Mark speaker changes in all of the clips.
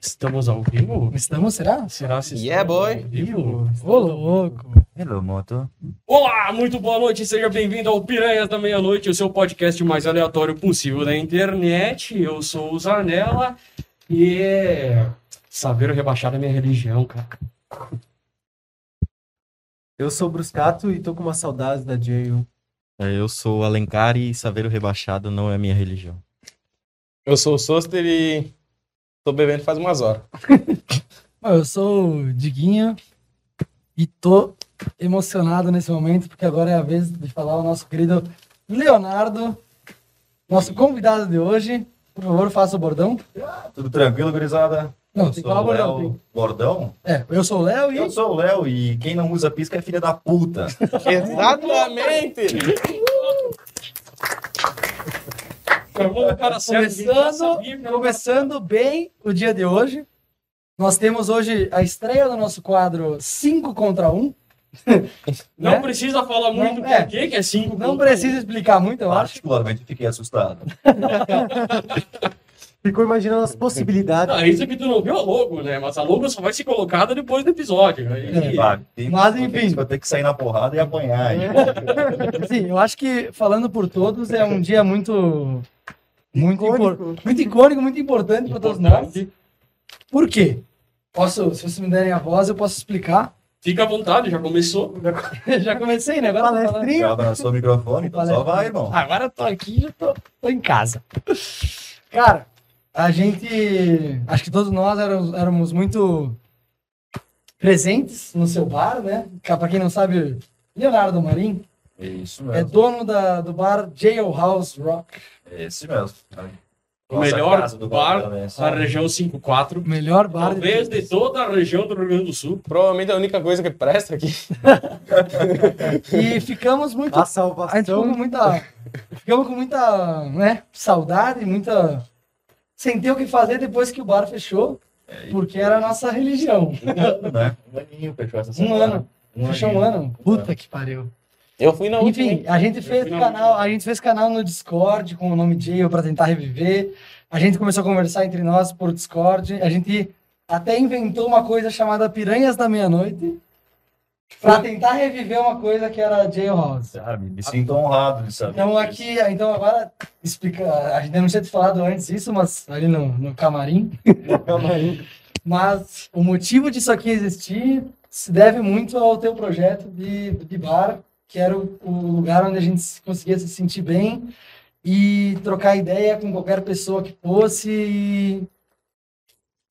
Speaker 1: Estamos ao vivo?
Speaker 2: Estamos, será?
Speaker 1: Será se
Speaker 3: Yeah,
Speaker 1: estamos
Speaker 3: boy.
Speaker 1: ao vivo?
Speaker 2: Ô, louco.
Speaker 4: Hello, moto.
Speaker 1: Olá, muito boa noite, seja bem-vindo ao Piranhas da Meia-Noite, o seu podcast mais aleatório possível da internet. Eu sou o Zanella e é, saber o rebaixado é minha religião, cara.
Speaker 3: Eu sou o Bruscato e tô com uma saudade da Jail.
Speaker 4: É, Eu sou o Alencar e saber o rebaixado não é minha religião.
Speaker 5: Eu sou o Soster e tô bebendo faz umas horas.
Speaker 2: Ó, Eu sou o Diguinho e tô emocionado nesse momento, porque agora é a vez de falar o nosso querido Leonardo, nosso convidado de hoje. Por favor, faça o bordão.
Speaker 4: Tudo tranquilo, gurizada?
Speaker 2: Não,
Speaker 4: Eu
Speaker 2: tem que
Speaker 4: sou
Speaker 2: falar o
Speaker 4: o
Speaker 2: bordão.
Speaker 4: Léo Bordão.
Speaker 2: tem- É, eu sou o Léo
Speaker 4: Eu
Speaker 2: e.
Speaker 4: sou o Léo e quem não usa pisca é filha da puta.
Speaker 5: Exatamente!
Speaker 1: Chamou o cara certo, ninguém sabia,
Speaker 2: Começando,
Speaker 1: né?
Speaker 2: começando bem o dia de hoje. Nós temos hoje a estreia do nosso quadro 5 contra 1.
Speaker 1: Não
Speaker 2: né?
Speaker 1: precisa falar muito
Speaker 2: Não-
Speaker 1: por que que é 5
Speaker 2: Não precisa explicar muito, eu acho.
Speaker 4: Particularmente fiquei assustado.
Speaker 3: Ficou imaginando as possibilidades.
Speaker 1: Ah, isso aqui tu não viu a logo, né? Mas a logo só vai ser colocada depois do episódio. Aí,
Speaker 4: Pá, tem-
Speaker 2: É. Mas,
Speaker 4: vou ter-
Speaker 2: enfim. É.
Speaker 4: Vou ter que sair na porrada e apanhar. hein?
Speaker 2: Sim, eu acho que falando por todos é um dia muito muito
Speaker 3: Icônico.
Speaker 2: icônico, muito icônico, muito importante para todos nós.
Speaker 1: importante.
Speaker 2: Por quê? Posso, se vocês me derem a voz, eu posso explicar.
Speaker 1: Fica à vontade, já começou.
Speaker 2: Já comecei, né? Agora eu tô falando.
Speaker 3: Palestrinha.
Speaker 4: Já abraçou o microfone, então só vai, irmão.
Speaker 2: Agora eu tô aqui, já tô, tô em casa. Cara, a gente. Acho que todos nós éramos, éramos muito presentes no seu bar, né? Pra quem não sabe, Leonardo Marim
Speaker 4: Isso
Speaker 2: é
Speaker 4: mesmo. é
Speaker 2: dono da, do bar Jailhouse Rock.
Speaker 4: Esse mesmo.
Speaker 1: O
Speaker 4: Nossa
Speaker 1: melhor
Speaker 4: casa do é
Speaker 1: bar
Speaker 4: Bordolense.
Speaker 1: da região 5-4.
Speaker 2: O melhor bar de
Speaker 1: Talvez de toda a região do Rio Grande do Sul.
Speaker 5: Provavelmente é a única coisa que presta aqui.
Speaker 2: E ficamos muito.
Speaker 3: A
Speaker 2: a gente ficou com
Speaker 3: salvação.
Speaker 2: muita. Ficamos com muita né, saudade, muita. Sem ter o que fazer depois que o bar fechou, porque era a nossa religião.
Speaker 4: Um ano, né? Um aninho fechou essa
Speaker 2: Um
Speaker 4: semana.
Speaker 2: ano. Fechou um
Speaker 4: aninho.
Speaker 2: ano. Puta que pariu.
Speaker 5: Eu fui na última.
Speaker 2: Enfim,
Speaker 5: hein?
Speaker 2: a gente fez
Speaker 1: fui na
Speaker 2: canal, a gente fez canal no Discord com o nome Jail para tentar reviver. A gente começou a conversar entre nós por Discord. A gente até inventou uma coisa chamada Piranhas da Meia-Noite para tentar reviver uma coisa que era Jailhouse.
Speaker 4: Sabe, me sinto honrado de saber.
Speaker 2: Então
Speaker 4: disso.
Speaker 2: aqui, então agora explica, a gente eu não tinha te falado antes isso, mas ali no, no camarim.
Speaker 4: é
Speaker 3: Calma aí.
Speaker 2: Mas o motivo disso aqui existir se deve muito ao teu projeto de, de bar, que era o, o lugar onde a gente se- conseguia se sentir bem e trocar ideia com qualquer pessoa que fosse. e-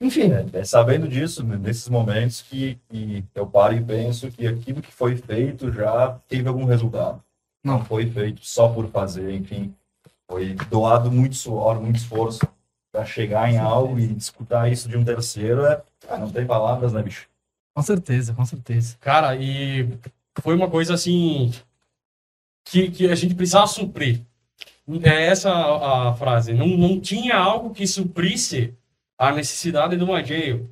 Speaker 2: Enfim,
Speaker 4: É, é sabendo disso, né, nesses momentos, que, que eu paro e penso que aquilo que foi feito já teve algum resultado. Não foi feito só por fazer, enfim. Foi doado muito suor, muito esforço para chegar em algo e escutar isso de um terceiro é. ah, não tem palavras, né, bicho?
Speaker 2: com certeza, com certeza.
Speaker 1: Cara, e foi uma coisa assim que, que a gente precisava suprir. É essa a, a frase. Não, não tinha algo que suprisse a necessidade do Mageio.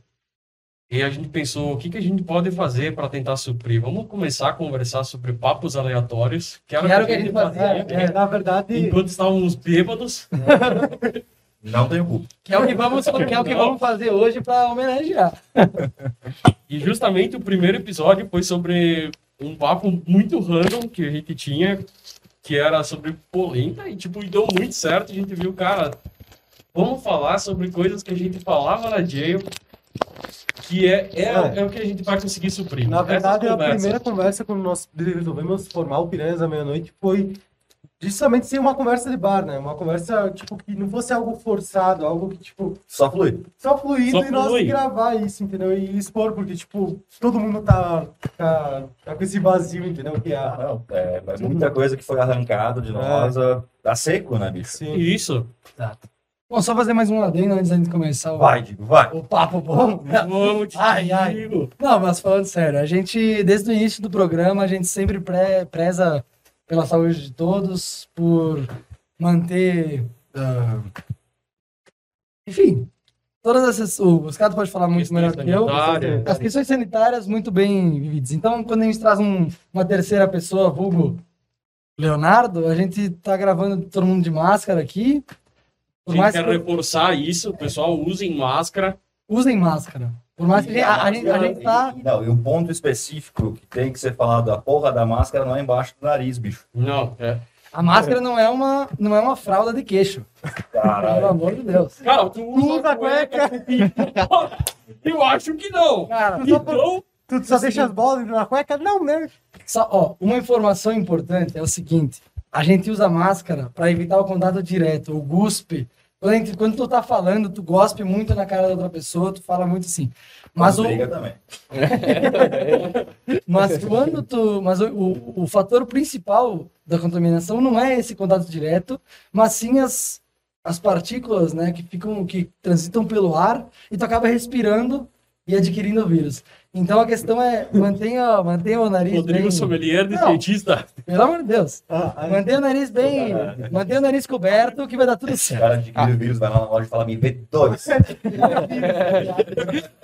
Speaker 1: E a gente pensou, o que, que a gente pode fazer para tentar suprir? Vamos começar a conversar sobre papos aleatórios, que era,
Speaker 2: Que era o que a gente fazia,
Speaker 3: É, é, na verdade,
Speaker 1: enquanto estávamos bêbados.
Speaker 4: Não tenho culpa.
Speaker 2: Que é o que vamos, que é o que vamos fazer hoje para homenagear.
Speaker 1: E justamente o primeiro episódio foi sobre um papo muito random que a gente tinha, que era sobre polenta, e tipo, e deu muito certo. A gente viu, cara, vamos falar sobre coisas que a gente falava na jail, que é, é, é o que a gente vai conseguir suprir.
Speaker 3: na
Speaker 1: Essas
Speaker 3: verdade, é a
Speaker 1: conversas.
Speaker 3: primeira conversa quando nós resolvemos formar o Piranhas à meia-noite foi justamente ser uma conversa de bar, né? Uma conversa, tipo, que não fosse algo forçado, algo que, tipo,
Speaker 4: Só flui.
Speaker 3: Só fluido
Speaker 1: Só
Speaker 3: e nós
Speaker 1: flui.
Speaker 3: gravar isso, entendeu? E expor, porque, tipo, todo mundo tá, tá, tá com esse vazio, entendeu? Que
Speaker 4: Ah,
Speaker 3: a...
Speaker 4: não. É, mas muita coisa que foi arrancada de nós a, a seco, né, bicho?
Speaker 3: Sim.
Speaker 1: E Isso.
Speaker 2: Bom, só fazer mais um adendo antes da gente começar o,
Speaker 4: Vai, digo, vai.
Speaker 2: o papo bom.
Speaker 1: Vamos,
Speaker 2: Ai, ai.
Speaker 1: digo.
Speaker 2: Não, mas falando sério, a gente, desde o início do programa, a gente sempre pre- preza pela saúde de todos, por manter. ah, enfim, todas essas. O Buscato pode falar muito melhor que eu.
Speaker 1: Sanitária.
Speaker 2: As questões sanitárias muito bem vividas. Então, quando a gente traz um- uma terceira pessoa, vulgo Leonardo, a gente tá gravando todo mundo de máscara aqui.
Speaker 1: A
Speaker 2: Por
Speaker 1: gente
Speaker 2: mais
Speaker 1: quer
Speaker 2: que
Speaker 1: reforçar isso, o pessoal usem máscara.
Speaker 2: usem máscara. Por mais que a, a gente, a gente tá.
Speaker 4: Não, e um ponto específico que tem que ser falado, a porra da máscara não é embaixo do nariz, bicho.
Speaker 1: Não, é.
Speaker 2: A máscara não é uma, não é uma fralda de queixo. Pelo
Speaker 4: Caralho.
Speaker 2: amor de Deus.
Speaker 1: Cara, tu usa,
Speaker 3: Usa a cueca.
Speaker 1: com pipoca? Eu acho que não.
Speaker 2: Cara,
Speaker 1: Então,
Speaker 3: Tu só deixa as bolas na cueca? Não, né?
Speaker 2: Só, ó, uma informação importante é o seguinte: a gente usa máscara para evitar o contato direto, o guspe. Quando, a gente- quando tu tá falando, tu gospe muito na cara da outra pessoa, tu fala muito assim. Mas, o,
Speaker 4: Briga também.
Speaker 5: então,
Speaker 2: mas quando tu. Mas o, o, o fator principal da contaminação não é esse contato direto, mas sim as, as partículas né, que ficam, que transitam pelo ar e tu acaba respirando e adquirindo o vírus. Então a questão é mantenha, mantenha o nariz.
Speaker 1: Rodrigo
Speaker 2: bem-
Speaker 1: Sommelier,
Speaker 2: Não.
Speaker 1: dentista.
Speaker 2: Pelo amor de Deus.
Speaker 3: Ah, aí-
Speaker 2: Mantenha o nariz bem. Mantenha o nariz coberto, que vai dar tudo
Speaker 4: O
Speaker 2: certo.
Speaker 4: cara adquire o vírus, vai lá na loja e fala, me vê dois.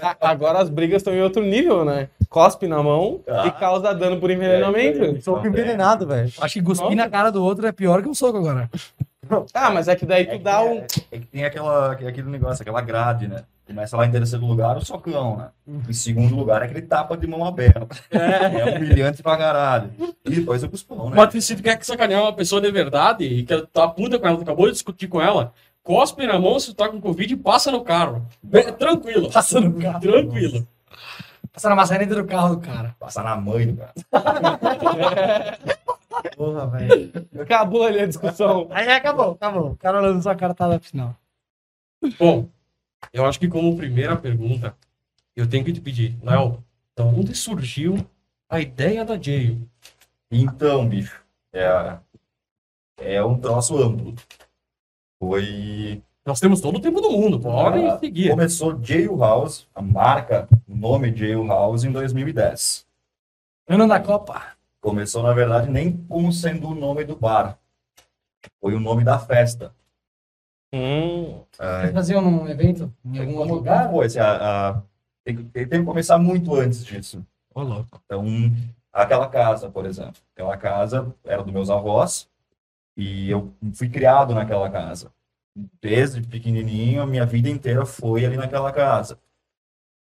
Speaker 5: A- Agora as brigas estão em outro nível, né? Cospe na mão
Speaker 4: Ah.
Speaker 5: e causa dano por envenenamento.
Speaker 3: Soco envenenado, velho.
Speaker 2: Acho que cuspir na cara do outro é pior que um soco agora.
Speaker 5: Ah, mas é que daí tu dá um.
Speaker 4: É que tem aquela, aquele negócio, aquela grade, né? Começa lá em terceiro lugar, o socão, né? Em segundo lugar, é aquele tapa de mão aberta. É, humilhante pra caralho. E depois o cuspão, né?
Speaker 1: Mas se tu quer sacanear é uma pessoa de verdade e que tá puta com ela, tu acabou de discutir com ela, cospe na mão se tu tá com Covid e passa no carro. Bem, tranquilo.
Speaker 2: Passa no carro.
Speaker 1: Tranquilo.
Speaker 2: Passa na maçaneta do carro do cara.
Speaker 4: Passar na mãe do cara.
Speaker 3: Porra, velho.
Speaker 5: um, Acabou ali a discussão.
Speaker 2: Aí acabou, acabou. O cara olhando sua cara tá na final.
Speaker 1: Bom, eu acho que como primeira pergunta, eu tenho que te pedir, Léo, da onde surgiu a ideia da Jail?
Speaker 4: Então, bicho, é, é um troço amplo. Foi
Speaker 1: Nós temos todo o tempo do mundo, pode
Speaker 4: Ah,
Speaker 1: seguir.
Speaker 4: Começou Jailhouse, a marca, o nome Jailhouse, em 2010.
Speaker 2: Ano da Copa.
Speaker 4: Começou, na verdade, nem como sendo o nome do bar. Foi o nome da festa.
Speaker 5: Hum,
Speaker 2: Vocês faziam num evento em algum outro lugar?
Speaker 4: Pô, assim, a- a- tem, que- tem que começar muito antes disso.
Speaker 1: Ô, louco.
Speaker 4: Então, aquela casa, por exemplo. Aquela casa era dos meus avós e eu fui criado naquela casa. Desde pequenininho, a minha vida inteira foi ali naquela casa.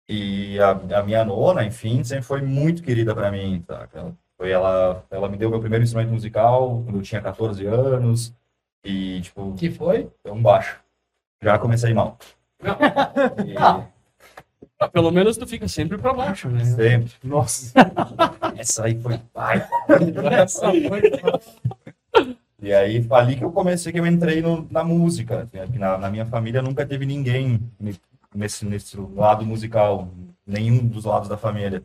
Speaker 4: E a, a minha nona, enfim, sempre foi muito querida para mim, tá? Ela, foi ela, ela me deu meu primeiro instrumento musical quando eu tinha 14 anos e, tipo,
Speaker 2: Que foi?
Speaker 4: é um baixo. Já comecei mal. E-
Speaker 1: Ah, Pelo menos tu fica sempre pra baixo, né?
Speaker 4: Sempre.
Speaker 3: Nossa.
Speaker 4: Essa aí foi baita.
Speaker 2: Essa foi.
Speaker 4: E aí, ali que eu comecei, que eu entrei no- na música. né? Que Na, na minha família nunca teve ninguém ne- nesse, nesse lado musical, nenhum dos lados da família.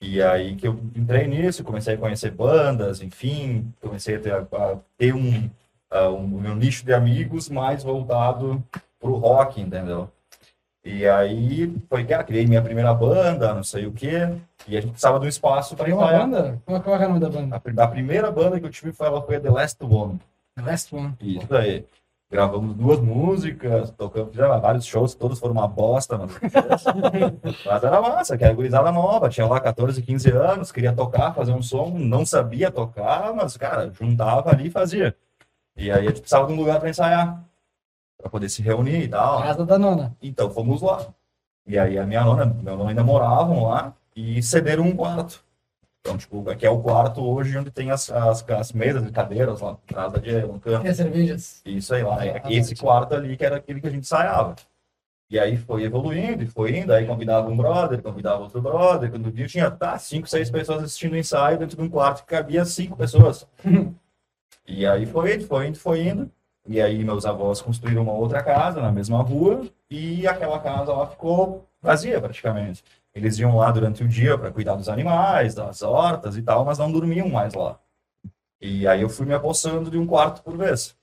Speaker 4: E aí que eu entrei nisso, comecei a conhecer bandas, enfim, comecei a ter, a ter um, ah, um, o meu nicho de amigos mais voltado pro rock, entendeu? E aí foi que ah, criei minha primeira banda, não sei o quê, e a gente precisava de um espaço para
Speaker 2: Tem uma
Speaker 4: ensaiar.
Speaker 2: banda? Qual, qual é o nome da banda?
Speaker 4: A, pri- a primeira banda que eu tive foi, ela foi a The Last One.
Speaker 2: The Last One.
Speaker 4: Isso daí. Gravamos duas músicas, tocamos já vários shows, todos foram uma bosta, mano. Mas era massa, que era gurizada nova, tinha lá 14, 15 anos, queria tocar, fazer um som, não sabia tocar, mas, cara, juntava ali e fazia. E aí a gente precisava de um lugar para ensaiar, para poder se reunir e tal.
Speaker 2: Casa da Nona.
Speaker 4: Então fomos lá. E aí a minha nona, meu nome ainda moravam lá e cederam um quarto. Então, tipo, aqui é o quarto hoje onde tem as, as, as mesas e cadeiras lá atrás da direita, no canto.
Speaker 2: Tem as cervejas.
Speaker 4: Isso aí lá.
Speaker 2: Ah,
Speaker 4: Esse
Speaker 2: tá.
Speaker 4: quarto ali que era aquele que a gente ensaiava. E aí foi evoluindo, e foi indo, aí convidava um brother, convidava outro brother, quando viu tinha tá, cinco, seis pessoas assistindo o ensaio dentro de um quarto que cabia cinco pessoas. e aí foi indo, foi indo, foi indo. E aí meus avós construíram uma outra casa na mesma rua e aquela casa lá ficou vazia praticamente. Eles iam lá durante o dia para cuidar dos animais, das hortas e tal, mas não dormiam mais lá. E aí eu fui me apossando de um quarto por vez.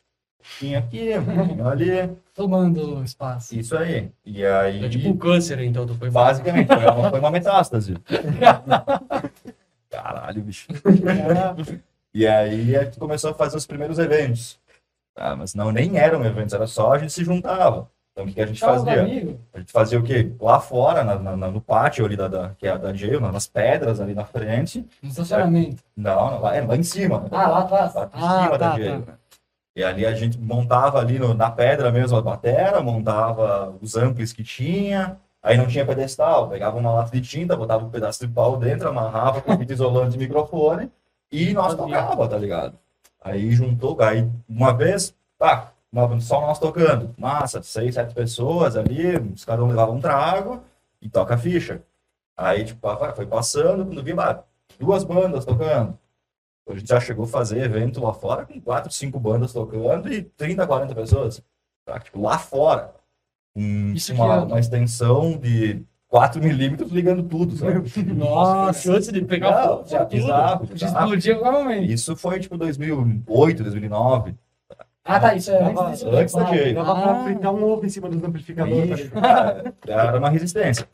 Speaker 4: Tinha aqui, um pouquinho ali,
Speaker 2: Tomando espaço.
Speaker 4: isso aí. E aí,
Speaker 2: Tá
Speaker 1: É tipo um câncer, então, tu foi
Speaker 4: basicamente, foi uma, foi uma metástase. É. Caralho, bicho. E aí a gente começou a fazer os primeiros eventos. Ah, mas não, nem eram eventos, era só a gente se juntava. Então o que, que a gente
Speaker 2: Tchau,
Speaker 4: fazia?
Speaker 2: amigo.
Speaker 4: A gente fazia o quê? Lá fora, na- na- na- no pátio ali da, da, que é a da Geo, na- nas pedras ali na frente.
Speaker 2: No estacionamento.
Speaker 4: Não, não, lá, é, lá em cima.
Speaker 2: Ah, lá atrás.
Speaker 4: Lá em
Speaker 2: Ah,
Speaker 4: cima
Speaker 2: tá,
Speaker 4: da
Speaker 2: tá.
Speaker 4: Geo. né? E ali a gente montava ali no- na pedra mesmo a batera, montava os amplis que tinha. Aí não tinha pedestal, pegava uma lata de tinta, botava um pedaço de pau dentro, amarrava com fita isolante de microfone e nós tocava, tá ligado? Aí juntou, aí uma vez, pá, uma- só nós tocando. Massa, seis, sete pessoas ali, os cada um levava um trago e toca a ficha. Aí, tipo, pá, pá, foi passando, quando vi, lá, duas bandas tocando. A gente já chegou a fazer evento lá fora com quatro, cinco bandas tocando e 30, 40 pessoas. Tá? Tipo, lá fora. Com
Speaker 2: Isso que
Speaker 4: uma,
Speaker 2: é-
Speaker 4: uma extensão de 4 milímetros ligando tudo, sabe?
Speaker 2: Nossa.
Speaker 1: Antes de pegar
Speaker 4: Não,
Speaker 1: fogo,
Speaker 4: já
Speaker 1: tudo.
Speaker 4: bizarro,
Speaker 2: Podia
Speaker 4: bizarro.
Speaker 2: explodir a qualquer momento.
Speaker 4: Isso foi tipo 2008, 2009.
Speaker 2: Ah, tá, isso é antes
Speaker 3: Tava-
Speaker 2: desse
Speaker 4: antes da
Speaker 2: trabalho.
Speaker 4: Jay.
Speaker 3: Dava pra
Speaker 2: Ah,
Speaker 3: fritar um ovo em cima dos amplificadores. tá
Speaker 4: Ixi, cara, era uma resistência.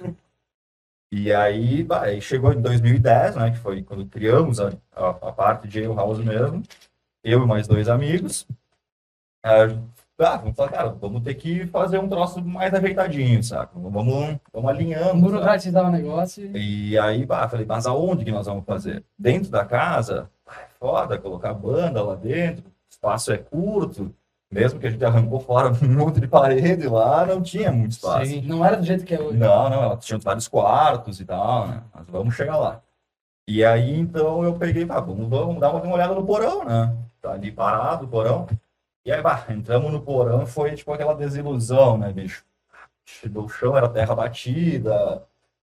Speaker 4: E aí, bah, aí chegou em 2010, né, que foi quando criamos a, a, a parte de House mesmo, eu e mais dois amigos. Ah, ah, vamos falar, cara, vamos ter que fazer um troço mais ajeitadinho, saca? Vamos, vamos alinhando. sabe?
Speaker 2: Um burocratizar o negócio. e-
Speaker 4: E aí, bah, falei, mas aonde que nós vamos fazer? Dentro da casa? Ah, é foda, colocar banda lá dentro, o espaço é curto. Mesmo que a gente arrancou fora um monte de parede lá, não tinha muito espaço.
Speaker 1: Sim.
Speaker 2: Não era do jeito que é hoje.
Speaker 4: Não, não, ela tinha vários quartos e tal, né? Mas vamos chegar lá. E aí, então, eu peguei, pá, vamos, vamos dar uma, uma olhada no porão, né? Tá ali parado o porão. E aí, pá, entramos no porão, foi tipo aquela desilusão, né, bicho? Tipo, O chão era terra batida,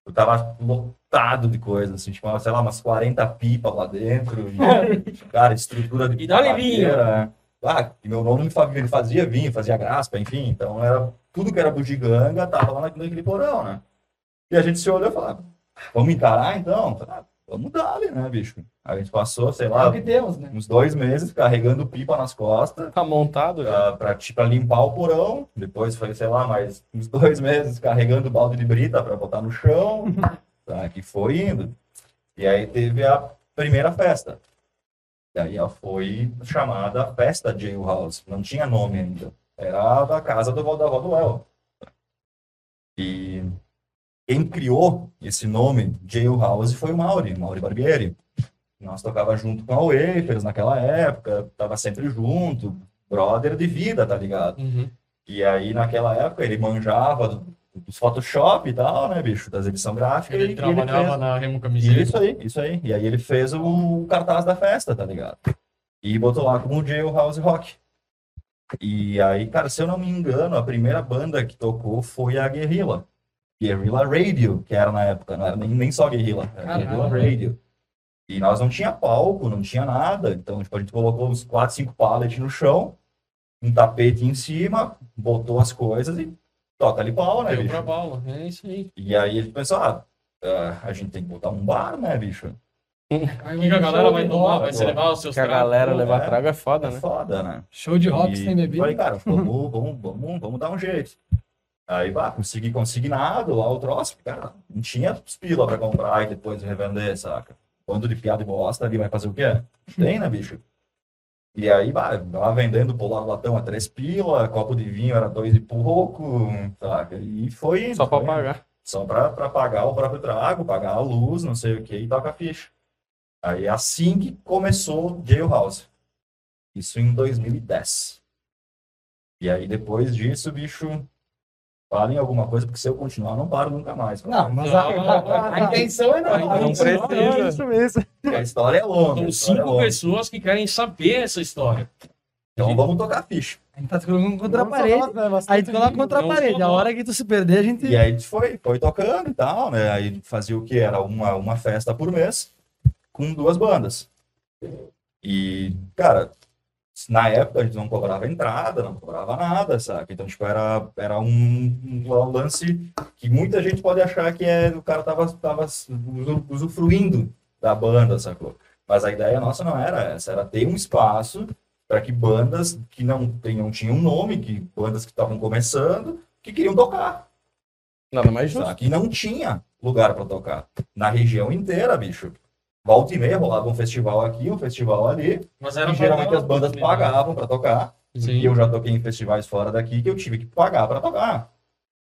Speaker 4: eu tava lotado de coisa, assim, tipo, sei lá, umas 40 pipas lá dentro, e, cara, estrutura de
Speaker 1: E dá-lhe
Speaker 4: batedeira, né? Ah, e meu nome fazia, fazia vinho, fazia graspa, enfim, então era tudo que era bugiganga tava lá naquele naquele porão, né? E a gente se olhou e falou, "Ah, vamos encarar então? Ah, vamos dali, né, bicho? Aí a gente passou, sei
Speaker 2: É o
Speaker 4: lá,
Speaker 2: que temos, né?
Speaker 4: uns dois meses carregando pipa nas costas,
Speaker 5: Tá montado já.
Speaker 4: Ah, pra, pra, ti- pra limpar o porão. Depois foi, sei lá, mais uns dois meses carregando balde de brita para botar no chão. tá, que foi indo. E aí teve a primeira festa. E aí ela foi chamada Festa Jailhouse. Não tinha nome ainda. Era da casa do Valdavó do El. E quem criou esse nome, Jailhouse, foi o Mauri, Mauri Barbieri. Nós tocava junto com a Wafers naquela época, tava sempre junto, brother de vida, tá ligado?
Speaker 1: Uhum.
Speaker 4: E aí, naquela época, ele manjava do- dos Photoshop e tal, né, bicho? Das edições gráficas. e
Speaker 1: Ele trabalhava na Remo
Speaker 4: fez...
Speaker 1: Camiseta.
Speaker 4: Isso aí, isso aí. E aí ele fez o cartaz da festa, tá ligado? E botou lá como Jailhouse Rock. E aí, cara, se eu não me engano, a primeira banda que tocou foi a Guerrilla. Guerrilla Radio, que era na época, não era nem, nem só Guerrilla, era
Speaker 2: Caralho.
Speaker 4: Guerrilla Radio. E nós não tinha palco, não tinha nada, então tipo, a gente colocou uns 4, 5 pallets no chão, um tapete em cima, botou as coisas e toca ali pau, né,
Speaker 1: Deu
Speaker 4: bicho?
Speaker 1: pra bala. É isso aí.
Speaker 4: E aí ele pensou, ah, ah, a gente tem que botar um bar, né, bicho?
Speaker 2: Aí
Speaker 1: O que que a
Speaker 2: um
Speaker 1: galera
Speaker 2: show
Speaker 1: vai
Speaker 2: de
Speaker 1: tomar?
Speaker 2: rock-
Speaker 1: Vai se levar os seus
Speaker 5: Que a galera
Speaker 4: pô,
Speaker 5: levar
Speaker 4: é.
Speaker 5: trago é foda,
Speaker 4: É
Speaker 5: né?
Speaker 4: foda, né?
Speaker 2: Show de rock
Speaker 4: E
Speaker 2: sem bebida.
Speaker 4: Falei, cara, vamos, vamos, vamos, vamos dar um jeito. Aí, bah, consegui consignado lá o troço, cara, não tinha pila pra comprar e depois revender, saca? Quando de piada e bosta ali vai fazer o quê? Tem, né, bicho? E aí, bah, tava vendendo pular latão a três pila, copo de vinho era dois e pouco, saca? E foi indo,
Speaker 5: Só pra
Speaker 4: foi indo.
Speaker 5: pagar.
Speaker 4: Só pra, pra pagar o próprio trago, pagar a luz, não sei o que, e toca a ficha. Aí é assim que começou Jailhouse. Isso em 2010. E aí depois disso, bicho, falem alguma coisa, porque se eu continuar, eu não paro nunca mais.
Speaker 2: Não, mas a, a- a intenção é
Speaker 1: Não,
Speaker 2: não.
Speaker 1: não
Speaker 5: precisa.
Speaker 3: É isso mesmo.
Speaker 4: a história é longa. a
Speaker 1: São
Speaker 4: história é
Speaker 1: cinco
Speaker 4: longa.
Speaker 1: pessoas que querem saber essa história.
Speaker 4: Então vamos tocar a ficha.
Speaker 2: A gente tá te colocando contra a
Speaker 3: Não só
Speaker 2: parede.
Speaker 3: nós, né, mas
Speaker 2: Aí tu
Speaker 3: tanto
Speaker 2: coloca
Speaker 3: que-
Speaker 2: contra a
Speaker 1: Não
Speaker 2: parede.
Speaker 1: sou
Speaker 2: A
Speaker 1: bom.
Speaker 2: hora que tu se perder, a gente.
Speaker 4: E aí a gente foi, foi tocando e tal, né? Aí fazia o que era uma, uma festa por mês com duas bandas. E, cara, na época a gente não cobrava entrada, não cobrava nada, saca? Então, tipo, era, era um, um lance que muita gente pode achar que é, o cara tava, tava usu- usufruindo da banda, sacou? Mas a ideia nossa não era essa, era ter um espaço para que bandas que não, tenham, tinham um nome, que bandas que estavam começando, que queriam tocar.
Speaker 5: Nada mais justo.
Speaker 4: Aqui não tinha lugar para tocar. Na região inteira, bicho. Volta e meia rolava um festival aqui, um festival ali.
Speaker 1: Mas
Speaker 4: E
Speaker 1: era pra
Speaker 4: geralmente
Speaker 1: dar
Speaker 4: as bandas
Speaker 1: oportunidade.
Speaker 4: pagavam para tocar.
Speaker 1: Sim.
Speaker 4: E eu já toquei em festivais fora daqui que eu tive que pagar pra tocar.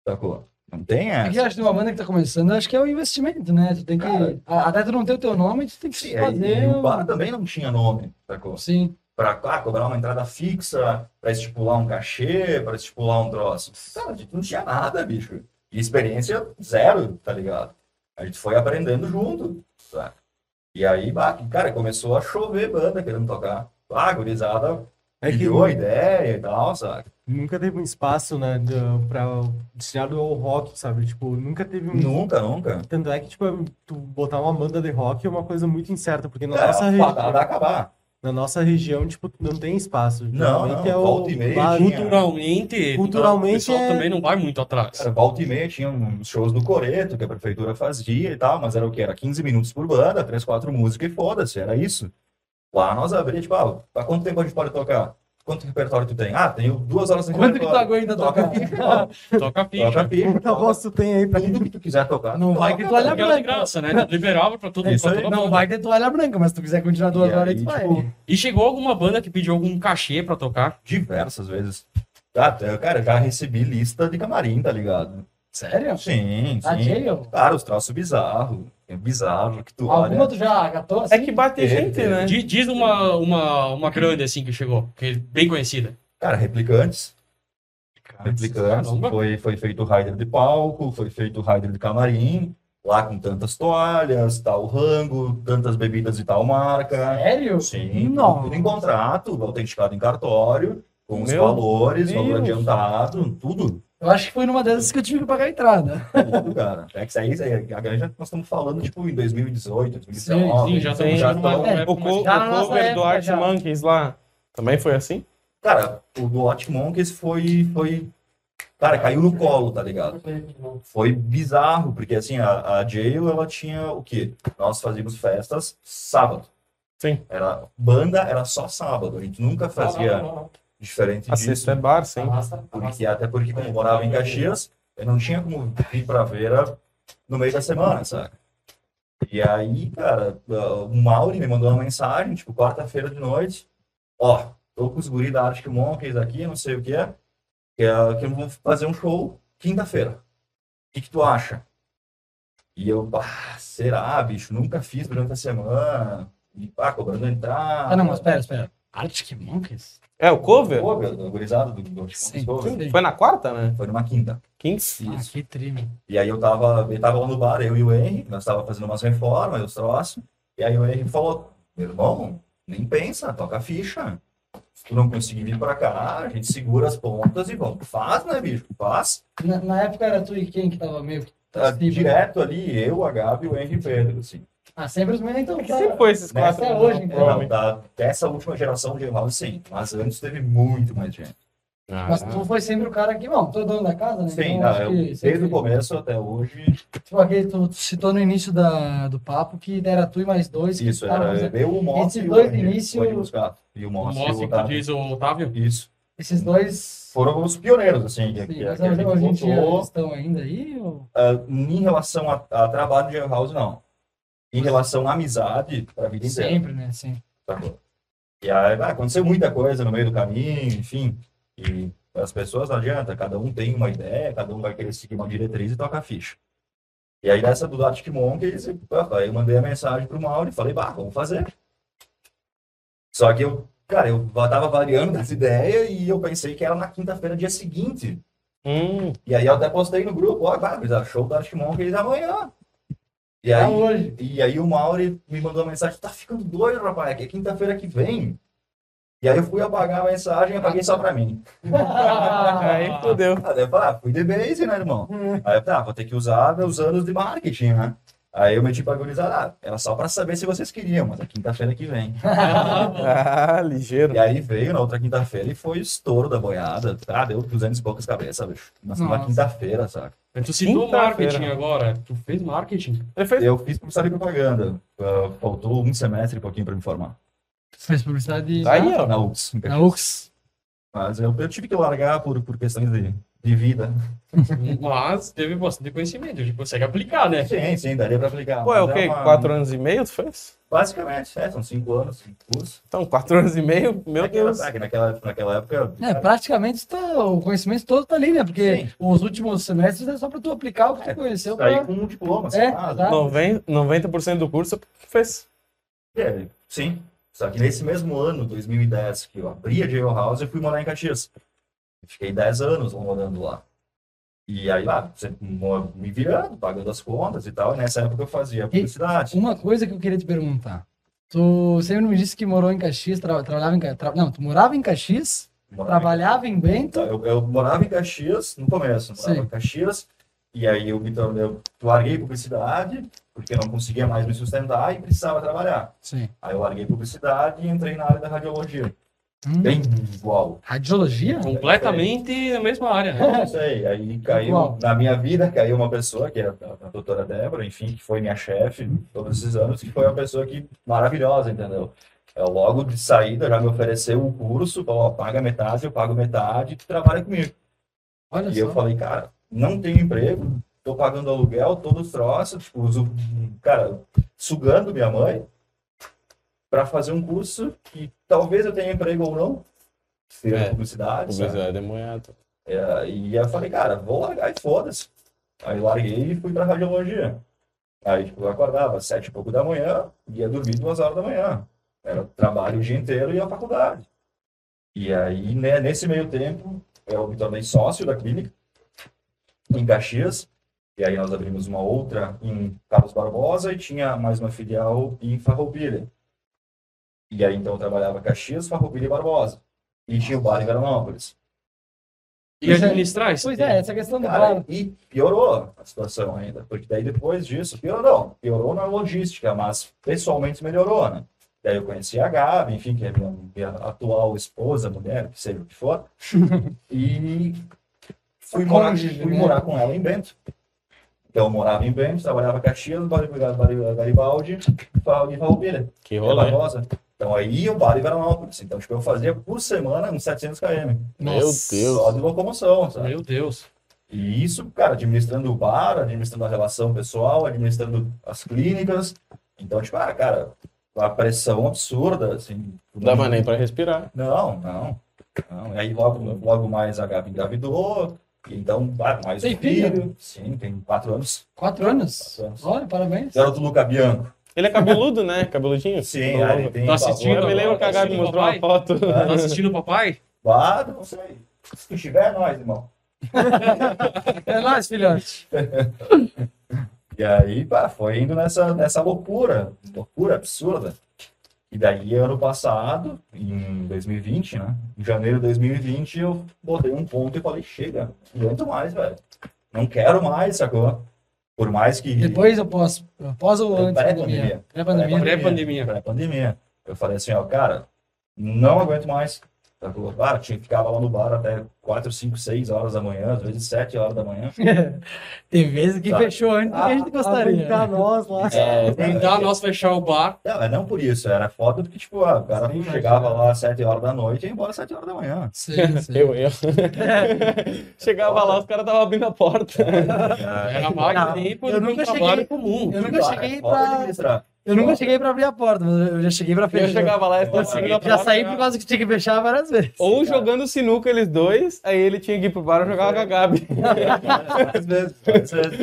Speaker 4: Sacou? Não tem
Speaker 2: O que
Speaker 4: essa.
Speaker 2: eu acho de uma banda que tá começando, eu acho que é o investimento, né? Tu tem que.
Speaker 4: Cara.
Speaker 2: a- Até tu não ter o teu nome, tu tem que
Speaker 4: E,
Speaker 2: se
Speaker 4: e
Speaker 2: fazer.
Speaker 4: o
Speaker 2: um-
Speaker 4: bar também não tinha nome, sacou?
Speaker 2: Sim.
Speaker 4: Pra ah, cobrar uma entrada fixa, pra estipular um cachê, pra estipular um troço. Cara, a gente não tinha nada, bicho. E experiência zero, tá ligado? A gente foi aprendendo junto, saca? E aí, bah, cara, começou a chover banda querendo tocar. Ah, gurizada,
Speaker 3: É que
Speaker 4: criou a ideia e tal, saca?
Speaker 3: nunca teve um espaço, né, do, pra, destinado ao rock, sabe? Tipo, nunca teve um.
Speaker 4: Nunca, nunca.
Speaker 3: Tanto é que, tipo, tu botar uma banda de rock é uma coisa muito incerta, porque na
Speaker 4: É,
Speaker 3: nossa
Speaker 4: a
Speaker 3: região.
Speaker 4: patada acabar.
Speaker 3: Na nossa região, tipo, não tem espaço.
Speaker 4: Não,
Speaker 3: Geralmente
Speaker 4: não,
Speaker 3: é o
Speaker 4: volta e meia
Speaker 3: bar-
Speaker 4: tinha.
Speaker 1: Culturalmente,
Speaker 3: Culturalmente
Speaker 1: o pessoal
Speaker 3: é-
Speaker 1: também não vai muito atrás.
Speaker 4: Cara, volta e meia tinha uns shows do Coreto que a prefeitura fazia e tal, mas era o que? Era 15 minutos por banda, três quatro músicas e foda-se, era isso. Lá nós abria, tipo, ah, pra quanto tempo a gente pode tocar? Quanto repertório tu tem? Ah, tenho duas horas de
Speaker 2: Quanto que tu
Speaker 4: repertório.
Speaker 2: aguenta
Speaker 4: Toca
Speaker 2: tocar?
Speaker 4: pico, ó,
Speaker 1: Toca a ficha.
Speaker 4: toca pico,
Speaker 3: Quanta
Speaker 4: toca
Speaker 3: voz tu tem aí pra
Speaker 4: tudo que tu quiser tocar.
Speaker 2: Não
Speaker 4: tu
Speaker 2: vai
Speaker 4: toca,
Speaker 2: que tu olha
Speaker 4: tá
Speaker 1: Porque era de
Speaker 2: branca.
Speaker 1: graça, né? Liberava pra todo, pra
Speaker 4: Isso aí,
Speaker 1: toda
Speaker 2: Não
Speaker 1: banda.
Speaker 2: vai ter toalha branca, mas se tu quiser continuar duas
Speaker 4: E
Speaker 2: horas,
Speaker 4: aí,
Speaker 2: tu vai.
Speaker 4: tipo,
Speaker 1: E chegou alguma banda que pediu algum cachê pra tocar?
Speaker 4: Diversas vezes. Ah, tá, cara, eu já recebi lista de camarim, tá ligado?
Speaker 2: Sério?
Speaker 4: Sim,
Speaker 2: Tá
Speaker 4: sim.
Speaker 2: cheio?
Speaker 4: Cara, os troços bizarros. É bizarro que tu olha.
Speaker 2: Alguma tu já catou assim?
Speaker 5: É que bate
Speaker 4: Teve,
Speaker 5: gente,
Speaker 4: teve.
Speaker 5: né?
Speaker 1: Di- Diz uma, uma, uma grande assim que chegou, que é bem conhecida.
Speaker 4: Cara, replicantes. Replicantes.
Speaker 1: caramba.
Speaker 4: Foi, foi feito o Raider de palco, foi feito o Raider de camarim, lá com tantas toalhas, tal rango, tantas bebidas de tal marca.
Speaker 2: Sério?
Speaker 4: É. Sim,
Speaker 2: Nossa.
Speaker 4: tudo em contrato, autenticado em cartório, com os
Speaker 5: Meu
Speaker 4: valores, valor
Speaker 5: Deus.
Speaker 4: adiantado, tudo.
Speaker 2: Eu acho que foi numa dessas que eu tive que pagar a entrada.
Speaker 4: Tudo, cara. É que isso aí, isso aí, agora já nós estamos falando, tipo, em 2018, 2019.
Speaker 1: Sim, já
Speaker 4: então
Speaker 1: tem
Speaker 4: já
Speaker 1: uma-
Speaker 4: tão-
Speaker 1: é,
Speaker 5: O, co- o
Speaker 2: Já na nossa
Speaker 5: cover do
Speaker 2: época,
Speaker 5: Arts
Speaker 2: já.
Speaker 5: Monkeys lá também foi assim?
Speaker 4: Cara, o do Hot Monkeys foi, foi. Cara, caiu no colo, tá ligado? Foi bizarro, porque assim, a, a Jail, ela tinha o quê? Nós fazíamos festas sábado.
Speaker 5: Sim.
Speaker 4: Era, banda era só sábado, a gente nunca fazia diferente
Speaker 5: A
Speaker 4: disso.
Speaker 5: sexta é bar, sim.
Speaker 4: Porque, até porque, como eu morava em Caxias, eu não tinha como vir pra Vera no meio da semana, saca? E aí, cara, uh, o Mauri me mandou uma mensagem, tipo, quarta-feira de noite. Ó, tô com os guri da Arctic Monkeys aqui, não sei o que é. Que, é, que vão fazer um show quinta-feira. O que, que tu acha? E eu, bah, será, bicho? Nunca fiz durante a semana. E pá, cobrando entrada.
Speaker 2: Ah, não, mas pera, espera. Arctic Monkeys?
Speaker 5: É, o cover?
Speaker 4: Pô, meu, do gurizado do, do Arctic
Speaker 2: Sim.
Speaker 4: Monkeys.
Speaker 5: Foi na quarta, né?
Speaker 4: Foi numa quinta.
Speaker 5: Quinta?
Speaker 2: Ah, que trime.
Speaker 4: E aí eu tava, ele tava lá no bar, eu e o Henry, nós tava fazendo umas reformas, eu troço. E aí o Henry falou, meu irmão, nem pensa, toca a ficha. Se tu não conseguir vir pra cá, a gente segura as pontas e vamos. Faz, né, bicho? Faz.
Speaker 2: Na, na época era tu e quem que tava meio que.
Speaker 4: Tá
Speaker 2: Sim. né?
Speaker 4: direto ali, eu, a Gabi e o Henry e o Pedro, assim.
Speaker 2: Ah, sempre os meninos então.
Speaker 5: É Que
Speaker 2: tá.
Speaker 5: sempre foi esses
Speaker 4: Nessa
Speaker 5: quatro.
Speaker 2: é hoje, então.
Speaker 4: Não,
Speaker 5: provavelmente.
Speaker 4: da, dessa última geração de House, sim. Mas antes teve muito mais gente.
Speaker 2: Mas tu foi sempre o cara que, bom, tu é dono da casa, né?
Speaker 4: Sim,
Speaker 2: Então,
Speaker 4: não,
Speaker 2: acho
Speaker 4: eu-
Speaker 2: que
Speaker 4: desde
Speaker 2: sempre-
Speaker 4: o começo até hoje,
Speaker 2: Tipo, aquele, tu tu citou no início da, do papo que era tu e mais dois. que
Speaker 4: isso
Speaker 2: estavam-
Speaker 4: era eu, o Moss
Speaker 2: Esses
Speaker 4: e o
Speaker 2: dois
Speaker 4: Henry,
Speaker 2: início-
Speaker 4: o Henry Buscato. E o
Speaker 1: O
Speaker 4: Moss e o
Speaker 1: Mosse, que
Speaker 4: Otávio.
Speaker 1: diz o Otávio.
Speaker 4: Isso.
Speaker 2: Esses dois.
Speaker 4: foram os pioneiros, assim, que,
Speaker 2: Sim,
Speaker 4: que,
Speaker 2: mas é-
Speaker 4: que a gente
Speaker 2: hoje, hoje em dia
Speaker 4: botou.
Speaker 2: eles estão ainda aí? Ou...
Speaker 4: Ah, em relação a, a trabalho de house, não. Em relação à amizade, pra vida inteira.
Speaker 2: Sempre, né? Sim.
Speaker 4: tá bom? E aí, ah, aconteceu muita coisa no meio do caminho, enfim. E as pessoas não adianta, cada um tem uma ideia, cada um vai querer seguir uma diretriz e toca a ficha. E aí nessa do Arctic Monkeys, eu, aí eu mandei a mensagem pro Mauro e falei, bah, vamos fazer. Só que eu, cara, eu tava variando as ideias e eu pensei que era na quinta-feira, dia seguinte.
Speaker 5: Hum,
Speaker 4: E aí eu até postei no grupo, ó, Barbers, show do Arctic Monkeys amanhã. E
Speaker 2: Tá
Speaker 4: aí,
Speaker 2: hoje.
Speaker 4: e aí o Mauri me mandou uma mensagem, tá ficando doido, rapaz, que é quinta-feira que vem. E aí eu fui apagar a mensagem e apaguei só pra mim.
Speaker 5: aí fudeu.
Speaker 4: Ah, daí eu falei, ah, fui de base, né, irmão?
Speaker 2: Hum.
Speaker 4: Aí eu falei, ah, vou ter que usar meus anos de marketing, né? Aí eu meti pra gurizada, ah, era só pra saber se vocês queriam, mas é quinta-feira que vem.
Speaker 5: Ah, ligeiro.
Speaker 4: E aí veio na outra quinta-feira e foi o estouro da boiada. Ah, deu 200 e poucas cabeças, bicho. Mas numa
Speaker 2: Nossa.
Speaker 4: quinta-feira, saca?
Speaker 1: Tu citou
Speaker 5: Quinta-feira.
Speaker 1: marketing agora. Tu fez marketing?
Speaker 5: Ele fez
Speaker 4: Eu fiz publicidade e propaganda. Ah, faltou um semestre e pouquinho para me formar.
Speaker 2: Fez publicidade.
Speaker 5: Tá aí, ó.
Speaker 4: Na UFS. em
Speaker 2: Na
Speaker 4: Caxias.
Speaker 2: UX.
Speaker 4: Mas eu, eu tive que largar por, por questões de, de vida.
Speaker 1: Mas teve bastante conhecimento, a gente consegue aplicar, né?
Speaker 4: Sim, sim, daria pra aplicar.
Speaker 5: Pô, é
Speaker 4: Mas
Speaker 5: o quê?
Speaker 4: uma-
Speaker 5: Quatro anos e meio tu fez?
Speaker 4: Basicamente, é, são cinco anos de curso.
Speaker 5: Então, quatro anos e meio, meu
Speaker 4: Naquela-
Speaker 5: Deus.
Speaker 4: Naquela, naquela época,
Speaker 2: É, praticamente tá, o conhecimento todo tá ali, né? Porque
Speaker 4: Sim.
Speaker 2: os últimos semestres é só pra tu aplicar o que tu conheceu.
Speaker 4: saí
Speaker 2: Pra...
Speaker 4: com um diploma.
Speaker 2: É,
Speaker 4: assim, ah,
Speaker 2: tá.
Speaker 5: Noven- 90% do curso tu fez.
Speaker 4: É, sim. Só que nesse mesmo ano, 2010, que eu abri a Jail House, eu fui morar em Caxias. Fiquei 10 anos morando lá. E aí lá, sempre mo- me virando, pagando as contas e tal. E nessa época eu fazia publicidade.
Speaker 2: Uma coisa que eu queria te perguntar. Tu sempre me disse que morou em Caxias, tra- trabalhava em Caxias. Não, tu morava em Caxias,
Speaker 4: Morava em-
Speaker 2: trabalhava em Bento.
Speaker 4: Tá, Eu, eu morava em Caxias no começo, eu morava
Speaker 2: Sim.
Speaker 4: em Caxias. E aí eu, me tornei- eu larguei publicidade, porque eu não conseguia mais me sustentar e precisava trabalhar.
Speaker 2: Sim.
Speaker 4: Aí eu larguei publicidade e entrei na área da radiologia.
Speaker 2: Hum.
Speaker 4: Bem igual.
Speaker 2: Radiologia?
Speaker 1: Completamente na mesma área. né?
Speaker 4: É, Não sei, aí caiu
Speaker 2: Igual.
Speaker 4: na minha vida, caiu uma pessoa, que é a, a doutora Débora, enfim, que foi minha chefe todos esses anos, que foi uma pessoa que, maravilhosa, entendeu? Eu, logo de saída já me ofereceu um curso, falou, ó, paga metade, eu pago metade, tu trabalha comigo.
Speaker 2: Olha
Speaker 4: e
Speaker 2: só.
Speaker 4: eu falei, cara, não tenho emprego, tô pagando aluguel, todos os troços, tipo, uso, cara, sugando minha mãe para fazer um curso que talvez eu tenha emprego ou não, seja
Speaker 5: É.
Speaker 4: publicidade, sabe?
Speaker 5: Publicidade é demoniado.
Speaker 4: É, e aí eu falei, cara, vou largar e foda-se. Aí larguei e fui pra radiologia. Aí, tipo, eu acordava às sete e pouco da manhã, ia dormir duas horas da manhã. Era trabalho o dia inteiro e a faculdade. E aí, né, nesse meio tempo, eu me tornei sócio da clínica, em Caxias. E aí nós abrimos uma outra em Carlos Barbosa e tinha mais uma filial em Farroupilha. E aí, então, eu trabalhava Caxias, Farroupilha e Barbosa. E tinha o bar em Veranópolis.
Speaker 1: E
Speaker 2: Pois é.
Speaker 1: administrar isso?
Speaker 2: Pois
Speaker 1: aí?
Speaker 2: é, essa questão do
Speaker 4: Cara,
Speaker 2: bar.
Speaker 4: e piorou a situação ainda, porque daí depois disso, piorou não, piorou na logística, mas pessoalmente melhorou, né? Daí eu conheci a Gabi, enfim, que é minha, minha atual esposa, mulher, que seja o que for, e fui,
Speaker 2: A
Speaker 4: morar,
Speaker 2: cônjuge,
Speaker 4: fui
Speaker 2: né?
Speaker 4: morar com ela em Bento. Então eu morava em Bento, trabalhava em Caxias, Bar- Bar- Bar- Garibaldi e Farroupilha,
Speaker 5: Que
Speaker 4: e
Speaker 5: rolê.
Speaker 4: Barbosa. é Então aí o bar e Veranópolis, então tipo, eu fazia por semana uns 700 km,
Speaker 5: Meu Deus.
Speaker 4: só de locomoção,
Speaker 2: é.
Speaker 4: sabe?
Speaker 1: Meu Deus.
Speaker 4: E isso, cara, administrando o bar, administrando a relação pessoal, administrando as clínicas. Então, tipo, ah, cara, a pressão absurda, assim.
Speaker 5: Não dava nem pra respirar.
Speaker 4: Não, não. não. E aí logo, logo mais a Gabi engravidou. e Então, ah, mais
Speaker 2: Tem
Speaker 4: um
Speaker 2: filho?
Speaker 4: filho. Sim, tem quatro anos.
Speaker 2: Quatro anos?
Speaker 4: Quatro anos.
Speaker 2: Olha, parabéns.
Speaker 4: Garoto Luca Bianco.
Speaker 5: Ele é cabeludo, né? Cabeludinho?
Speaker 4: Sim,
Speaker 5: Não,
Speaker 4: ah, ele tem
Speaker 1: Tá
Speaker 4: pavor
Speaker 1: assistindo
Speaker 5: Eu me
Speaker 4: agora,
Speaker 5: lembro que a
Speaker 4: tá
Speaker 5: Gabi
Speaker 4: assistindo.
Speaker 5: mostrou uma foto.
Speaker 1: Tá assistindo o papai?
Speaker 4: Ah, não sei. Se tiver, é nóis, irmão.
Speaker 2: É nóis, filhote.
Speaker 4: E aí, pá, foi indo nessa, nessa loucura, loucura absurda. E daí, ano passado, em 2020, né? Em janeiro de 2020, eu botei um ponto e falei, chega, não aguento mais, velho. Não quero mais, sacou? Por mais que...
Speaker 2: Depois eu posso. Após ou antes da pandemia?
Speaker 4: Pré-pandemia.
Speaker 2: Pré-pandemia.
Speaker 1: Pré-pandemia.
Speaker 4: Pré-pandemia. Eu falei assim, ó, cara, não aguento mais. Sacou? Ah, tinha ficava lá no bar até 4, 5, 6 horas da manhã, às vezes 7 horas da manhã.
Speaker 2: Tem vezes que
Speaker 4: Tá.
Speaker 2: fechou antes do que a gente
Speaker 3: Ah,
Speaker 2: gostaria.
Speaker 3: Aguentar nós lá.
Speaker 5: É,
Speaker 1: Não dá nós fechar o bar.
Speaker 4: Não, mas não por isso, era foda porque, tipo, ah, o cara
Speaker 3: Sim,
Speaker 4: chegava
Speaker 3: imagina.
Speaker 4: lá às 7 horas da noite e ia embora às 7 horas da manhã.
Speaker 2: Sim, sim.
Speaker 5: eu, eu. Chegava lá, os caras estavam abrindo a porta.
Speaker 1: Era
Speaker 4: tipo,
Speaker 1: mais
Speaker 2: Não,
Speaker 1: tempo
Speaker 2: eu
Speaker 1: do que um
Speaker 2: nunca
Speaker 1: trabalho
Speaker 2: cheguei-
Speaker 1: comum.
Speaker 2: eu nunca cheguei
Speaker 4: ah, é Foda
Speaker 2: pra-
Speaker 4: administrar.
Speaker 2: Eu nunca cheguei pra abrir a porta, mas eu já cheguei pra fechar.
Speaker 5: Eu chegava lá
Speaker 4: Eu
Speaker 5: e estava seguindo a
Speaker 2: Já
Speaker 5: porta.
Speaker 2: saí por causa que tinha que fechar várias vezes.
Speaker 5: Ou jogando sinuca eles dois, aí ele tinha que ir pro bar e jogava com a Gabi.
Speaker 4: Várias vezes, várias vezes.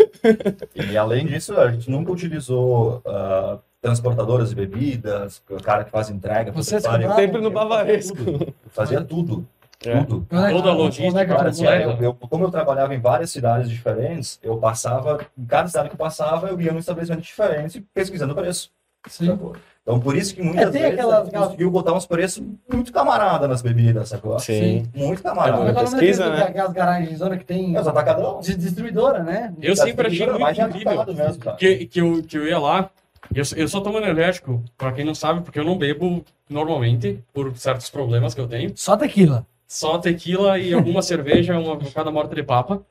Speaker 4: E além disso, a gente nunca utilizou ah, transportadoras de bebidas, o cara que faz entrega.
Speaker 2: Vocês
Speaker 4: puta que pariu.
Speaker 5: Sempre no
Speaker 4: Eu fazia
Speaker 5: Bavaresco.
Speaker 4: tudo. Eu Fazia tudo,
Speaker 5: É.
Speaker 4: tudo.
Speaker 1: Toda a logística,
Speaker 2: Onde é que
Speaker 4: Cara,
Speaker 2: eu
Speaker 4: assim,
Speaker 2: vou?
Speaker 1: completa.
Speaker 4: eu, eu- como eu trabalhava em várias cidades diferentes, eu passava, em cada cidade que eu passava, eu ia num estabelecimento diferente pesquisando o preço.
Speaker 2: Sim.
Speaker 4: sacou? Então, por isso que muitas
Speaker 2: É, tem
Speaker 4: vezes
Speaker 2: aquela-
Speaker 4: a gente conseguiu botar uns preços muito camarada nas bebidas, sacou?
Speaker 5: Sim.
Speaker 4: Muito
Speaker 2: Como é
Speaker 4: camarada.
Speaker 2: que é o nome
Speaker 5: Pesquisa,
Speaker 2: daquele-
Speaker 5: né?
Speaker 2: daquelas garagens zona que tem
Speaker 4: É os
Speaker 5: tá-
Speaker 4: atacadão.
Speaker 2: de distribuidora, né?
Speaker 1: Eu
Speaker 4: Das
Speaker 1: sempre achei
Speaker 4: bebidas, mas
Speaker 1: muito
Speaker 4: é
Speaker 1: incrível.
Speaker 4: atacado mesmo, cara.
Speaker 1: que, que, eu, que eu ia lá, eu, eu só tomo energético, pra quem não sabe, porque eu não bebo normalmente, por certos problemas que eu tenho.
Speaker 2: Só tequila.
Speaker 1: Só tequila e alguma cerveja, uma cada morta de papa.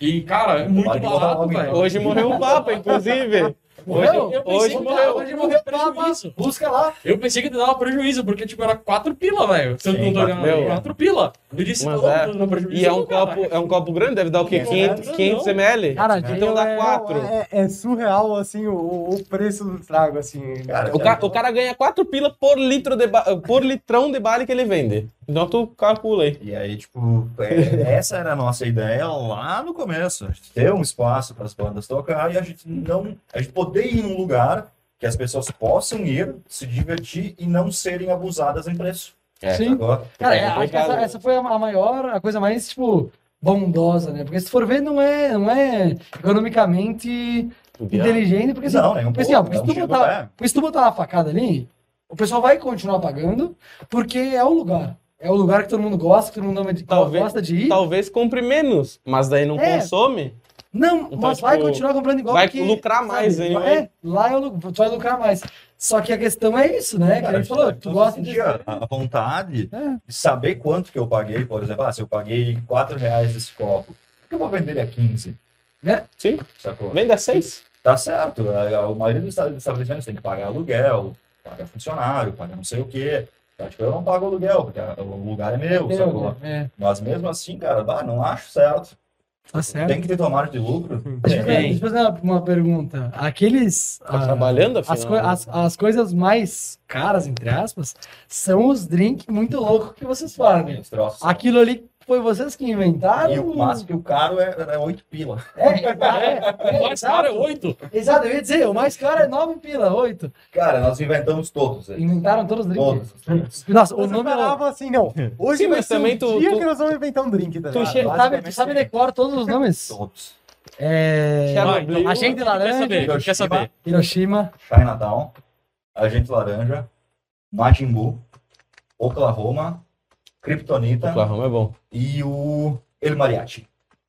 Speaker 1: E, cara, é muito
Speaker 4: Vale
Speaker 1: barato,
Speaker 4: logo, então.
Speaker 1: velho.
Speaker 5: Hoje morreu o Papa, inclusive.
Speaker 1: Hoje,
Speaker 2: Morreu?
Speaker 1: eu pensei
Speaker 5: Hoje
Speaker 1: que
Speaker 5: morreu.
Speaker 1: Hoje morreu prejuízo.
Speaker 2: Busca lá.
Speaker 1: Eu pensei que dava prejuízo, porque, tipo, era quatro pila, velho. Se eu
Speaker 4: Sim,
Speaker 1: não tô
Speaker 4: quatro
Speaker 1: olhando,
Speaker 5: mil.
Speaker 1: quatro pila. Muricy
Speaker 5: Mas
Speaker 1: tá
Speaker 5: é.
Speaker 1: no prejuízo
Speaker 5: E é um
Speaker 1: do cara.
Speaker 5: copo, é um copo grande, deve dar o quê? 500, 500 ml?
Speaker 3: Cara,
Speaker 5: Então dá quatro.
Speaker 3: É, é surreal, assim, o, o preço do trago, assim.
Speaker 4: Cara,
Speaker 2: é.
Speaker 4: é,
Speaker 5: O, ca- o cara ganha 4 pila por, litro de ba- por litrão de bale que ele vende. Então tu calcula aí.
Speaker 4: E aí, tipo, é, essa era a nossa ideia lá no começo. a gente Ter um espaço para as bandas tocar e a gente não. A gente poder ir num lugar que as pessoas possam ir, se divertir e não serem abusadas em preço.
Speaker 5: É,
Speaker 2: Sim.
Speaker 4: Agora,
Speaker 2: Cara,
Speaker 5: É
Speaker 2: acho que
Speaker 5: complicado.
Speaker 2: essa, essa foi a ma- a maior, a coisa mais, tipo, bondosa, né? Porque se for ver, não é, não é economicamente inteligente, porque assim,
Speaker 4: não, nem um
Speaker 2: porque,
Speaker 4: pouco.
Speaker 2: assim, ó, porque se
Speaker 4: não
Speaker 2: tu
Speaker 4: chega-
Speaker 2: botar,
Speaker 4: é.
Speaker 2: porque se tu botar uma facada ali, o pessoal vai continuar pagando, porque é o lugar. É o lugar que todo mundo gosta, que todo mundo ama de-
Speaker 5: Talvez-
Speaker 2: gosta de ir.
Speaker 5: Talvez compre menos, mas daí não
Speaker 2: É.
Speaker 5: consome.
Speaker 2: Não,
Speaker 5: Então,
Speaker 2: mas
Speaker 5: tipo,
Speaker 2: vai continuar comprando igual
Speaker 5: vai
Speaker 2: porque,
Speaker 5: lucrar mais,
Speaker 2: sabe,
Speaker 5: hein,
Speaker 2: É, lá eu, lu- tu vai lucrar mais. Só que a questão é isso, né? Que a gente falou, tu
Speaker 4: Então,
Speaker 2: gosta
Speaker 4: assim,
Speaker 2: de...
Speaker 4: a, a vontade
Speaker 2: É.
Speaker 4: de saber quanto que eu paguei, por exemplo, ah, se eu paguei 4 reais esse copo, por que eu vou vender ele a 15?
Speaker 2: Né?
Speaker 5: Sim.
Speaker 4: Sacou?
Speaker 5: Venda 6.
Speaker 4: Tá certo, a, a maioria dos esta- dos estabelecimentos tem que pagar aluguel, paga funcionário, paga não sei o quê. Tá, tipo, eu não pago aluguel, porque a- o lugar é meu,
Speaker 2: Eu,
Speaker 4: sacou?
Speaker 2: é,
Speaker 4: Mas mesmo assim, cara, bah, não acho certo.
Speaker 2: tá certo.
Speaker 4: Tem que ter tomada de lucro.
Speaker 2: Deixa eu
Speaker 5: Tem.
Speaker 2: ver- deixa eu fazer uma, uma pergunta. Aqueles.
Speaker 5: Tá
Speaker 2: ah,
Speaker 5: trabalhando, afinal. né?
Speaker 2: as, coi- as, as coisas mais caras, entre aspas, são os drinks muito loucos que vocês fazem.
Speaker 4: Os troços.
Speaker 2: Aquilo ali foi vocês que inventaram.
Speaker 4: assim. E o máximo que o caro é, é 8 pila.
Speaker 2: É, é, é,
Speaker 1: O mais caro é
Speaker 2: exato,
Speaker 1: oito.
Speaker 2: exato, eu ia dizer, o mais caro é 9 pila, 8.
Speaker 4: Cara, nós inventamos todos. né?
Speaker 2: Inventaram todos os drinks.
Speaker 4: Todos. os drinks.
Speaker 2: Nossa, o
Speaker 3: Você
Speaker 2: nome é.
Speaker 3: falava assim, não. Hoje
Speaker 5: Sim,
Speaker 3: vai
Speaker 5: mas
Speaker 3: ser
Speaker 5: também
Speaker 3: um
Speaker 5: tu-
Speaker 3: dia
Speaker 5: tu-
Speaker 3: que nós vamos inventar um drink, tá
Speaker 5: Tu
Speaker 3: ligado?
Speaker 5: che-
Speaker 2: Sabe, tu sabe decora todos os nomes?
Speaker 4: Todos.
Speaker 2: É.
Speaker 5: Chama-
Speaker 1: Vai, então,
Speaker 2: Agente
Speaker 1: quer
Speaker 2: laranja,
Speaker 1: saber? Quer
Speaker 4: Hiroshima.
Speaker 1: saber?
Speaker 2: Hiroshima.
Speaker 4: Chinatown, Agente Laranja, Majin Buu, Oklahoma, Kryptonita
Speaker 5: Oklahoma é bom.
Speaker 4: e o El Mariachi.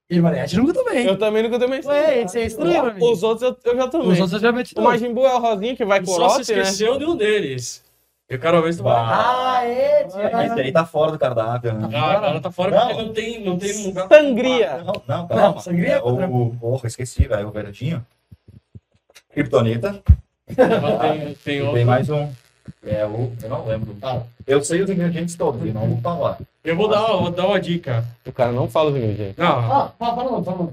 Speaker 2: E Mariachi nunca também.
Speaker 5: Eu também nunca tomei.
Speaker 2: Ué, esse é estranho pra mim.
Speaker 5: Os outros eu, eu já tomei.
Speaker 2: Os outros eu já meti
Speaker 5: O Majin Buu é o rosinho que vai com o
Speaker 1: Só se
Speaker 5: lote, né?
Speaker 1: esqueceu de um deles. Eu quero ver se tu vai.
Speaker 2: Ah, é, tinha.
Speaker 4: Esse aí tá fora do cardápio. Né?
Speaker 1: Ah, cara, tá fora
Speaker 4: Não.
Speaker 1: porque não tem, não tem lugar.
Speaker 5: né? Sangria.
Speaker 4: Não, não, calma.
Speaker 2: sangria
Speaker 4: É, o,
Speaker 2: contra-
Speaker 4: o, porra, esqueci, velho, o verdinho. Kryptonita.
Speaker 1: Não tem, tem
Speaker 4: E
Speaker 1: outro.
Speaker 4: tem mais um. É o. Eu não lembro. Ah, eu sei os ingredientes todos, eu não vou falar.
Speaker 1: Eu vou dar, vou dar uma dica.
Speaker 5: O cara não fala os ingredientes.
Speaker 1: Não,
Speaker 2: Ah, fala, fala, fala.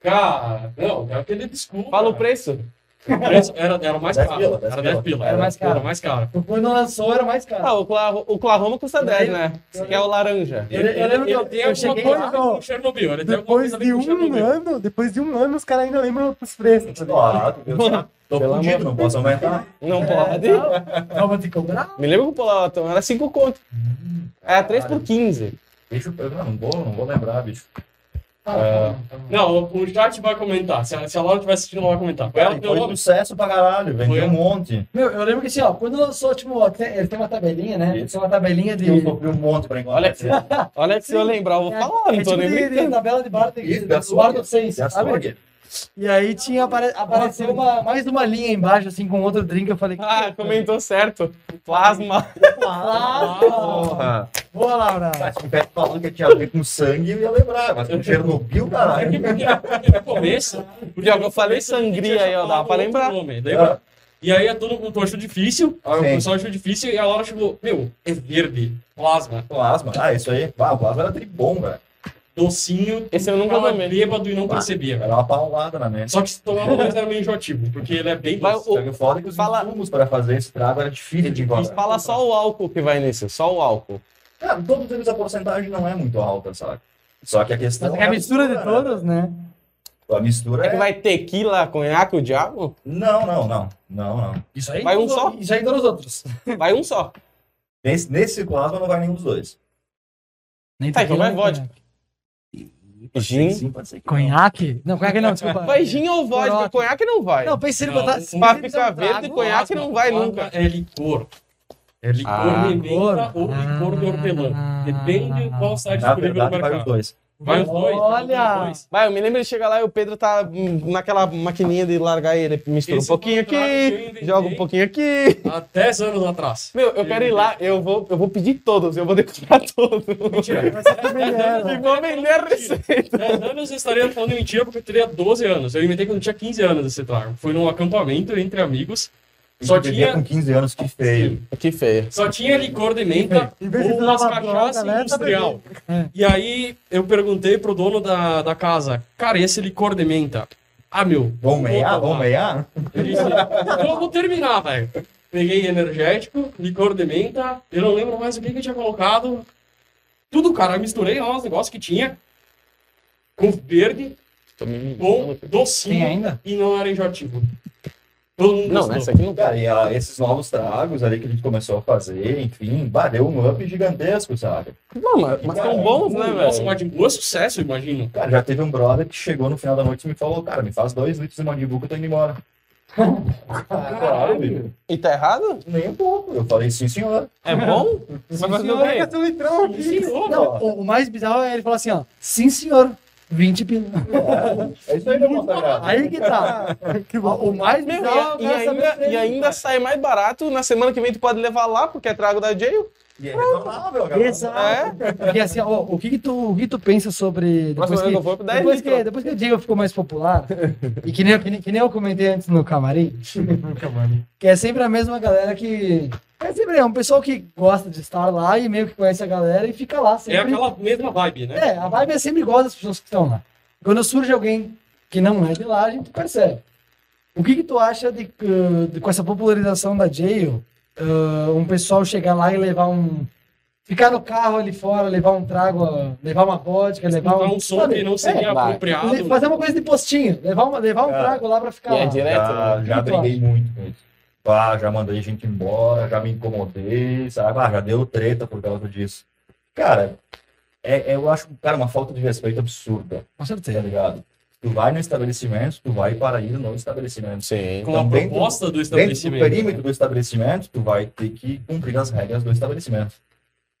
Speaker 1: cara, não, é quero que ele desculpa.
Speaker 5: Fala o preço.
Speaker 1: preço. Era, era o mais
Speaker 4: Dez
Speaker 1: caro.
Speaker 4: pila, dez
Speaker 1: era
Speaker 4: pila.
Speaker 1: 10 pila.
Speaker 2: Era mais caro.
Speaker 1: Era mais caro.
Speaker 2: Quando lançou era o mais caro.
Speaker 5: Ah, o Cla- o Oklahoma custa 10, né? Esse
Speaker 2: eu-
Speaker 5: aqui é o laranja.
Speaker 2: Eu- eu lembro que eu-
Speaker 1: tem
Speaker 2: eu
Speaker 1: alguma
Speaker 2: cheguei
Speaker 1: coisa
Speaker 2: lá-
Speaker 1: a ver com Chernobyl. Ele tem alguma
Speaker 3: Depois
Speaker 1: coisa a ver
Speaker 3: de
Speaker 1: com
Speaker 3: um
Speaker 2: né?
Speaker 1: Chernobyl.
Speaker 3: ano, depois de um ano, os caras ainda lembram os preços, tá ligado?
Speaker 4: Ah, meu Deus, tô
Speaker 5: Pelo amor
Speaker 4: fudido,
Speaker 5: de
Speaker 4: não posso aumentar.
Speaker 5: Não pode.
Speaker 2: Então É, vou te cobrar.
Speaker 5: Me lembro que o Polatão era 5 conto. Era 3 por 15.
Speaker 4: Bicho, eu não, não vou, não vou lembrar, bicho.
Speaker 1: Não, o- o chat vai comentar. Se a, se a Laura estiver assistindo, ela vai comentar. Foi ela
Speaker 4: Cara,
Speaker 1: que deu o
Speaker 4: foi um
Speaker 1: nome?
Speaker 4: sucesso pra caralho, vendeu
Speaker 1: Foi.
Speaker 4: um monte.
Speaker 2: Meu, eu lembro que assim, ó, quando lançou, tipo, até, ele tem uma tabelinha, né?
Speaker 4: É,
Speaker 2: Ele tem uma tabelinha de.
Speaker 4: Eu comprei um monte pra encontrar.
Speaker 5: Olha que- Olha que se eu lembrar, eu vou falar,
Speaker 2: é,
Speaker 5: não
Speaker 2: tipo
Speaker 5: tô nem
Speaker 2: de, de
Speaker 5: brincando.
Speaker 2: tabela de bar de,
Speaker 4: Isso,
Speaker 2: do
Speaker 4: da
Speaker 2: bar
Speaker 4: açougue.
Speaker 2: do sense,
Speaker 4: De
Speaker 2: sabe?
Speaker 4: açougue.
Speaker 2: E aí tinha apare- apareceu uma, mais uma linha embaixo, assim, com outro drink. Eu falei,
Speaker 5: Ah, comentou certo. Plasma.
Speaker 2: Ah!
Speaker 1: Ah,
Speaker 2: Claro!
Speaker 4: Porra!
Speaker 2: Boa, Laura!
Speaker 4: Mas se tivesse falando que tinha a ver com sangue, eu ia lembrar. Mas com Chernobyl,
Speaker 1: É que
Speaker 4: caralho.
Speaker 1: porque- porque no começo. Porque
Speaker 5: Já que eu falei sangria aí, ó, dá
Speaker 1: dava
Speaker 5: pra lembrar.
Speaker 4: Ah,
Speaker 2: É.
Speaker 1: E aí é todo mundo achou um difícil, aí o
Speaker 4: Sim.
Speaker 1: pessoal achou difícil e a Laura chegou, meu, é verde, plasma,
Speaker 4: Plasma. Ah, isso aí. Ah, o plasma era tribom, velho.
Speaker 1: docinho,
Speaker 5: Esse eu nunca
Speaker 1: tava
Speaker 5: tomei.
Speaker 1: bêbado e não percebia.
Speaker 4: Era uma paulada na mente.
Speaker 1: Só que se tomava dois era meio enjoativo, porque ele é bem
Speaker 5: Vai,
Speaker 1: doce.
Speaker 5: o-
Speaker 4: Só que o foda é que os
Speaker 5: Fala-
Speaker 4: insumos para fazer esse trago era difícil de encontrar.
Speaker 5: Fala só o álcool que vai nisso, só o álcool.
Speaker 4: Cara, todos eles a porcentagem não é muito alta, sabe? Só que a questão.
Speaker 2: Mas é a mistura de
Speaker 4: né?
Speaker 2: todos, né?
Speaker 4: A mistura
Speaker 5: É que
Speaker 4: é.
Speaker 5: vai tequila, conhaque, o diabo?
Speaker 4: Não, não, não. Não, não.
Speaker 2: Isso aí.
Speaker 5: Vai um só?
Speaker 2: Isso aí todos os outros.
Speaker 5: Vai um só.
Speaker 4: Nesse, nesse plasma não vai nenhum dos dois.
Speaker 2: Nem
Speaker 5: Tá, então vai
Speaker 2: tequila,
Speaker 5: vodka. Gin.
Speaker 4: Sim, pode ser que não.
Speaker 2: Conhaque? Não, conhaque não, desculpa.
Speaker 5: Vai gin ou vodka,
Speaker 2: Corote.
Speaker 5: conhaque não vai.
Speaker 2: Não, pensei em
Speaker 1: Não,
Speaker 2: botar.
Speaker 1: um
Speaker 2: se
Speaker 5: pra
Speaker 2: ele
Speaker 5: ficar
Speaker 2: fizer um trago,
Speaker 5: verde, conhaque não vai nunca.
Speaker 1: É licor. É licor
Speaker 5: Ah.
Speaker 1: de menta ou
Speaker 2: Ah.
Speaker 1: licor de hortelã. Depende de qual site
Speaker 4: Na
Speaker 1: disponível no
Speaker 4: verdade, tá vai os
Speaker 1: mercado.
Speaker 4: dois.
Speaker 1: Vai os dois. tá
Speaker 2: Olha!
Speaker 1: vai os dois.
Speaker 5: Vai, eu me lembro de chegar lá e o Pedro tá hum, naquela maquininha de largar ele. Mistura um
Speaker 1: Esse
Speaker 5: pouquinho
Speaker 1: contrato eu
Speaker 5: aqui,
Speaker 1: inventei.
Speaker 5: joga um pouquinho aqui.
Speaker 1: Há 10 anos atrás.
Speaker 5: Meu, eu quero ir lá, eu vou, eu vou pedir todos, eu vou decorar todos.
Speaker 3: Vai ser familiar.
Speaker 5: E vou vender a receita.
Speaker 1: 10 anos eu estaria falando mentira porque eu teria 12 anos. Eu inventei quando eu tinha 15 anos esse trago. Foi num acampamento entre amigos. Só
Speaker 4: que bebia
Speaker 1: tinha-
Speaker 4: com 15 anos, que feio.
Speaker 5: Que feia.
Speaker 1: Só tinha licor de menta
Speaker 3: Em vez de
Speaker 1: ou
Speaker 3: tomar
Speaker 1: umas
Speaker 3: droga,
Speaker 1: cachaça
Speaker 3: né, tá
Speaker 1: industrial. E aí eu perguntei pro dono da, da casa, cara, esse licor de menta? Ah, meu.
Speaker 4: Vamos meiar?
Speaker 1: botar lá.
Speaker 4: Vamos meiar?
Speaker 1: Eu disse, "Então eu vou terminar, velho. Peguei energético, licor de menta, eu não lembro mais o que que eu tinha colocado. Tudo, cara, eu misturei lá os negócios que tinha. Com verde,
Speaker 5: Também-
Speaker 1: com
Speaker 2: Tem
Speaker 1: docinho
Speaker 2: ainda?
Speaker 1: e não laranjativo. Todo mundo
Speaker 5: Não, né?
Speaker 1: gostou.
Speaker 5: essa aqui não
Speaker 4: Cara, e ah, esses novos tragos ali que a gente começou a fazer, enfim, bah, deu um up gigantesco, sabe?
Speaker 5: Não, mas, mas
Speaker 4: Cara,
Speaker 5: são bons, né,
Speaker 1: Nossa,
Speaker 5: velho?
Speaker 1: mas de boa é sucesso, eu imagino.
Speaker 4: Cara, já teve um brother que chegou no final da noite e me falou, cara, me faz dois litros de mandibuca e tô indo embora. Caralho,
Speaker 5: E tá errado?
Speaker 4: nem um pouco. Eu falei, sim, senhor.
Speaker 5: É bom? Mas fazer o quê?
Speaker 3: um litrão
Speaker 1: Sim,
Speaker 3: aqui.
Speaker 1: ô,
Speaker 2: Não, o, o mais bizarro é ele falar assim, ó, sim senhor, 20 pila.
Speaker 4: É isso aí, meu consagrado.
Speaker 2: Aí que tá. O mais
Speaker 5: Meu,
Speaker 2: bizarro é
Speaker 5: e, e
Speaker 2: o cara saber
Speaker 5: ainda,
Speaker 2: preço,
Speaker 5: e ainda
Speaker 2: cara.
Speaker 5: sai mais barato. Na semana que vem tu pode levar lá, porque é trago da Jail. É?
Speaker 4: E é retornável, cara.
Speaker 2: Exato. Porque assim, ó, o que que tu, o que tu pensa sobre... Depois
Speaker 5: Próxima vez
Speaker 2: que,
Speaker 5: que eu for, pro 10
Speaker 2: depois que,
Speaker 5: litros.
Speaker 2: depois que o Diego ficou mais popular, e que nem, eu- que nem, que nem eu comentei antes no camarim, que é sempre a mesma galera que... É sempre é um pessoal que gosta de estar lá e meio que conhece a galera e fica lá
Speaker 1: É
Speaker 2: sempre.
Speaker 1: aquela mesma vibe, né?
Speaker 2: É, a vibe é sempre igual das pessoas que estão lá. Quando surge alguém que não é de lá, a gente percebe. O que, que tu acha de, uh, de- com essa popularização da jail, uh, um pessoal chegar lá e levar um. Ficar no carro ali fora, levar um trago, uh, levar uma vodka, levar
Speaker 1: Escutar
Speaker 2: um.
Speaker 1: um
Speaker 5: Então,
Speaker 1: som
Speaker 2: sabe?
Speaker 1: que não seria
Speaker 5: É, vai.
Speaker 1: apropriado.
Speaker 2: Le- Fazer uma coisa de postinho, levar, uma, levar um
Speaker 4: Cara,
Speaker 2: trago lá pra ficar
Speaker 5: E é
Speaker 2: lá.
Speaker 5: direto,
Speaker 4: Já,
Speaker 5: né?
Speaker 4: já
Speaker 2: Muito
Speaker 4: briguei muito com isso. Ah, já mandei gente embora, já me incomodei, sabe? Ah, já deu treta por causa disso. Cara, é, é- eu acho, cara, uma falta de respeito absurda, tá
Speaker 2: Com certeza.
Speaker 4: ligado? Tu vai no estabelecimento, tu vai para ir no estabelecimento.
Speaker 5: Sim.
Speaker 1: Com a
Speaker 4: Então, dentro-
Speaker 1: proposta do
Speaker 4: Dentro do
Speaker 1: estabelecimento.
Speaker 4: perímetro do estabelecimento, tu vai ter que cumprir as regras do estabelecimento.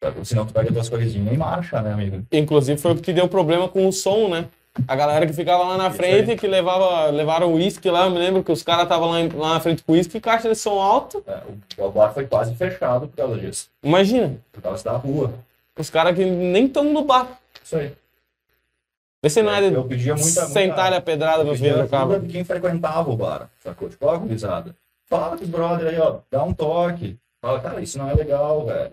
Speaker 4: Sabe? Senão tu pega as tuas coisinhas e marcha, né, amigo?
Speaker 5: Inclusive foi o que deu problema com o som, né? A galera que ficava lá na
Speaker 4: Isso
Speaker 5: frente, que levava, levaram uísque lá, eu me lembro que os caras estavam lá, em- lá na frente com uísque, caixa de som alto.
Speaker 4: É, O, o bar foi quase fechado por causa disso.
Speaker 5: Imagina,
Speaker 4: Por causa da rua.
Speaker 5: os caras que nem estão no bar.
Speaker 4: Isso aí.
Speaker 5: Vê se nada,
Speaker 4: É, Eu pedia muita, muita
Speaker 5: sentar a pedrada
Speaker 4: Eu
Speaker 5: nos
Speaker 4: pedi
Speaker 5: vidros do
Speaker 4: ajuda
Speaker 5: carro.
Speaker 4: de quem frequentava o bar, sacou? Tipo, ó, gurizada, fala com os brother aí, ó, dá um toque. Fala, cara, isso não é legal, velho.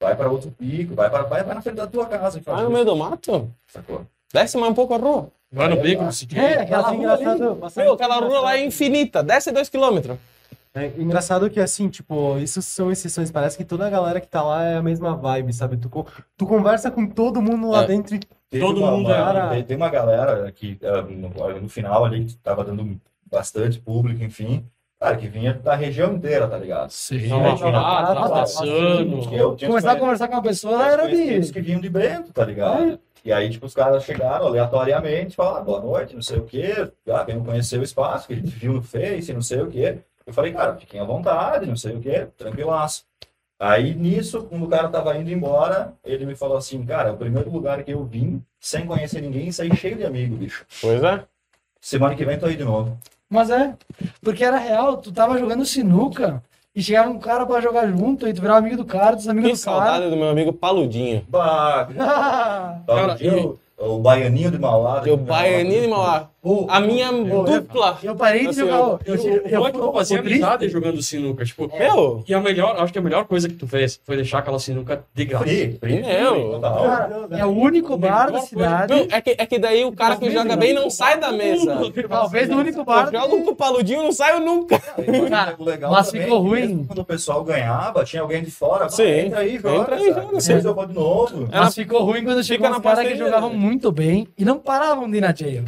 Speaker 4: Vai para outro pico, vai, pra, vai, vai na frente da tua casa e faz
Speaker 5: Vai Ah, no
Speaker 4: isso,
Speaker 5: meio do mato,
Speaker 4: sacou?
Speaker 5: desce mais um pouco a rua.
Speaker 1: Vai no beco, se
Speaker 2: É,
Speaker 1: tiver.
Speaker 2: aquela
Speaker 3: Mas
Speaker 2: rua ali.
Speaker 3: assim, engraçado-
Speaker 5: Meu, aquela rua lá é infinita, desce dois quilômetros.
Speaker 3: É engraçado que, assim, tipo, isso são exceções. Parece que toda a galera que tá lá é a mesma vibe, sabe? Tu, co- tu conversa com todo mundo lá
Speaker 5: É.
Speaker 3: dentro e
Speaker 4: Teve
Speaker 1: Todo
Speaker 4: uma-
Speaker 1: mundo
Speaker 4: uma-
Speaker 3: era-
Speaker 4: tem- Tem uma galera que ah, no, no final ali que tava dando bastante público, enfim. Cara, que vinha da região inteira, tá ligado?
Speaker 1: Dá
Speaker 2: Sim.
Speaker 1: uma
Speaker 4: Sim.
Speaker 1: jurada, tá
Speaker 3: Ah,
Speaker 1: passando.
Speaker 4: Eu tinha
Speaker 2: Começar a
Speaker 4: conhe-
Speaker 2: conversar com uma pessoa
Speaker 4: tinha
Speaker 2: era
Speaker 4: conhecidos
Speaker 2: de.
Speaker 4: que vinham de Brento, tá ligado?
Speaker 5: É.
Speaker 4: E aí, tipo, os caras chegaram aleatoriamente, falaram, "Ah, boa noite, não sei o quê, ah, vem conhecer o espaço, que a gente viu no Face, não sei o quê. Eu falei, cara, fiquem à vontade, não sei o quê, tranquilaço. Aí, nisso, quando o cara tava indo embora, ele me falou assim, cara, é o primeiro lugar que eu vim, sem conhecer ninguém, e saí cheio de amigo, bicho.
Speaker 5: Pois é.
Speaker 4: Semana que vem tô aí de novo.
Speaker 2: Mas é, porque era real, tu tava jogando sinuca e chegava um cara pra jogar junto e tu virava amigo do cara, dos amigos
Speaker 5: Que
Speaker 2: do cara.
Speaker 5: saudade do meu amigo Paludinho.
Speaker 4: Bah,
Speaker 2: Ah,
Speaker 4: tava
Speaker 5: Cara,
Speaker 4: um dia o, o baianinho de Mauá.
Speaker 5: Eu baianinho de Mauá.
Speaker 2: ô,
Speaker 5: A minha
Speaker 2: eu-
Speaker 5: dupla.
Speaker 2: eu parei de
Speaker 5: Assim,
Speaker 2: jogar.
Speaker 5: eu-
Speaker 1: Eu,
Speaker 2: Eu, eu,
Speaker 1: eu, eu,
Speaker 2: eu,
Speaker 1: eu fazia
Speaker 2: o Dri-
Speaker 1: amizade jogando sinuca, tipo...
Speaker 5: Meu,
Speaker 1: E a melhor, acho que a melhor coisa que tu fez foi deixar aquela sinuca de graça.
Speaker 4: Free, free,
Speaker 5: Meu.
Speaker 4: free, total.
Speaker 2: cara, é o único
Speaker 5: né?
Speaker 2: bar da
Speaker 5: meu,
Speaker 2: cidade.
Speaker 5: é que, é que daí o cara que joga bem não sai da mesa.
Speaker 2: Talvez o
Speaker 5: né?
Speaker 2: único bar.
Speaker 5: Eu jogo com o Paludinho, não saio nunca.
Speaker 2: Cara,
Speaker 4: O um legal
Speaker 2: mas
Speaker 4: também
Speaker 2: ficou
Speaker 4: é que
Speaker 2: ruim.
Speaker 4: mesmo Quando o pessoal ganhava, tinha alguém de fora.
Speaker 5: Sim.
Speaker 4: Sim. Entra aí, joga.
Speaker 5: Entra aí,
Speaker 4: sabe?
Speaker 5: joga, É,
Speaker 4: Depois eu vou de novo.
Speaker 5: Ela
Speaker 2: Mas ficou ruim quando
Speaker 5: fica
Speaker 2: chegou
Speaker 5: na
Speaker 2: uns caras que
Speaker 5: parceria,
Speaker 2: jogavam
Speaker 5: né?
Speaker 2: muito bem e não paravam de ir na jail.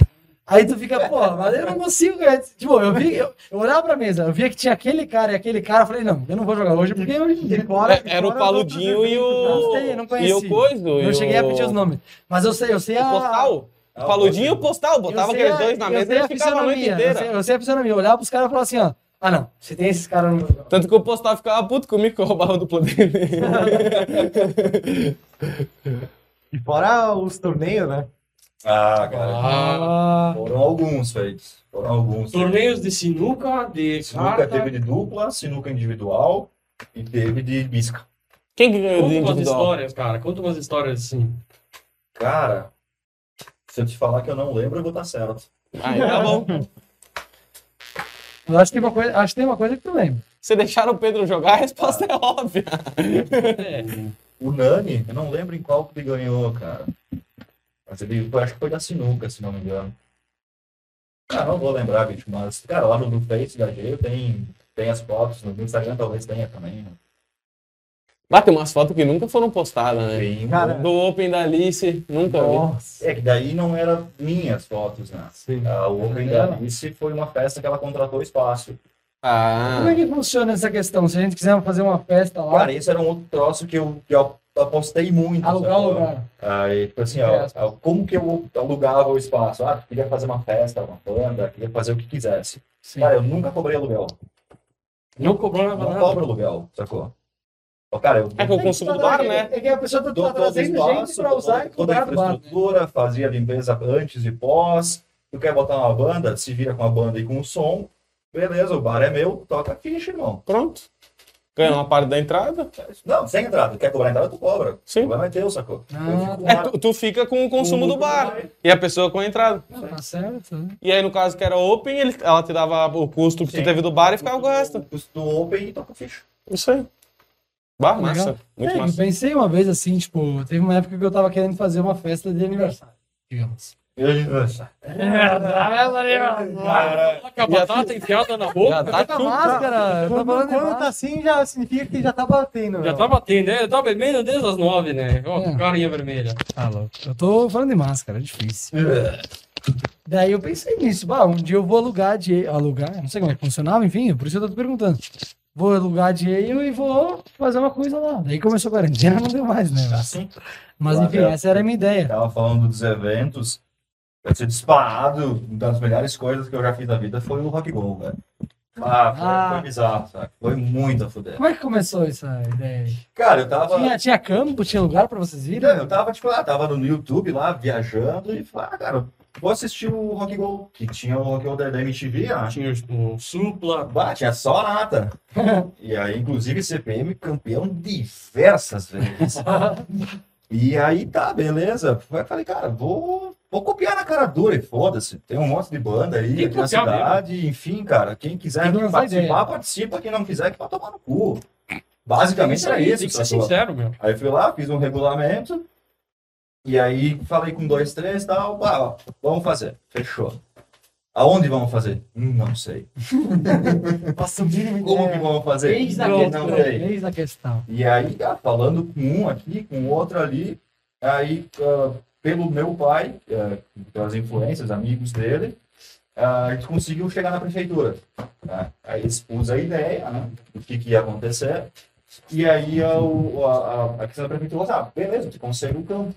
Speaker 2: Aí tu fica, porra, mas eu não consigo ganhar. Tipo, eu, vi, eu, eu olhava pra mesa, eu via que tinha aquele cara e aquele cara, eu falei, não, eu não vou jogar hoje porque hoje
Speaker 3: de fora.
Speaker 5: É, era o Paludinho e
Speaker 2: Não
Speaker 5: o.
Speaker 2: sei, não
Speaker 5: e o
Speaker 2: conheci.
Speaker 5: Coiso. e
Speaker 2: Não
Speaker 5: o-
Speaker 2: cheguei a pedir os nomes. Mas eu sei, eu sei
Speaker 5: O
Speaker 2: a.
Speaker 5: Postal.
Speaker 4: Ah,
Speaker 5: O Paludinho e o Postal.
Speaker 2: eu
Speaker 5: Botava
Speaker 2: sei
Speaker 5: aqueles
Speaker 2: a-
Speaker 5: dois na
Speaker 2: eu
Speaker 5: mesa
Speaker 2: sei
Speaker 5: e ficava a noite
Speaker 2: fisionomia,
Speaker 5: inteira.
Speaker 2: Eu sei, eu sei a fisionomia. Eu olhava pros caras e falava assim, ó. Ah, não. Se tem esses caras no.
Speaker 5: Tanto que o Postal ficava puto comigo que eu roubava do plano dele.
Speaker 3: E fora os torneios, né?
Speaker 4: Ah, cara.
Speaker 1: Ah,
Speaker 2: Ah,
Speaker 4: Foram alguns feitos. Foram alguns.
Speaker 1: torneios de sinuca, de
Speaker 4: Sinuca
Speaker 1: carta,
Speaker 4: teve de dupla, sinuca individual e teve de bisca.
Speaker 5: Quem que ganhou o
Speaker 1: conta umas
Speaker 5: individual?
Speaker 1: histórias, cara, conta umas histórias assim.
Speaker 4: Cara, se eu te falar que eu não lembro, eu vou estar certo.
Speaker 5: Aí tá bom.
Speaker 2: eu acho que, tem uma coisa, acho que tem uma coisa que tu lembra.
Speaker 5: Você deixar o Pedro jogar, a resposta é óbvia.
Speaker 1: É.
Speaker 4: O Nani, eu não lembro em qual que ele ganhou, cara. Mas ele, eu acho que foi da sinuca, se não me engano. Cara, não vou lembrar, bicho, mas, cara, lá no, no Face da G tem, tem as fotos, no Instagram talvez tenha também. né?
Speaker 5: Lá tem umas fotos que nunca foram postadas, né?
Speaker 4: Tem, um
Speaker 3: Cara,
Speaker 5: Do Open da Alice, nunca vi.
Speaker 3: Nossa.
Speaker 4: É que daí não eram minhas fotos, né?
Speaker 3: Sim.
Speaker 4: Ah, o Open da Alice foi uma festa que ela contratou espaço.
Speaker 5: Ah,
Speaker 2: Como é que funciona essa questão? Se a gente quiser fazer uma festa lá,
Speaker 4: Cara, esse era um outro troço que eu, que eu apostei muito.
Speaker 2: alugar o
Speaker 4: sacou?
Speaker 2: lugar.
Speaker 4: Aí, tipo assim, ó, ó, como que eu alugava o espaço? Ah, queria fazer uma festa, uma banda, queria fazer o que quisesse. Cara, eu nunca cobrei aluguel.
Speaker 1: Não cobrou nada.
Speaker 4: Não cobro aluguel, sacou? Ó, cara, eu
Speaker 5: é que eu consumo do bar, né?
Speaker 2: É que a pessoa tá,
Speaker 4: dou
Speaker 2: tá
Speaker 4: todo o
Speaker 2: trazendo gente
Speaker 4: espaço,
Speaker 2: pra usar e
Speaker 4: dou toda a
Speaker 2: comprar do bar.
Speaker 4: infraestrutura, fazia limpeza antes e pós. Tu quer botar uma banda? Se vira com a banda e com o som. Beleza, o bar é meu, toca a ficha, irmão.
Speaker 5: Pronto. Ganhou uma parte da entrada.
Speaker 4: Não, sem entrada. Quer cobrar entrada, tu cobra. O
Speaker 5: Sim.
Speaker 4: problema é teu, sacou?
Speaker 2: Ah,
Speaker 4: fico
Speaker 5: É,
Speaker 4: lá-
Speaker 5: tu, tu fica com o consumo do
Speaker 4: lucro
Speaker 5: bar
Speaker 4: vai.
Speaker 5: e a pessoa com a entrada.
Speaker 2: Ah, Tá certo. né?
Speaker 5: E aí, no caso que era open, ele, ela te dava o custo que tu
Speaker 4: Sim.
Speaker 5: teve do bar e ficava com o resto.
Speaker 4: custo do Open e toca a ficha.
Speaker 5: Isso aí. Bar,
Speaker 2: Legal.
Speaker 5: massa. Muito
Speaker 2: É, eu
Speaker 5: massa.
Speaker 2: pensei uma vez assim, tipo, teve uma época que eu tava querendo fazer uma festa de aniversário, digamos.
Speaker 4: é
Speaker 1: Coloca a batata enfiada na
Speaker 5: Já
Speaker 1: boca.
Speaker 5: tá
Speaker 2: Tá
Speaker 5: tudo.
Speaker 2: máscara, tá
Speaker 3: Ah, Quando,
Speaker 2: falando de
Speaker 3: quando
Speaker 2: máscara.
Speaker 3: tá assim, já significa que já tá batendo.
Speaker 1: Já
Speaker 3: né?
Speaker 1: tá batendo, né? Tá vermelho desde as nove, né? Ó,
Speaker 2: É.
Speaker 1: carinha vermelha.
Speaker 2: Tá louco. Eu tô falando de máscara, é difícil. Daí eu pensei nisso, bah, um dia eu vou alugar de alugar, não sei como é que funcionava, enfim, por isso eu tô te perguntando. Vou alugar de eu e vou fazer uma coisa lá. Daí começou a quarentena, não deu mais, né? Mas,
Speaker 4: Assim.
Speaker 2: mas,
Speaker 4: Lá
Speaker 2: enfim,
Speaker 4: já-
Speaker 2: essa era a minha ideia.
Speaker 4: Tava falando dos eventos. Vai ser disparado. Uma das melhores coisas que eu já fiz na vida foi o Rock Go, velho. Ah, foi,
Speaker 2: Ah.
Speaker 4: foi bizarro, sabe? Foi muito a fuder.
Speaker 2: Como é que começou essa ideia aí?
Speaker 4: Cara, eu tava.
Speaker 2: Tinha, tinha campo, tinha lugar pra vocês
Speaker 4: Não,
Speaker 2: irem?
Speaker 4: eu tava, tipo, lá, tava no YouTube lá, viajando, e falei, ah, cara, vou assistir o Rock Go. Que tinha o Rock Go da da MTV, acho.
Speaker 1: Tinha o, o supla.
Speaker 4: Bah, tinha é só a nata. E aí, inclusive, CPM campeão diversas vezes. e aí tá, beleza. Eu falei, cara, vou, vou copiar na cara dura e foda-se. Tem um monte de banda aí
Speaker 1: Tem
Speaker 4: aqui
Speaker 1: que
Speaker 4: na
Speaker 1: copiar mesmo.
Speaker 4: cidade. Enfim, cara, quem quiser
Speaker 2: Tem que lançar
Speaker 4: participar,
Speaker 2: ideia.
Speaker 4: participa. Quem não quiser, que vai tomar no cu. Basicamente era
Speaker 1: Tem que
Speaker 4: isso.
Speaker 1: ser
Speaker 4: tá sacou?
Speaker 1: sincero, meu.
Speaker 4: Aí fui lá, fiz um regulamento. E aí falei com dois, três e tal. pá, ó, vamos fazer. Fechou. Aonde vamos fazer? Hum, não sei.
Speaker 3: Nossa, o mínimo
Speaker 4: Como
Speaker 3: ideia.
Speaker 4: que vamos fazer?
Speaker 2: Eis a
Speaker 4: Não,
Speaker 2: questão,
Speaker 4: não sei.
Speaker 2: eis a questão.
Speaker 4: E aí, tá, falando com um aqui, com outro ali, aí, ah, pelo meu pai, ah, pelas influências, amigos dele, ah, a gente conseguiu chegar na prefeitura. tá? Aí expus a ideia, né, do que, que ia acontecer, e aí a, o- a, a, a questão da prefeitura falou, tá, beleza, te conselho o campo.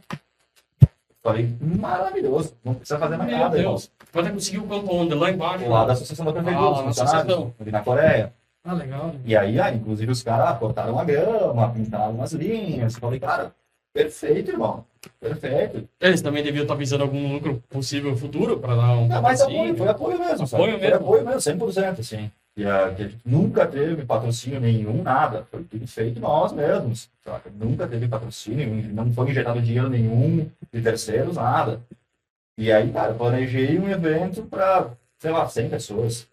Speaker 4: Falei, maravilhoso, não precisa fazer mais
Speaker 1: Meu
Speaker 4: nada, Tá irmão.
Speaker 1: Deus. Vai até conseguir o campo onde? Lá embaixo.
Speaker 4: Lá da Associação da Prefeitura,
Speaker 1: Ah,
Speaker 4: dos
Speaker 1: lá na
Speaker 4: funcionários,
Speaker 1: associação.
Speaker 4: ali na Coreia.
Speaker 2: Ah, legal.
Speaker 1: né?
Speaker 4: E aí, ah, inclusive, os caras cortaram a grama, pintaram as linhas. Falei, cara, perfeito, irmão. Perfeito.
Speaker 1: Eles também deviam estar visando algum lucro possível futuro para dar um.
Speaker 4: Não, mas é né? apoio,
Speaker 1: patrocínio.
Speaker 4: foi apoio mesmo, sabe?
Speaker 1: Apoio
Speaker 4: foi
Speaker 1: mesmo.
Speaker 4: apoio mesmo, 100%, assim. E a, que a gente nunca teve patrocínio nenhum, nada. Foi tudo feito nós mesmos. saca? Nunca teve patrocínio, não foi injetado dinheiro nenhum de terceiros, nada. E aí, cara, eu planejei um evento para, sei lá, 100 pessoas.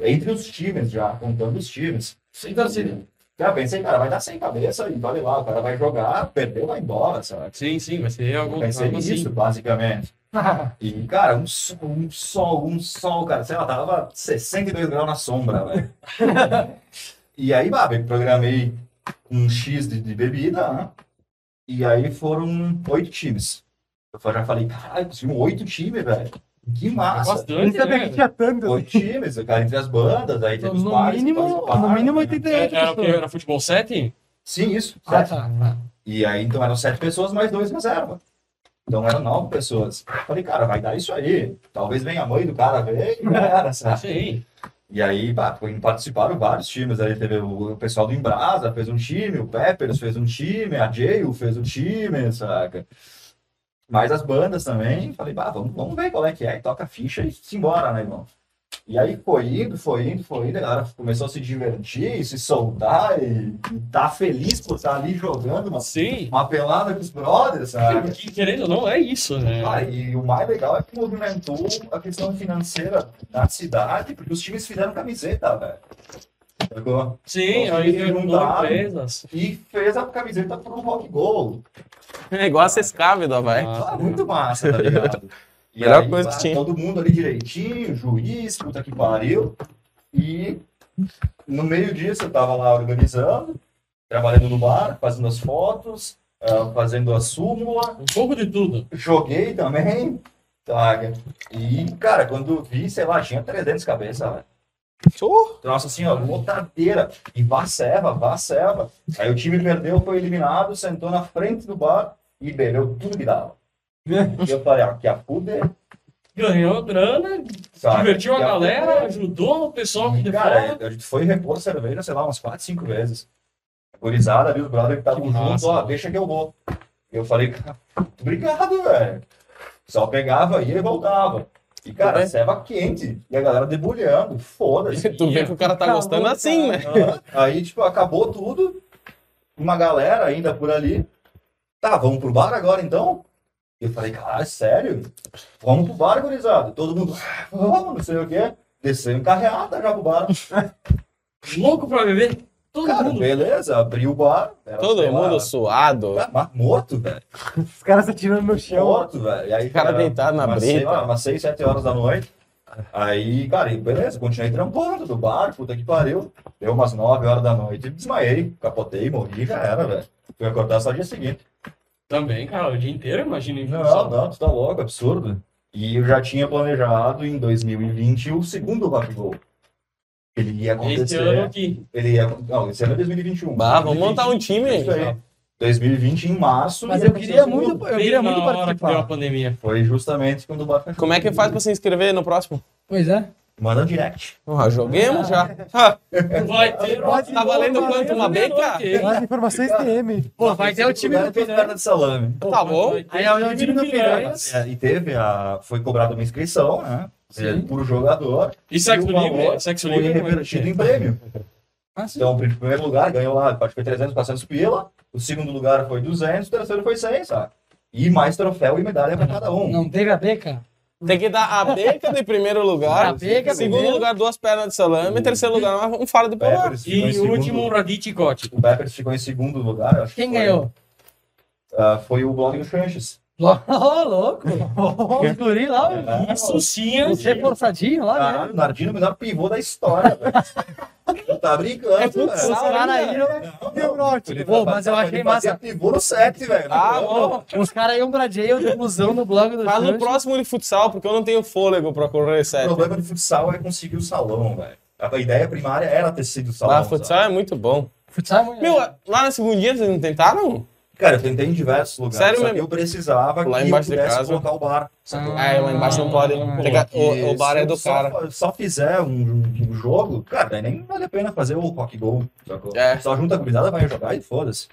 Speaker 4: Entre os times já, contando os times. Então, assim,
Speaker 1: Sem torcida.
Speaker 4: Já pensei, cara, vai dar sem cabeça e vai lá, o cara vai jogar, perdeu, vai embora, sabe?
Speaker 1: Sim, sim, vai ser algum,
Speaker 4: Pensei
Speaker 1: algo assim.
Speaker 4: nisso, basicamente. E, cara, um sol, um sol, um sol, cara, sei lá, tava 62 graus na sombra, velho. e aí, bah, eu programei um X de, de bebida, né? E aí foram oito times. Eu já falei, caralho, tinham oito times, velho. Que massa.
Speaker 3: Eu nem
Speaker 1: Bastante,
Speaker 3: sabia
Speaker 1: né?
Speaker 3: que tinha tanto.
Speaker 4: Oito times, cara, entre as bandas, aí teve os
Speaker 2: Então, No
Speaker 4: bares,
Speaker 2: mínimo,
Speaker 4: depois o bar,
Speaker 2: no mínimo
Speaker 4: né?
Speaker 2: 88
Speaker 1: É, Era, era o que?
Speaker 2: pessoas.
Speaker 1: Era futebol 7?
Speaker 4: Sim, isso.
Speaker 2: Ah,
Speaker 4: certo.
Speaker 2: tá.
Speaker 4: E aí, então, eram sete pessoas mais dois reserva. Então, eram nove pessoas. Falei, cara, vai dar isso aí. Talvez venha a mãe do cara ver. e já era, sabe?
Speaker 1: Sim.
Speaker 4: E aí, pá, foi- participaram vários times. Aí teve o o pessoal do Embrasa, fez um time. O Peppers fez um time. A Jail fez um time, saca? Mas as bandas também. Falei, bah, vamos, vamos ver qual é que é. E toca a ficha e simbora, né, irmão? E aí foi indo, foi indo, foi indo, a galera começou a se divertir, se soltar e, e tá feliz por estar ali jogando uma
Speaker 1: Sim.
Speaker 4: uma pelada com os brothers, sabe?
Speaker 1: Porque, querendo ou não, é isso, né?
Speaker 4: Ah, e o mais legal é que movimentou a questão financeira da cidade, porque os times fizeram camiseta, velho. sacou?
Speaker 1: Sim,
Speaker 4: Então,
Speaker 1: aí
Speaker 4: eles
Speaker 1: juntou
Speaker 4: juntaram.
Speaker 1: empresas.
Speaker 4: E fez a camiseta pro Rock Go.
Speaker 5: É igual a Sescave do Havaí.
Speaker 1: Ah,
Speaker 4: Ah, muito massa, tá ligado? E
Speaker 5: Melhor coisa
Speaker 4: pá,
Speaker 5: que tinha.
Speaker 4: Todo mundo ali direitinho, juiz, puta que pariu. E no meio disso eu tava lá organizando, trabalhando no bar, fazendo as fotos, ah, fazendo a súmula,
Speaker 1: um pouco de tudo.
Speaker 4: joguei também. Saca? E, cara, quando vi, sei lá, tinha 300 cabeças, velho. Então,
Speaker 5: Tchô!
Speaker 4: Nossa senhora, lotadeira. E vá serva, vá serva. Aí o time perdeu, foi eliminado, sentou na frente do bar e bebeu tudo que dava. E eu falei, ah, que a fuder,
Speaker 1: Ganhou grana,
Speaker 4: sabe?
Speaker 1: divertiu a
Speaker 4: Que
Speaker 1: galera,
Speaker 4: fuder.
Speaker 1: ajudou o pessoal que de fora.
Speaker 4: Cara, a gente foi repor cerveja, sei lá, umas 4, 5 vezes. A Gurizada ali, os brothers que estavam
Speaker 1: Que massa,
Speaker 4: juntos, ó,
Speaker 1: mano.
Speaker 4: deixa que eu vou. Eu falei, cara, obrigado, velho. Só pegava, ia e voltava. E, cara,
Speaker 1: Né?
Speaker 5: bem?
Speaker 4: serva quente. E a galera debulhando, foda-se.
Speaker 5: Tu vê que o cara tá gostando assim, né?
Speaker 4: Aí, tipo, acabou tudo. Uma galera ainda por ali. Tá, vamos pro bar agora então? E eu falei, cara, sério? Vamos pro bar, gurizada. Todo mundo, "Ah, vamos, não sei o quê. Desceu encarreada já pro bar.
Speaker 1: Louco pra beber. Todo
Speaker 4: é- Cara, é-
Speaker 1: mundo.
Speaker 4: beleza, abri o bar. Era,
Speaker 5: Todo
Speaker 4: sei lá,
Speaker 5: mundo suado.
Speaker 4: Cara, mas morto, velho.
Speaker 3: Os caras se atirando no chão.
Speaker 4: Morto, velho. E aí,
Speaker 5: O cara
Speaker 4: era
Speaker 5: deitado na
Speaker 4: umas
Speaker 5: brita.
Speaker 4: sei lá, Umas 6, 7 horas da noite. Aí, cara, e beleza, continuei trampando do bar, puta que pariu. Deu umas 9 horas da noite, desmaiei, capotei, morri, já era, velho. Fui acordar só no dia seguinte.
Speaker 1: Também, cara, o dia inteiro, imagina. em
Speaker 4: Não,
Speaker 1: função.
Speaker 4: não, tu tá louco, absurdo. E eu já tinha planejado em 2020 o segundo Rock Go. Ele ia
Speaker 1: Esse
Speaker 4: acontecer.
Speaker 1: ano aqui.
Speaker 4: Ele ia. Não, esse ano é 2021.
Speaker 5: Bah, vamos montar um
Speaker 4: 2020,
Speaker 5: time.
Speaker 4: isso aí. 2020 em março.
Speaker 2: Mas é
Speaker 4: ia
Speaker 2: eu
Speaker 4: acontecer
Speaker 2: queria
Speaker 4: o segundo.
Speaker 2: muito, eu
Speaker 1: Bem na
Speaker 2: queria muito
Speaker 1: hora que deu a
Speaker 2: participar.
Speaker 1: pandemia.
Speaker 4: Foi justamente quando o bar fechou.
Speaker 5: Como é que faz pra se inscrever no próximo?
Speaker 2: Pois é.
Speaker 4: Manda um direct.
Speaker 5: Ah, joguemos já. Ah,
Speaker 4: É,
Speaker 1: Vai ter.
Speaker 3: Pode
Speaker 5: tá valendo
Speaker 4: né?
Speaker 5: quanto? Uma beca?
Speaker 1: Tá
Speaker 3: As informações TM.
Speaker 2: Pô, vai ter é o time do
Speaker 4: Cara, fez perna de salame.
Speaker 5: Tá bom.
Speaker 2: Aí é o time do Piranhas.
Speaker 4: É, E teve a. Foi cobrada uma inscrição, né? Por jogador.
Speaker 1: E sexo
Speaker 4: E o valor
Speaker 1: livre? Sexo
Speaker 4: Foi
Speaker 1: livre como é que
Speaker 4: revertido
Speaker 1: é?
Speaker 4: em prêmio.
Speaker 2: Ah, sim.
Speaker 4: Então, o primeiro lugar ganhou lá, acho que foi 300, 400 pila. O segundo lugar foi 200, o terceiro foi 100, sabe? E mais troféu e medalha pra cada um.
Speaker 2: Não teve a beca?
Speaker 5: Tem que dar a beca de primeiro lugar.
Speaker 2: A beca,
Speaker 5: segundo
Speaker 2: primeiro.
Speaker 5: lugar, duas pernas de salame. Terceiro lugar, um faro de
Speaker 4: O
Speaker 5: polar.
Speaker 4: Peppers ficou em
Speaker 1: E o
Speaker 4: segundo-
Speaker 1: último, um Radit Gotti.
Speaker 4: O Peppers ficou em segundo lugar, acho que
Speaker 2: Quem
Speaker 4: foi-
Speaker 2: ganhou?
Speaker 4: ah, foi o Blog do Chanches.
Speaker 2: Ó, oh, louco! Os guri lá,
Speaker 4: É,
Speaker 2: ó,
Speaker 4: né?
Speaker 1: Isso sim, é-
Speaker 2: reforçadinho lá, né?
Speaker 4: Caralho, o Nardino é o melhor pivô da história, velho. Não tá brincando,
Speaker 5: É
Speaker 4: velho.
Speaker 5: futsal,
Speaker 2: Os caras aí, ó,
Speaker 4: Ele
Speaker 2: Pô,
Speaker 4: vai
Speaker 2: mas eu
Speaker 4: passar-
Speaker 2: achei
Speaker 4: ele vai
Speaker 2: massa.
Speaker 4: ser Pivô no 7, velho.
Speaker 5: Ah, bom.
Speaker 2: os caras iam pra Jay, eu ilusão no blog do
Speaker 5: Mas no
Speaker 2: Sancho.
Speaker 5: próximo de futsal, porque eu não tenho fôlego pra correr
Speaker 4: O
Speaker 5: sete.
Speaker 4: problema de futsal é conseguir o salão, velho. A ideia primária era ter sido o salão.
Speaker 5: Ah, futsal é muito bom.
Speaker 2: Futsal é muito-
Speaker 5: Meu, lá na segundinha vocês não tentaram?
Speaker 4: sabe? Cara, eu tentei em diversos lugares.
Speaker 5: Sério
Speaker 4: só que
Speaker 5: mesmo?
Speaker 4: eu precisava
Speaker 5: Lá
Speaker 4: que eu
Speaker 5: embaixo de
Speaker 4: pudesse
Speaker 5: casa.
Speaker 4: colocar o bar. sacou?
Speaker 2: Ah,
Speaker 5: Ah, lá embaixo não pode. Tem que- o, o bar é do
Speaker 4: Se eu
Speaker 5: cara.
Speaker 4: Só, só fizer um, um jogo, cara, daí nem vale a pena fazer o rock goal. sacou?
Speaker 5: É.
Speaker 4: Só junta a cuidada, vai jogar e foda-se.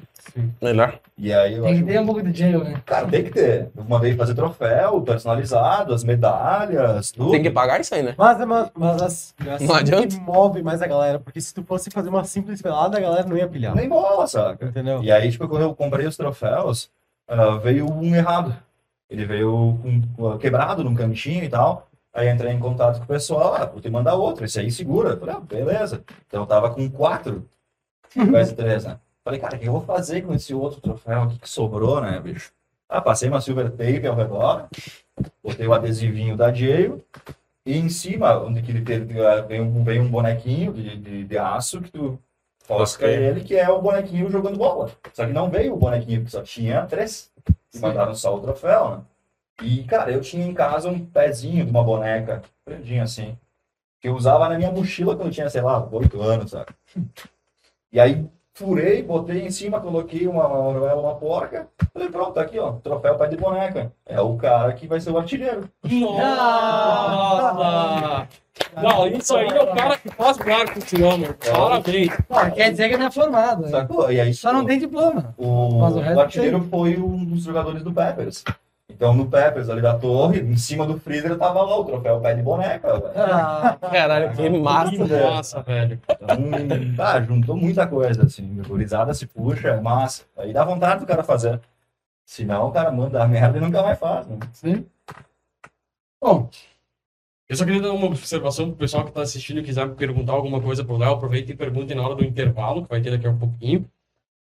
Speaker 5: Melhor.
Speaker 4: E aí eu
Speaker 2: Tem
Speaker 4: acho
Speaker 2: que ter um pouco de Jay, né?
Speaker 4: Cara, tem que ter. Eu mandei fazer troféu personalizado, as medalhas, tudo.
Speaker 5: Tem que pagar isso aí, né?
Speaker 3: Mas, é uma- mas as, assim
Speaker 5: Não adianta.
Speaker 3: que move mais a galera, porque se tu fosse fazer uma simples pelada, a galera não ia pilhar.
Speaker 4: Nem bola, saca?
Speaker 3: Entendeu?
Speaker 4: E aí, tipo, quando eu comprei os troféus, ah, veio um errado. Ele veio com- com- quebrado num cantinho e tal. Aí entrei em contato com o pessoal, ah, vou te mandar outro, esse aí segura. Eu falei, ah, beleza. Então eu tava com quatro, quase três, né? Falei, cara, o que eu vou fazer com esse outro troféu aqui que sobrou, né, bicho? Ah, passei uma silver tape ao redor, botei o adesivinho da Jail, e em cima, onde que ele teve, ah, vem um, vem um bonequinho de, de, de aço que tu coloca
Speaker 5: Ok.
Speaker 4: ele, que é o bonequinho jogando bola. Só que não veio o bonequinho, porque só tinha três. E mandaram só o troféu, né? E, cara, eu tinha em casa um pezinho de uma boneca, grandinho assim, que eu usava na minha mochila quando eu tinha, sei lá, oito anos, sabe? E aí furei, botei em cima, coloquei uma, uma, uma porca, falei, pronto, tá aqui, ó, troféu pai de boneca. É o cara que vai ser o artilheiro.
Speaker 2: Ah,
Speaker 1: Nossa! Não, isso aí é o cara que faz barco esse homem. Parabéns.
Speaker 2: Pô, quer dizer que não é formado, né?
Speaker 4: Sacou? E aí,
Speaker 2: Só não tem diploma.
Speaker 4: O,
Speaker 2: Mas o resto
Speaker 4: o artilheiro foi um dos jogadores do Peppers. Então, no Peppers, ali da torre, em cima do freezer, tava lá o troféu pé de boneca, velho.
Speaker 2: Ah,
Speaker 5: Caralho, que
Speaker 1: Que
Speaker 5: massa.
Speaker 1: massa, velho.
Speaker 4: Então, tá, juntou muita coisa, assim. A Gurizada se puxa, é massa. Aí dá vontade do cara fazer. Senão, o cara manda a merda e nunca mais faz, né?
Speaker 2: sim. Bom,
Speaker 1: Eu só queria dar uma observação pro pessoal que está assistindo e quiser perguntar alguma coisa pro Léo, aproveita e perguntem na hora do intervalo, que vai ter daqui a um pouquinho.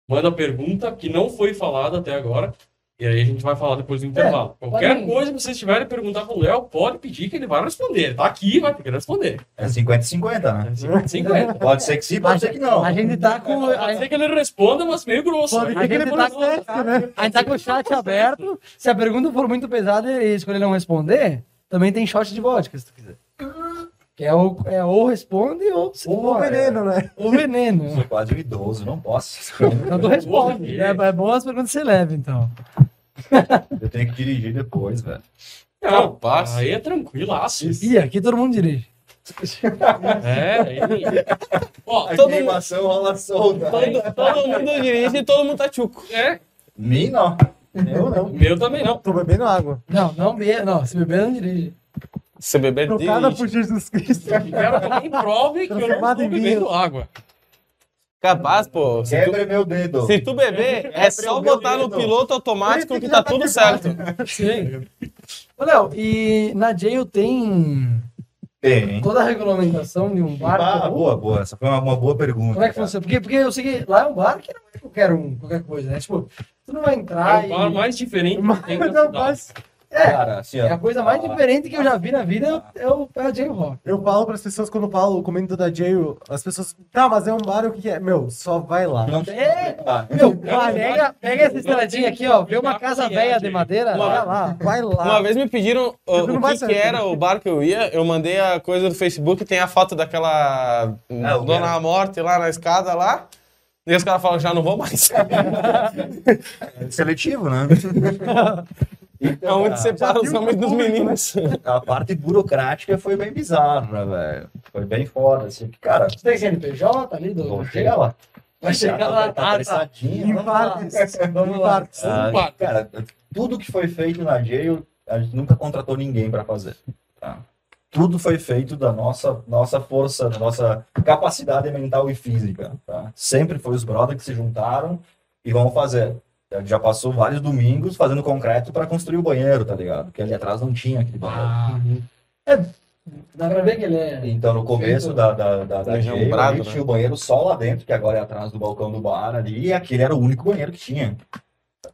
Speaker 1: Manda pergunta que não foi falada até agora, e aí a gente vai falar depois do intervalo. Qualquer
Speaker 2: podem-
Speaker 1: coisa que vocês tiverem perguntar pro Léo, pode pedir que ele vai responder. Tá aqui, vai ter que responder.
Speaker 4: É 50-50, né?
Speaker 1: 50.
Speaker 4: Pode ser que sim, pode ser que não.
Speaker 6: A gente tá com. A
Speaker 1: Pode ser que ele responda, mas meio grosso.
Speaker 3: Pode
Speaker 1: né?
Speaker 3: ter que
Speaker 6: ele
Speaker 3: ele
Speaker 6: tá
Speaker 3: processe, né?
Speaker 6: a gente tá com o chat aberto.
Speaker 2: Se a pergunta for muito pesada e escolher não responder, também tem shot de vodka, se tu quiser. Que é, ou, é ou responde ou se
Speaker 3: Ou o
Speaker 2: for, é.
Speaker 3: veneno, né?
Speaker 2: Ou veneno.
Speaker 4: Sou quase um idoso, não posso.
Speaker 2: Então tu responde. É, é bom as perguntas ser leve, então.
Speaker 4: Eu tenho que dirigir depois, velho.
Speaker 1: Não,
Speaker 5: Capaz.
Speaker 1: aí é tranquilaço.
Speaker 2: E aqui todo mundo dirige.
Speaker 1: É, aí... Ó,
Speaker 4: A
Speaker 5: Todo mundo-
Speaker 4: animação rola solta.
Speaker 5: Todo, todo mundo dirige e todo mundo tá tchuco.
Speaker 1: é,
Speaker 4: Mim, não.
Speaker 3: Eu não.
Speaker 1: meu também não.
Speaker 3: Tô bebendo água.
Speaker 2: Não, não bebe. Não, se beber não dirige.
Speaker 5: Se beber
Speaker 3: Trocada por Jesus Cristo.
Speaker 1: Quero que alguém prove que eu não estou
Speaker 3: Transformado em
Speaker 1: bebendo água.
Speaker 5: Capaz, pô. Se tu,
Speaker 4: Quebre meu dedo.
Speaker 5: se tu beber, é só botar no piloto automático que tá tudo certo.
Speaker 2: Sim. Ô, Léo, e na jail tem
Speaker 4: Tem. hein?
Speaker 2: toda a regulamentação de um
Speaker 4: Ah,
Speaker 2: bar? comum?
Speaker 4: boa, boa. Essa foi uma, uma boa pergunta.
Speaker 2: Como é que
Speaker 4: cara.
Speaker 2: funciona? Porque, porque eu sei que lá é um bar que não é qualquer um, qualquer coisa, né? Tipo, tu não vai
Speaker 1: É
Speaker 2: entrar
Speaker 1: o bar
Speaker 2: e...
Speaker 1: mais diferente que tem na
Speaker 3: Não,
Speaker 1: cidade.
Speaker 3: mas
Speaker 2: É,
Speaker 4: Cara, assim, ó.
Speaker 2: é a coisa mais
Speaker 4: Ah,
Speaker 2: diferente que eu já vi na vida é o, é o jail rock.
Speaker 3: eu falo pras pessoas quando eu falo, comento da Jail, as pessoas, tá, mas é um bar, o que que é? Meu, só vai lá.
Speaker 4: Não
Speaker 2: É,
Speaker 4: Ah,
Speaker 2: meu, pega, pega essa estradinha aqui, ó. Vê uma casa velha de madeira,
Speaker 5: Uma-
Speaker 2: olha lá.
Speaker 3: Vai lá.
Speaker 5: Uma vez me pediram uh,
Speaker 3: não
Speaker 5: o
Speaker 3: vai
Speaker 5: que,
Speaker 3: sair,
Speaker 5: que
Speaker 3: né?
Speaker 5: era o bar que eu ia, eu mandei a coisa do Facebook, tem a foto daquela hum,
Speaker 4: Ah, o
Speaker 5: dona
Speaker 4: cara.
Speaker 5: morte lá na escada lá. E os caras falam, já não vou mais.
Speaker 4: seletivo, né? Então,
Speaker 5: É onde separa os homens dos
Speaker 4: né?
Speaker 5: meninos.
Speaker 4: A parte burocrática foi bem bizarra, né, velho. Foi bem foda, assim. que, Cara,
Speaker 2: Tu tem CNPJ ali? Do...
Speaker 4: vou chegar lá.
Speaker 2: Vai chegar lá,
Speaker 4: Tá,
Speaker 2: tá, tá.
Speaker 4: apressadinho,
Speaker 3: Em
Speaker 4: né?
Speaker 3: partes.
Speaker 2: Vamos
Speaker 3: Em
Speaker 2: lá.
Speaker 3: partes.
Speaker 4: Ah,
Speaker 1: Opa.
Speaker 4: cara, tudo que foi feito na Jail, a gente nunca contratou ninguém para fazer. tá? Tudo foi feito da nossa, nossa força, da nossa capacidade mental e física. tá? Sempre foi os brothers que se juntaram e vão fazer. A gente já passou vários domingos fazendo concreto para construir o banheiro, tá ligado? Porque ali atrás não tinha aquele banheiro.
Speaker 1: Ah,
Speaker 2: Dá pra ver que ele é...
Speaker 4: Então, no começo da, da, da, da
Speaker 5: Feijão
Speaker 4: Jail,
Speaker 5: brado,
Speaker 4: ali
Speaker 5: né?
Speaker 4: tinha o banheiro só lá dentro, que agora é atrás do balcão do bar ali, e aquele era o único banheiro que tinha.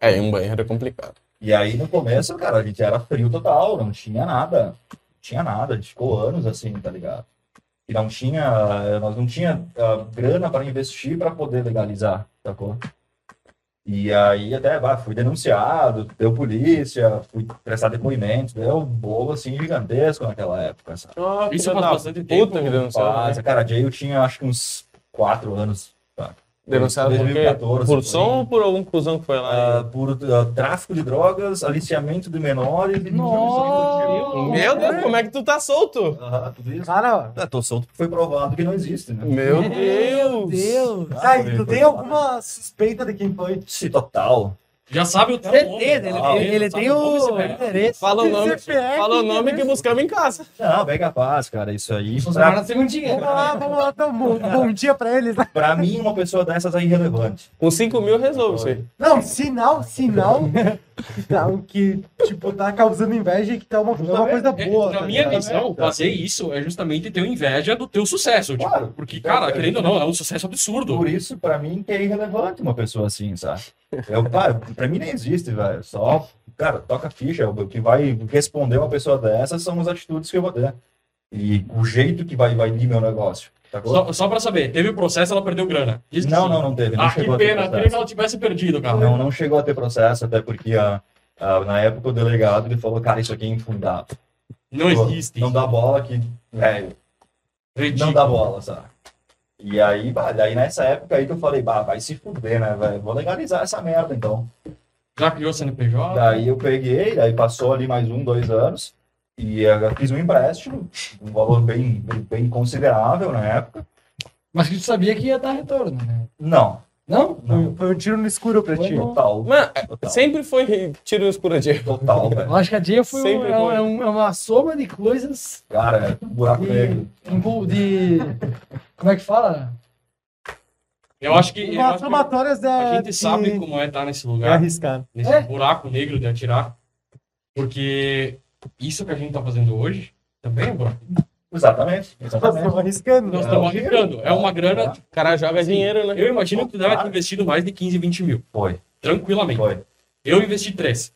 Speaker 5: É, e um banheiro é complicado.
Speaker 4: E aí no começo, cara, a gente era frio total, não tinha nada. Não tinha nada, a gente ficou anos assim, tá ligado? E não tinha, nós não tinha ah, grana para investir para poder legalizar, sacou? E aí até, bah, fui denunciado, deu polícia, fui prestar depoimento, deu um bolo assim gigantesco naquela época, sabe?
Speaker 1: Isso
Speaker 5: Filho
Speaker 1: faz
Speaker 5: da
Speaker 1: bastante tempo.
Speaker 5: Puta que denunciaram.
Speaker 4: Mas,
Speaker 5: né?
Speaker 4: cara, a Jay eu tinha acho que uns quatro anos. tá?
Speaker 5: Denunciaram por quê?
Speaker 4: 2014,
Speaker 5: Por
Speaker 4: foi.
Speaker 5: som ou por algum cuzão que foi lá?
Speaker 4: Ah, por ah, tráfico de drogas, aliciamento de menores e
Speaker 2: Nossa!
Speaker 4: tudo isso aí do tipo.
Speaker 5: Meu Deus, como é que tu tá solto?
Speaker 4: Aham, tudo isso.
Speaker 3: Cara,
Speaker 4: Ah, tô solto porque foi provado que não existe, né?
Speaker 5: Meu
Speaker 2: Meu
Speaker 5: Deus!
Speaker 2: Deus!
Speaker 4: Ah,
Speaker 3: aí,
Speaker 4: foi-
Speaker 3: tu
Speaker 4: foi
Speaker 3: tem
Speaker 4: provado.
Speaker 3: alguma suspeita de quem foi?
Speaker 4: Se total.
Speaker 1: Já sabe o teu nome.
Speaker 2: Certeza, ele,
Speaker 1: Ah,
Speaker 2: ele, ele
Speaker 1: sabe
Speaker 2: tem
Speaker 1: nome,
Speaker 2: o
Speaker 1: esse velho.
Speaker 2: endereço.
Speaker 5: Fala o nome,
Speaker 3: CPF,
Speaker 5: fala o nome
Speaker 2: né?
Speaker 5: que buscamos em casa.
Speaker 4: Não, bem capaz, cara. Isso aí.
Speaker 3: é
Speaker 2: Funcionário
Speaker 4: Pra,
Speaker 2: na segundinha.
Speaker 3: Vamos lá, vamos lá, dá um bom, bom dia pra eles. né?
Speaker 4: pra mim, uma pessoa dessas é irrelevante.
Speaker 5: Com 5 mil resolve isso aí.
Speaker 3: Não, sinal, sinal. Sinal que, tipo, tá causando inveja e que tá uma, é uma coisa
Speaker 1: É,
Speaker 3: boa.
Speaker 1: na
Speaker 3: tá
Speaker 1: minha
Speaker 3: ligado?
Speaker 1: visão, fazer isso é justamente ter inveja do teu sucesso. tipo,
Speaker 4: Claro.
Speaker 1: porque, cara, querendo ou não, é um sucesso absurdo.
Speaker 4: Por isso, pra mim, que é irrelevante uma pessoa assim, sabe? Eu, cara, pra mim nem existe, velho. Só, cara, toca ficha. O que vai responder uma pessoa dessas são as atitudes que eu vou ter. E o jeito que vai, vai ir meu negócio. Tá bom?
Speaker 1: Só, só pra saber, teve o processo, ela perdeu grana. Diz que
Speaker 4: Não,
Speaker 1: sim.
Speaker 4: não, não teve. Não
Speaker 1: Ah,
Speaker 4: chegou
Speaker 1: que
Speaker 4: a ter
Speaker 1: pena,
Speaker 4: processo.
Speaker 1: queria que ela tivesse perdido, cara.
Speaker 4: Não, não chegou a ter processo, até porque a, a- na época o delegado ele falou, cara, isso aqui é infundável.
Speaker 1: Não existe.
Speaker 4: Não dá bola que. É, não
Speaker 1: Ridículo.
Speaker 4: dá bola, sabe? E aí, bah, daí nessa época aí que eu falei, bah, vai se fuder, né, velho? Vou legalizar essa merda, então.
Speaker 1: Já criou CNPJ?
Speaker 4: Daí eu peguei, daí passou ali mais um, dois anos, e eh, eu fiz um empréstimo, um valor bem, bem, bem considerável na época.
Speaker 2: Mas que tu sabia que ia dar retorno, né?
Speaker 4: Não,
Speaker 2: Não?
Speaker 4: não.
Speaker 3: Foi- Foi um tiro no escuro pra
Speaker 2: Foi
Speaker 3: ti.
Speaker 2: no-
Speaker 4: Total,
Speaker 5: Mano,
Speaker 4: total,
Speaker 5: sempre foi tiro no escuro de
Speaker 4: total, velho.
Speaker 2: Eu acho que a Dia foi, um,
Speaker 5: Sempre
Speaker 2: é, um-
Speaker 5: foi.
Speaker 2: é um- é uma soma de coisas
Speaker 4: Cara, é um buraco negro.
Speaker 2: um pouco de. Como é que fala?
Speaker 1: Eu acho que, eu
Speaker 3: Uma
Speaker 1: acho que
Speaker 3: somatórias
Speaker 1: a
Speaker 3: da.
Speaker 1: gente sabe
Speaker 3: de-
Speaker 1: como é estar nesse
Speaker 3: É
Speaker 1: lugar.
Speaker 3: arriscar.
Speaker 1: nesse
Speaker 2: É.
Speaker 1: buraco negro de atirar, porque isso que a gente tá fazendo hoje Também, bro.
Speaker 4: Exatamente.
Speaker 3: Nós estamos
Speaker 4: exatamente.
Speaker 3: arriscando.
Speaker 1: Nós estamos arriscando. É uma grana.
Speaker 5: O cara joga dinheiro,
Speaker 4: É.
Speaker 5: né?
Speaker 1: Eu imagino que deve ter investido mais de 15, 20 mil.
Speaker 4: Foi,
Speaker 1: Tranquilamente.
Speaker 4: foi.
Speaker 1: Eu investi 3.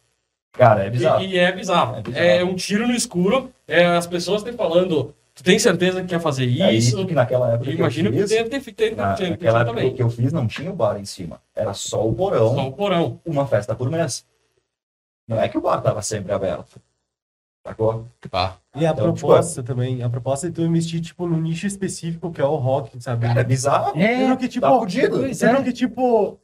Speaker 4: Cara, é bizarro.
Speaker 1: E, e é bizarro.
Speaker 4: É
Speaker 1: É,
Speaker 4: bizarro.
Speaker 1: um tiro no escuro. É, as pessoas estão falando. Tu tem certeza que quer fazer
Speaker 4: É isso
Speaker 1: isso?
Speaker 4: que naquela
Speaker 1: Eu
Speaker 4: época
Speaker 1: imagino
Speaker 4: que
Speaker 1: que
Speaker 4: eu fiz,
Speaker 1: deve ter feito deve ter
Speaker 4: na,
Speaker 1: feito
Speaker 4: naquela Ah, época
Speaker 1: também.
Speaker 4: que eu fiz, não tinha o bar em cima. Era só o porão,
Speaker 1: Só o porão.
Speaker 4: uma festa por mês. Não é que o bar tava sempre aberto. Sacou?
Speaker 3: E a
Speaker 4: Então, tipo,
Speaker 3: proposta também, a proposta de tu investir, tipo, num nicho específico que é o rock, sabe?
Speaker 4: Cara, é bizarro.
Speaker 3: Sendo que, tipo,
Speaker 4: tá fudido.
Speaker 3: sendo que, tipo,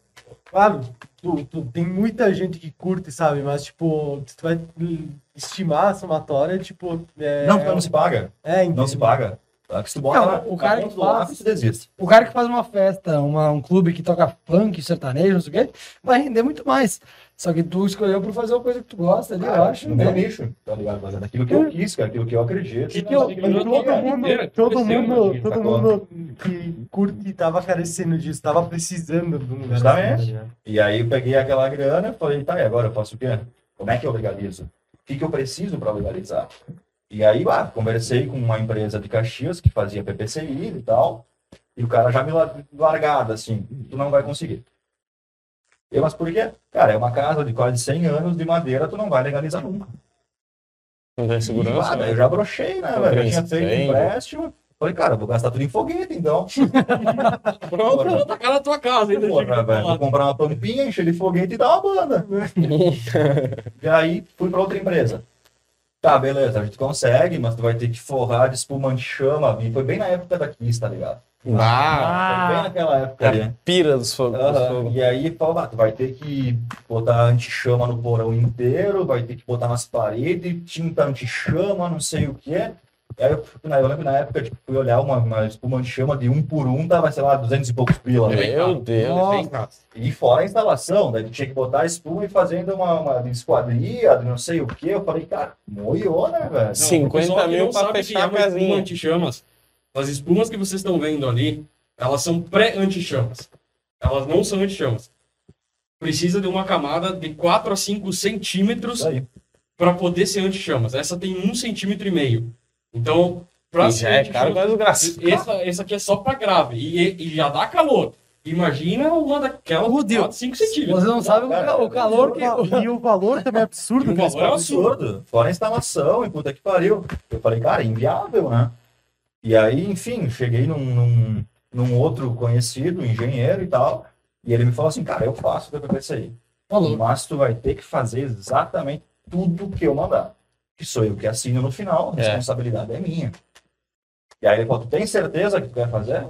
Speaker 3: claro, tu, tu- tem muita gente que curte, sabe? Mas, tipo, se tu vai hum, estimar a somatória, tipo, é...
Speaker 4: Não, então não se paga.
Speaker 3: é,
Speaker 4: Não se paga. É que Se tu bota
Speaker 2: Não,
Speaker 4: lá,
Speaker 2: o cara
Speaker 4: tá
Speaker 2: que
Speaker 4: do lado,
Speaker 2: faz-
Speaker 4: tu desiste.
Speaker 2: O cara que faz uma festa, uma- um clube que toca funk, sertanejo, não sei o quê, vai render muito mais. Só que tu escolheu por fazer uma coisa que tu gosta ali, eu
Speaker 4: Cara,
Speaker 2: acho. Hum.
Speaker 4: No
Speaker 2: né?
Speaker 4: meu nicho, tá ligado? Mas é daquilo que eu quis, cara, aquilo que eu acredito.
Speaker 1: é Que que eu-
Speaker 4: Aquilo que eu
Speaker 1: que
Speaker 3: Todo
Speaker 1: eu-
Speaker 4: quero.
Speaker 3: mundo, tipo,
Speaker 1: inteira,
Speaker 3: todo
Speaker 1: cresceu,
Speaker 3: mundo,
Speaker 1: né,
Speaker 3: todo
Speaker 4: sacou?
Speaker 3: mundo que curte tava carecendo disso, tava precisando de um lugar
Speaker 4: Justamente.
Speaker 3: assim, tá ligado?
Speaker 4: E aí eu peguei aquela grana e falei, tá, e agora eu faço o quê? Como é que eu legalizo? O que, que eu preciso para legalizar? E aí, lá, conversei com uma empresa de Caxias que fazia PPCI e tal, e o cara já me la- largado, assim, tu não vai conseguir. Eu, mas por quê? Cara, é uma casa de quase 100 anos de madeira, tu não vai legalizar nunca.
Speaker 5: Não tem segurança.
Speaker 4: E,
Speaker 5: né?
Speaker 4: daí eu já brochei, né, velho? Eu tinha feito
Speaker 5: Tem,
Speaker 4: empréstimo. Falei, cara, eu vou gastar tudo em foguete, então.
Speaker 5: Pronto.
Speaker 4: Porra,
Speaker 1: Tá cá na tua casa ainda.
Speaker 4: Porra,
Speaker 1: chega do
Speaker 4: velho, vou
Speaker 1: lado.
Speaker 4: comprar uma tampinha, encher de foguete e dar uma banda. e aí fui para outra empresa. Tá, beleza, a gente consegue, mas tu vai ter que forrar de espuma de chama. E foi bem na época da Kiss, tá ligado?
Speaker 5: Ah,
Speaker 4: Foi bem
Speaker 6: Ah,
Speaker 4: naquela época ali. né?
Speaker 5: pira dos fogos. dos
Speaker 4: Aham,
Speaker 5: fogos.
Speaker 4: E aí falou, ah, tu vai ter que botar anti-chama no porão inteiro, vai ter que botar nas paredes, tinta anti-chama, não sei o que. Aí eu, fui- eu lembro na época, tipo, fui olhar uma, uma espuma anti-chama de um por um, tava, sei lá, 200 e poucos pila. né?
Speaker 5: Meu Deus.
Speaker 1: Bem caro.
Speaker 4: E fora a instalação, daí tinha que botar a espuma e fazendo uma, uma esquadria, de não sei o que. Eu falei, cara, moiou, né, velho?
Speaker 1: Não,
Speaker 5: 50
Speaker 1: o pessoal que
Speaker 5: mil
Speaker 1: um não
Speaker 5: pra
Speaker 1: sabe
Speaker 5: fechar
Speaker 1: que é
Speaker 5: a
Speaker 1: uma
Speaker 5: casinha.
Speaker 1: espuma anti-chamas. As espumas que vocês estão vendo ali, elas são pré-anti-chamas. Elas não são anti-chamas. Precisa de uma camada de 4 a 5 centímetros
Speaker 4: Isso aí.
Speaker 1: para poder ser anti-chamas. Essa tem 1 centímetro e meio. Então, pra
Speaker 5: E já é caro, mas graça.
Speaker 1: essa, essa aqui é só para grave. E, e já dá calor. Imagina uma daquela
Speaker 2: Meu Deus.
Speaker 1: 4, 5 centímetros.
Speaker 2: Você não sabe o,
Speaker 4: Cara,
Speaker 2: ca- o calor
Speaker 3: E
Speaker 2: que.
Speaker 3: o va- E o valor também é absurdo.
Speaker 1: E o
Speaker 3: que eles
Speaker 1: valor é um
Speaker 3: pagam.
Speaker 4: absurdo. Fora a instalação e puta que pariu. Eu falei, cara, inviável, né? E aí, enfim, cheguei num, num, num outro conhecido, engenheiro e tal, e ele me falou assim, cara, eu faço o TPPC aí.
Speaker 2: Falou.
Speaker 4: Mas tu vai ter que fazer exatamente tudo que eu mandar. Que sou eu que assino no final, a
Speaker 5: É.
Speaker 4: responsabilidade é minha. E aí ele falou, tu tem certeza que tu quer fazer?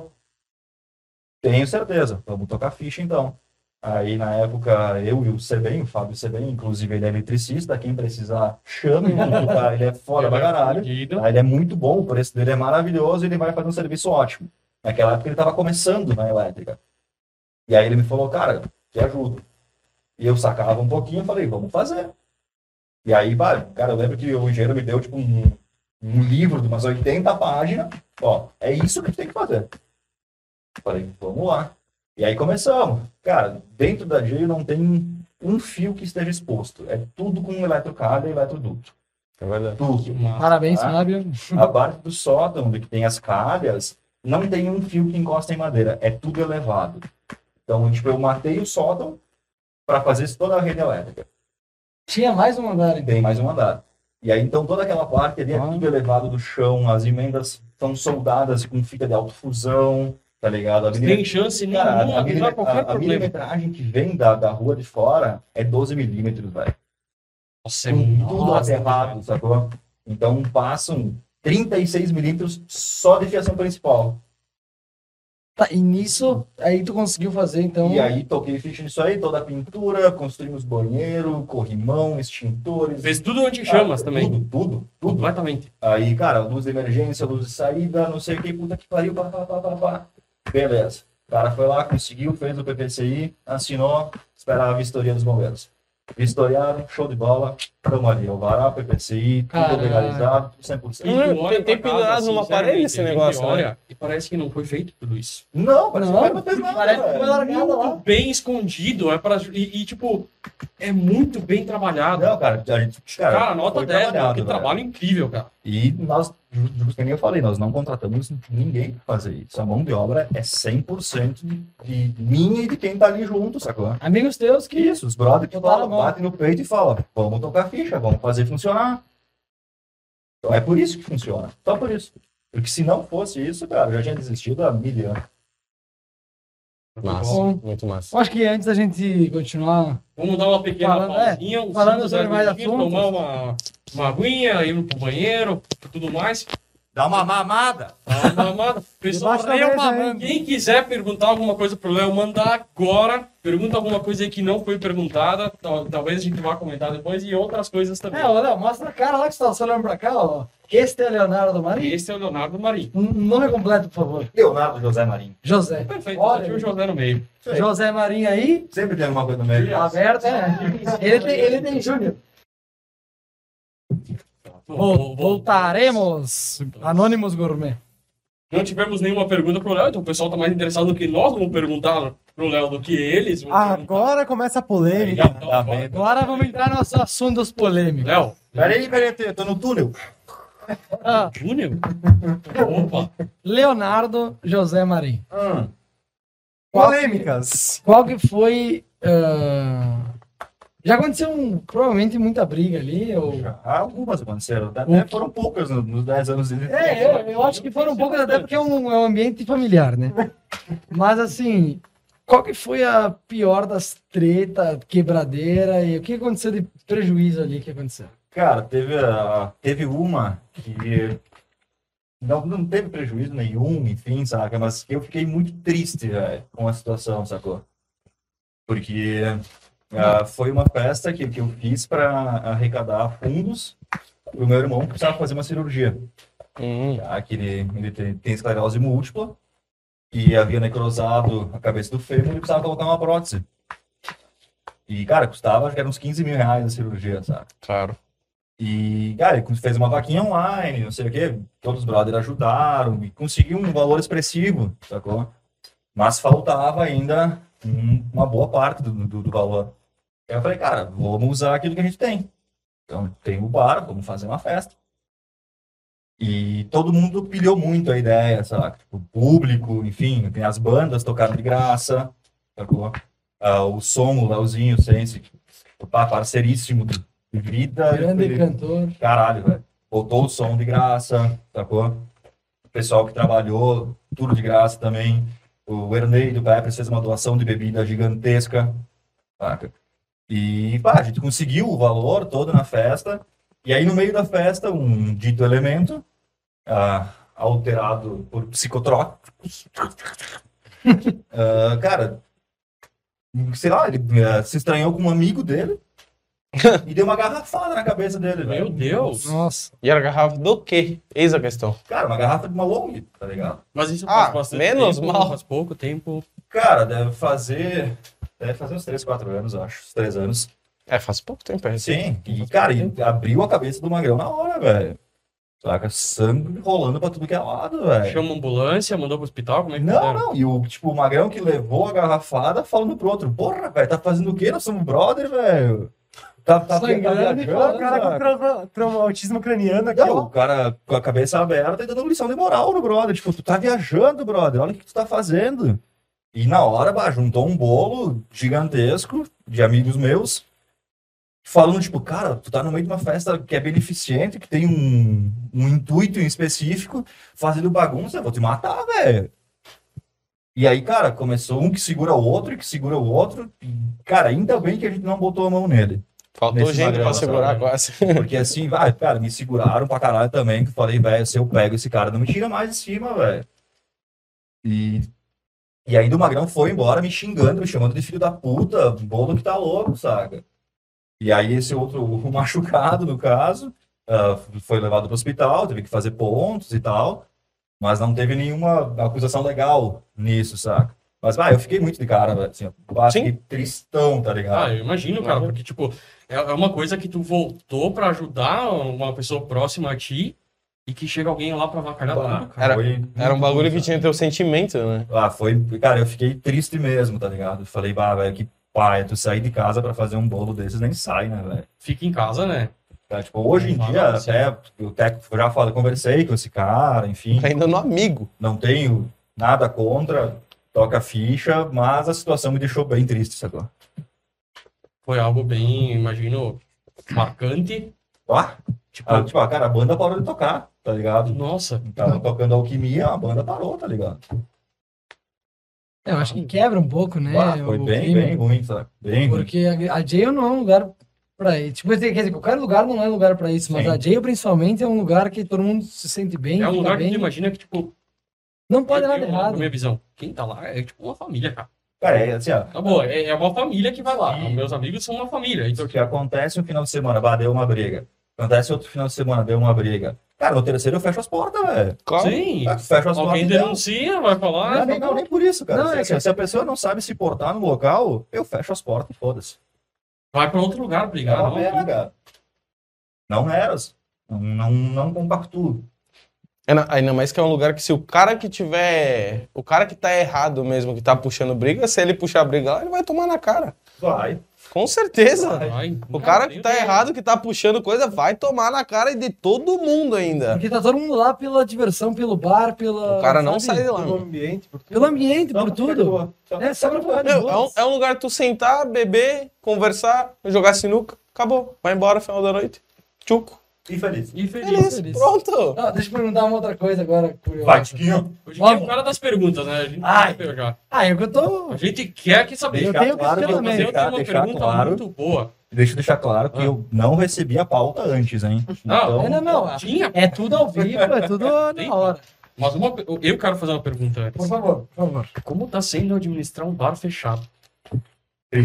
Speaker 4: Tenho certeza. Vamos tocar ficha então. Aí na época eu e o Sebem, o Fábio Sebem, inclusive ele é eletricista, quem precisar chame, mano, tá? ele é foda pra caralho.
Speaker 1: Fudido.
Speaker 4: Tá? Ele é muito bom, o preço dele é maravilhoso, ele vai fazer um serviço ótimo. Naquela época ele estava começando na elétrica. E aí ele me falou, cara, te ajudo. E eu sacava um pouquinho e falei, vamos fazer. E aí, pá, cara, eu lembro que o engenheiro me deu tipo um, um livro de umas 80 páginas. Ó, é isso que tem que fazer. Eu Falei, vamos lá. E aí começamos. Cara, dentro da GEI não tem um fio que esteja exposto. É tudo com eletrocada e eletroduto.
Speaker 5: É verdade.
Speaker 4: Tudo.
Speaker 2: Parabéns,
Speaker 4: Ah.
Speaker 2: Fábio.
Speaker 4: A parte do sótão, onde que tem as calhas, não tem um fio que encosta em madeira. É tudo elevado. Então, tipo, eu matei o sótão para fazer isso toda a rede elétrica.
Speaker 2: Tinha mais um andar,
Speaker 4: E
Speaker 2: então.
Speaker 4: Tem mais um andar. E aí, então, toda aquela parte ali é
Speaker 2: Ah.
Speaker 4: tudo elevado do chão, as emendas são soldadas com fita de autofusão, tá ligado? A
Speaker 1: Tem chance
Speaker 4: Cara, a,
Speaker 1: nenhuma de dar
Speaker 4: milime-
Speaker 1: qualquer
Speaker 4: a- a
Speaker 1: problema.
Speaker 4: milimetragem que vem da, da rua de fora é 12 milímetros, velho.
Speaker 1: Nossa, é
Speaker 4: Com tudo
Speaker 1: muito
Speaker 4: aterrado, sacou? Então passam 36 milímetros só de fiação principal.
Speaker 2: Tá, e nisso, aí tu conseguiu fazer, então.
Speaker 4: E aí toquei ficha nisso aí, toda a pintura, construímos banheiro, corrimão, extintores.
Speaker 1: Fez tudo anti-chamas
Speaker 4: Ah,
Speaker 1: também.
Speaker 4: Tudo, tudo, tudo.
Speaker 1: Completamente.
Speaker 4: Aí, cara, luz de emergência, luz de saída, não sei o que, puta que pariu, pá, pá, pá, pá, pá. Beleza. O cara foi lá, conseguiu, fez o PPCI, assinou, esperava a vistoria dos bombeiros. Vistoriaram, show de bola, Estamos ali, Alvará, PPCI, tudo
Speaker 2: Caralho.
Speaker 4: legalizado, 100%.
Speaker 5: Hum, tem- tem pendurado
Speaker 1: assim,
Speaker 5: numa parede esse negócio, né?
Speaker 1: Olha, e parece que não foi feito tudo isso.
Speaker 4: Não, parece
Speaker 2: Não,
Speaker 4: que não fez nada.
Speaker 2: parece que
Speaker 4: velho.
Speaker 2: foi largada lá.
Speaker 1: Bem escondido, é para e, e, tipo, é muito bem trabalhado.
Speaker 4: Não, cara, a gente. Cara,
Speaker 1: cara, nota
Speaker 4: foi
Speaker 1: 10,
Speaker 4: trabalhado,
Speaker 1: cara, que
Speaker 4: velho.
Speaker 1: trabalho incrível, cara.
Speaker 4: E nós, ju- ju- que nem eu falei, nós não contratamos ninguém para fazer isso. A mão de obra é 100% de, de minha e de quem tá ali junto, sacou?
Speaker 2: Amigos teus que
Speaker 4: Isso, os brothers que
Speaker 2: Botaram a
Speaker 4: falam,
Speaker 2: mão.
Speaker 4: batem no peito e falam, vamos tocar ficha, vamos fazer funcionar. Então é por isso que funciona, só por isso. Porque se não fosse isso, cara, eu já tinha desistido há mil anos.
Speaker 5: Massa,
Speaker 2: Bom.
Speaker 5: muito massa.
Speaker 2: Eu acho que antes da gente continuar,
Speaker 1: Vamos dar uma pequena
Speaker 2: Falando- é,
Speaker 1: pausinha, uns
Speaker 2: falando
Speaker 1: cinco,
Speaker 2: sobre
Speaker 1: dez
Speaker 2: mais
Speaker 1: minutinhos,
Speaker 2: assuntos.
Speaker 1: tomar uma, uma aguinha, ir pro banheiro, tudo mais.
Speaker 4: Dá uma mamada!
Speaker 1: Tá, mamada. Pessoal,
Speaker 2: Debaixo da
Speaker 1: Léo
Speaker 2: mesa,
Speaker 1: Mamãe,
Speaker 2: hein?
Speaker 1: quem quiser perguntar alguma coisa pro Léo, manda agora. Pergunta alguma coisa aí que não foi perguntada. Tal- Talvez a gente vá comentar depois e outras coisas também.
Speaker 2: é, ô, Léo, mostra a cara lá que você tá só olhando pra cá, ó. Este é Leonardo Marinho.
Speaker 1: Esse é o Leonardo Marinho.
Speaker 2: N- Nome completo, por favor.
Speaker 4: Leonardo José Marinho.
Speaker 2: José.
Speaker 1: Perfeito.
Speaker 2: Olha,
Speaker 1: Olha, tinha o José no meio.
Speaker 4: Isso aí.
Speaker 2: José Marinho aí,
Speaker 4: Sempre tem alguma coisa no meio.
Speaker 1: Yes.
Speaker 2: aberto, é. Ele tem, ele tem Júnior. Vol- Voltaremos. Anônimos Gourmet.
Speaker 1: Não tivemos nenhuma pergunta pro Léo, então o pessoal tá mais interessado no que nós vamos perguntar pro Léo do que eles. vão perguntar.
Speaker 3: Agora começa a polêmica.
Speaker 1: Então,
Speaker 4: Tá
Speaker 1: bora.
Speaker 4: vendo?
Speaker 2: Agora vamos entrar nos assuntos polêmicos.
Speaker 1: Léo,
Speaker 4: Peraí, peraí, eu tô no túnel.
Speaker 2: Ah,
Speaker 1: Júnior? Opa,
Speaker 2: Leonardo José Marinho.
Speaker 4: Hum.
Speaker 3: Polêmicas.
Speaker 2: Qual que foi. ah, Já aconteceu um, provavelmente muita briga ali. Ou...
Speaker 4: Já tá algumas aconteceram, até foram poucas no- nos 10 anos. de-
Speaker 2: É, eu, eu acho que foram poucas, até porque é um, é um ambiente familiar, né? Mas assim, qual que foi a pior das treta, quebradeira e o que aconteceu de prejuízo ali que aconteceu?
Speaker 4: Cara, teve, a- teve uma que não, não teve prejuízo nenhum, enfim, saca? Mas eu fiquei muito triste, velho, com a situação, sacou? Porque ah, foi uma festa que, que eu fiz para arrecadar fundos pro meu irmão que precisava fazer uma cirurgia.
Speaker 5: Hum,
Speaker 4: Tá? Que ele, ele tem, tem esclerose múltipla e havia necrosado a cabeça do fêmur e precisava colocar uma prótese. E, cara, custava, acho que era uns 15 mil reais a cirurgia, saca?
Speaker 5: claro.
Speaker 4: E, cara, ele fez uma vaquinha online, não sei o quê, todos os brothers ajudaram e conseguiu um valor expressivo, sacou? Mas faltava ainda um- uma boa parte do, do, do valor. Aí eu falei, cara, vamos usar aquilo que a gente tem. Então, tem o bar, vamos fazer uma festa. E todo mundo pilhou muito a ideia, saca? Tipo, o público, enfim, tem as bandas tocaram de graça, sacou? Ah, o som, o Leozinho, o Sense, pá, parceiríssimo de vida.
Speaker 2: Grande
Speaker 4: ele-
Speaker 2: cantor.
Speaker 4: Caralho, velho. Botou o som de graça, sacou? O pessoal que trabalhou, tudo de graça também. O Ernei do Peppers fez uma doação de bebida gigantesca, saca? E, pá, a gente conseguiu o valor todo na festa. E aí, no meio da festa, um dito elemento, ah, alterado por psicotrópicos, ah, cara, sei lá, ele ah, se estranhou com um amigo dele e deu uma garrafada na cabeça dele, velho.
Speaker 1: meu Deus.
Speaker 2: Nossa.
Speaker 5: E era garrafa do quê? Eis a questão.
Speaker 4: Cara, uma garrafa de uma long, tá ligado?
Speaker 1: Mas isso
Speaker 5: Ah,
Speaker 1: faz bastante
Speaker 5: menos
Speaker 1: tempo,
Speaker 5: mal.
Speaker 1: Faz pouco tempo.
Speaker 4: Cara, deve fazer. Deve fazer uns 3, 4 anos, acho. Uns 3 anos.
Speaker 5: É, faz pouco tempo, é recente.
Speaker 4: Sim. E, cara, e abriu a cabeça do Magrão na hora, velho. Saca? Sangue rolando pra tudo que é lado, velho.
Speaker 1: Chama a ambulância, mandou pro hospital, como é que
Speaker 4: Não,
Speaker 1: fizeram?
Speaker 4: não. E o, tipo, o Magrão que levou a garrafada falando pro outro: Porra, velho, tá fazendo o quê? Nós somos brother, velho. Tá, tá, tá
Speaker 2: Sangrando e
Speaker 4: viajando,
Speaker 3: O cara com
Speaker 4: saca?
Speaker 3: trauma- trauma- autismo craniano aqui,
Speaker 4: Não, o
Speaker 3: ó.
Speaker 4: cara com a cabeça aberta e dando lição de moral no brother. Tipo, tu tá viajando, brother. Olha o que tu tá fazendo. E na hora, bah, juntou um bolo gigantesco de amigos meus. Falando, tipo, cara, tu tá no meio de uma festa que é beneficente, que tem um, um intuito em específico, fazendo bagunça, eu vou te matar, velho. E aí, cara, começou um que segura o outro, e que segura o outro. E, cara, ainda bem que a gente não botou a mão nele.
Speaker 5: Faltou
Speaker 4: Nesse
Speaker 5: gente pra
Speaker 4: magrelo,
Speaker 5: segurar
Speaker 4: sabe?
Speaker 5: quase.
Speaker 4: Porque assim, vai, cara, me seguraram pra caralho também. Que eu falei, velho, se eu pego esse cara, não me tira mais de cima, velho. E, e ainda o Magrão foi embora me xingando, me chamando de filho da puta, bolo que tá louco, saca? E aí esse outro, o machucado, no caso, ah, foi levado pro hospital, teve que fazer pontos e tal. Mas não teve nenhuma acusação legal nisso, saca? Mas, ah, eu fiquei muito de cara, velho, assim, ó. Bah,
Speaker 5: Sim.
Speaker 4: fiquei tristão, tá
Speaker 1: Ah,
Speaker 4: ligado?
Speaker 1: eu imagino, cara, porque, tipo, é é uma coisa que tu voltou pra ajudar uma pessoa próxima a ti e que chega alguém lá pra avacalhar
Speaker 4: Bah,
Speaker 1: tudo.
Speaker 4: cara,
Speaker 5: Ah, Era-
Speaker 4: foi-
Speaker 5: Era um bagulho que tinha teu sentimento, né?
Speaker 4: Ah, foi, cara, eu fiquei triste mesmo, tá ligado? Eu Falei, bah, velho, que pai, tu sair de casa pra fazer um bolo desses nem sai, né, velho?
Speaker 1: Fica em casa, né?
Speaker 4: Tá, Tipo, hoje em
Speaker 1: Não,
Speaker 4: dia,
Speaker 1: não, sim.
Speaker 4: até o Teco já falei, conversei com esse cara, enfim,
Speaker 5: Ainda Tá no amigo.
Speaker 4: não tenho nada contra, toca ficha, mas a situação me deixou bem triste, sacou?
Speaker 1: Foi algo bem, imagino, marcante.
Speaker 4: Ah,
Speaker 1: Tipo,
Speaker 4: ah, tipo, ah, cara, a banda parou de tocar, tá ligado?
Speaker 1: nossa,
Speaker 4: Tava tocando alquimia, a banda parou, tá ligado?
Speaker 2: É, eu acho que quebra um pouco,
Speaker 1: É,
Speaker 2: né?
Speaker 4: Ah, foi
Speaker 2: o
Speaker 4: bem,
Speaker 2: clima.
Speaker 4: bem ruim, sabe? Bem ruim.
Speaker 2: Porque a, a jail não é um lugar pra ir. Tipo, quer dizer, qualquer lugar não é lugar pra isso, mas
Speaker 4: Sim.
Speaker 2: a jail principalmente é um lugar que todo mundo se sente bem,
Speaker 1: é um
Speaker 2: fica
Speaker 1: lugar que É
Speaker 2: bem.
Speaker 1: tu imagina que, tipo,
Speaker 2: Não pode
Speaker 1: eu-
Speaker 2: nada
Speaker 1: eu-
Speaker 2: errado.
Speaker 1: Na minha visão, quem tá lá é tipo uma família, cara.
Speaker 4: Cara, é assim, ó,
Speaker 1: Tá bom, é, é uma família que vai lá.
Speaker 4: Sim.
Speaker 1: Meus amigos são uma família. Então,
Speaker 4: Isso que acontece um final de semana, bah, deu uma briga. Acontece outro final de semana, deu uma briga. Cara, no terceiro eu fecho as portas, velho.
Speaker 5: Claro.
Speaker 1: sim,
Speaker 4: Eu Fecho as
Speaker 1: alguém
Speaker 4: portas. e deu.
Speaker 1: denuncia, vai falar.
Speaker 4: Não, nem, não, nem por isso, cara.
Speaker 2: Não, é
Speaker 4: se,
Speaker 2: que-
Speaker 4: se a pessoa não sabe se portar no local, eu fecho as portas e foda-se.
Speaker 1: Vai pra outro lugar
Speaker 4: É
Speaker 1: brigar.
Speaker 4: uma
Speaker 1: não.
Speaker 4: pena, cara. Não eras. Não, não, não compactuo.
Speaker 5: É, na- Ainda mais que é um lugar que se o cara que tiver. O cara que tá errado mesmo, que tá puxando briga, se ele puxar briga lá, ele vai tomar na cara.
Speaker 4: Vai.
Speaker 5: Com certeza.
Speaker 1: Vai.
Speaker 5: O
Speaker 1: Não,
Speaker 5: cara
Speaker 1: tem
Speaker 5: que tá errado, que tá puxando coisa, vai tomar na cara de todo mundo ainda.
Speaker 2: Porque tá todo mundo lá pela diversão, pelo bar, pela.
Speaker 5: É. O cara não sai de lá.
Speaker 3: Pelo
Speaker 5: mano.
Speaker 3: um ambiente, por
Speaker 2: Pelo ambiente,
Speaker 4: Não,
Speaker 2: por tudo.
Speaker 4: perdoa. Então,
Speaker 2: É, só pra falar de
Speaker 5: Meu, é, um,
Speaker 2: boas.
Speaker 5: é um lugar tu sentar, beber, conversar, jogar sinuca, acabou. Vai embora final da noite. Tchuco.
Speaker 4: Infeliz.
Speaker 1: E feliz.
Speaker 5: Beleza,
Speaker 2: feliz.
Speaker 5: pronto.
Speaker 2: Ah, deixa eu perguntar uma outra coisa agora, curiosa.
Speaker 4: Vai, Tiquinho.
Speaker 1: Hoje em dia é o
Speaker 2: Vamos.
Speaker 1: cara das perguntas, né? A gente não
Speaker 4: Ai.
Speaker 1: quer pegar.
Speaker 2: Ah, eu que eu tô.
Speaker 1: A gente quer que saber.
Speaker 4: Deixa
Speaker 2: Eu tenho
Speaker 4: claro,
Speaker 1: Mas eu
Speaker 2: questionamento.
Speaker 1: tenho
Speaker 4: deixar,
Speaker 1: uma
Speaker 4: deixar
Speaker 1: pergunta
Speaker 4: claro.
Speaker 1: muito boa.
Speaker 4: Deixa eu deixar claro que
Speaker 1: Ah.
Speaker 4: eu não recebi a pauta antes, hein? Então,
Speaker 1: Não.
Speaker 2: É, não, não.
Speaker 1: Tinha,
Speaker 2: É tudo ao vivo, é tudo
Speaker 1: Tem.
Speaker 2: na hora.
Speaker 1: mas uma, pe- eu quero fazer uma pergunta antes.
Speaker 2: Por favor, por favor.
Speaker 1: Como tá sendo administrar um bar fechado?
Speaker 4: Triste.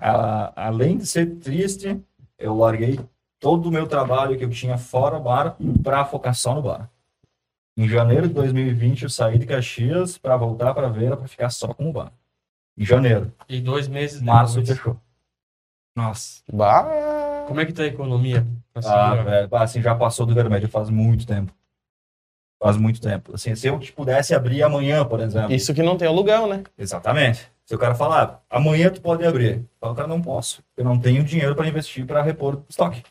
Speaker 4: A- além de ser triste, eu larguei todo o meu trabalho que eu tinha fora o bar para focar só no bar. Em janeiro de 2020, eu saí de Caxias para voltar para Vera para ficar só com o bar. Em janeiro.
Speaker 1: E dois meses
Speaker 4: Março
Speaker 1: depois.
Speaker 4: fechou. Nossa.
Speaker 5: Bah.
Speaker 1: Como é que tá a economia? Assim,
Speaker 4: Ah,
Speaker 1: ó.
Speaker 4: velho, assim, já passou do vermelho faz muito tempo. Faz muito tempo. Assim, se eu pudesse abrir amanhã, por exemplo.
Speaker 5: Isso que não tem aluguel, né?
Speaker 4: Exatamente. Se o cara falar, amanhã tu pode abrir, fala, cara, não posso. Eu não tenho dinheiro para investir para repor estoque.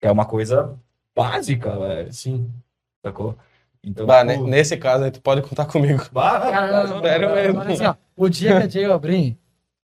Speaker 4: É uma coisa básica, velho,
Speaker 1: Sim.
Speaker 4: sacou? Então,
Speaker 5: Bah, né,
Speaker 4: tipo,
Speaker 5: ne- nesse caso aí, tu pode contar comigo.
Speaker 4: bah,
Speaker 2: Ah, Cara,
Speaker 4: cara,
Speaker 5: sério
Speaker 4: cara,
Speaker 5: mesmo.
Speaker 2: Agora, assim, ó, o dia que a Jay abrir,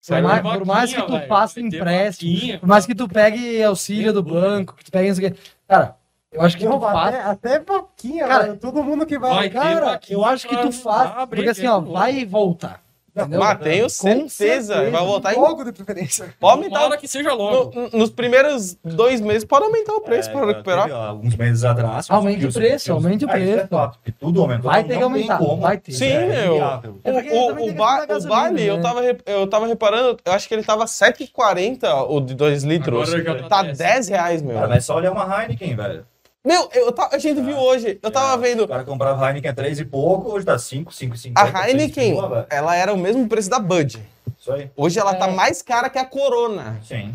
Speaker 2: por
Speaker 1: Vai ter
Speaker 2: mais, por mais que
Speaker 1: vaquinha,
Speaker 2: tu
Speaker 1: velho.
Speaker 2: faça
Speaker 1: Vai ter
Speaker 2: empréstimo,
Speaker 1: vaquinha.
Speaker 2: por mais que tu pegue auxílio do banco, que tu pegue isso aqui. Cara, eu acho que
Speaker 3: Eu
Speaker 2: tu
Speaker 3: vou
Speaker 2: faz.
Speaker 3: até, até vaquinha,
Speaker 2: Cara,
Speaker 3: mano. Todo mundo que
Speaker 1: vai
Speaker 3: vai.
Speaker 1: ter
Speaker 2: Cara,
Speaker 1: vaquinha
Speaker 2: eu acho que
Speaker 1: pra
Speaker 2: tu faz.
Speaker 1: ajudar a
Speaker 2: Porque assim, ó,
Speaker 1: briga.
Speaker 2: vai voltar. Entendeu?
Speaker 5: Bah, tenho certeza. Vai voltar em.
Speaker 3: Logo de
Speaker 4: É,
Speaker 3: preferência.
Speaker 5: Pode aumentar.
Speaker 1: Tomara que seja
Speaker 5: o-
Speaker 1: logo.
Speaker 5: no- nos primeiros dois meses, pode aumentar o preço
Speaker 4: é,
Speaker 5: pra recuperar.
Speaker 4: teve, ó, alguns meses atrás.
Speaker 2: Aumente
Speaker 4: conseguiu,
Speaker 2: o preço,
Speaker 4: conseguiu.
Speaker 2: aumente o
Speaker 4: Ah, isso é
Speaker 2: preço.
Speaker 4: fato, que tudo aumentou.
Speaker 2: Vai
Speaker 4: não
Speaker 2: ter que
Speaker 4: tem
Speaker 2: aumentar.
Speaker 4: como.
Speaker 2: Vai ter.
Speaker 5: Sim,
Speaker 4: É
Speaker 5: meu.
Speaker 4: inviável.
Speaker 5: O,
Speaker 2: É porque também
Speaker 5: o,
Speaker 2: tem
Speaker 5: o,
Speaker 2: que
Speaker 5: ba-
Speaker 2: gastar
Speaker 5: o
Speaker 2: gasolina,
Speaker 5: baile, eu,
Speaker 2: né?
Speaker 5: tava, rep- eu tava reparando, eu acho que ele tava 7,40 o de 2 litros.
Speaker 1: Agora já tá
Speaker 5: Tá
Speaker 1: 10.
Speaker 5: 10 reais, meu.
Speaker 4: Cara, mas só olhar uma Heineken, velho.
Speaker 5: Meu, eu, ta- a gente viu hoje, eu tava
Speaker 4: O
Speaker 5: vendo.
Speaker 4: cara comprava Heineken a 3 e pouco, hoje tá 5, 5, 5.
Speaker 5: A Heineken, ela era o mesmo preço da Bud.
Speaker 4: Isso aí.
Speaker 5: Hoje ela tá
Speaker 2: É.
Speaker 5: mais cara que a Corona.
Speaker 4: Sim.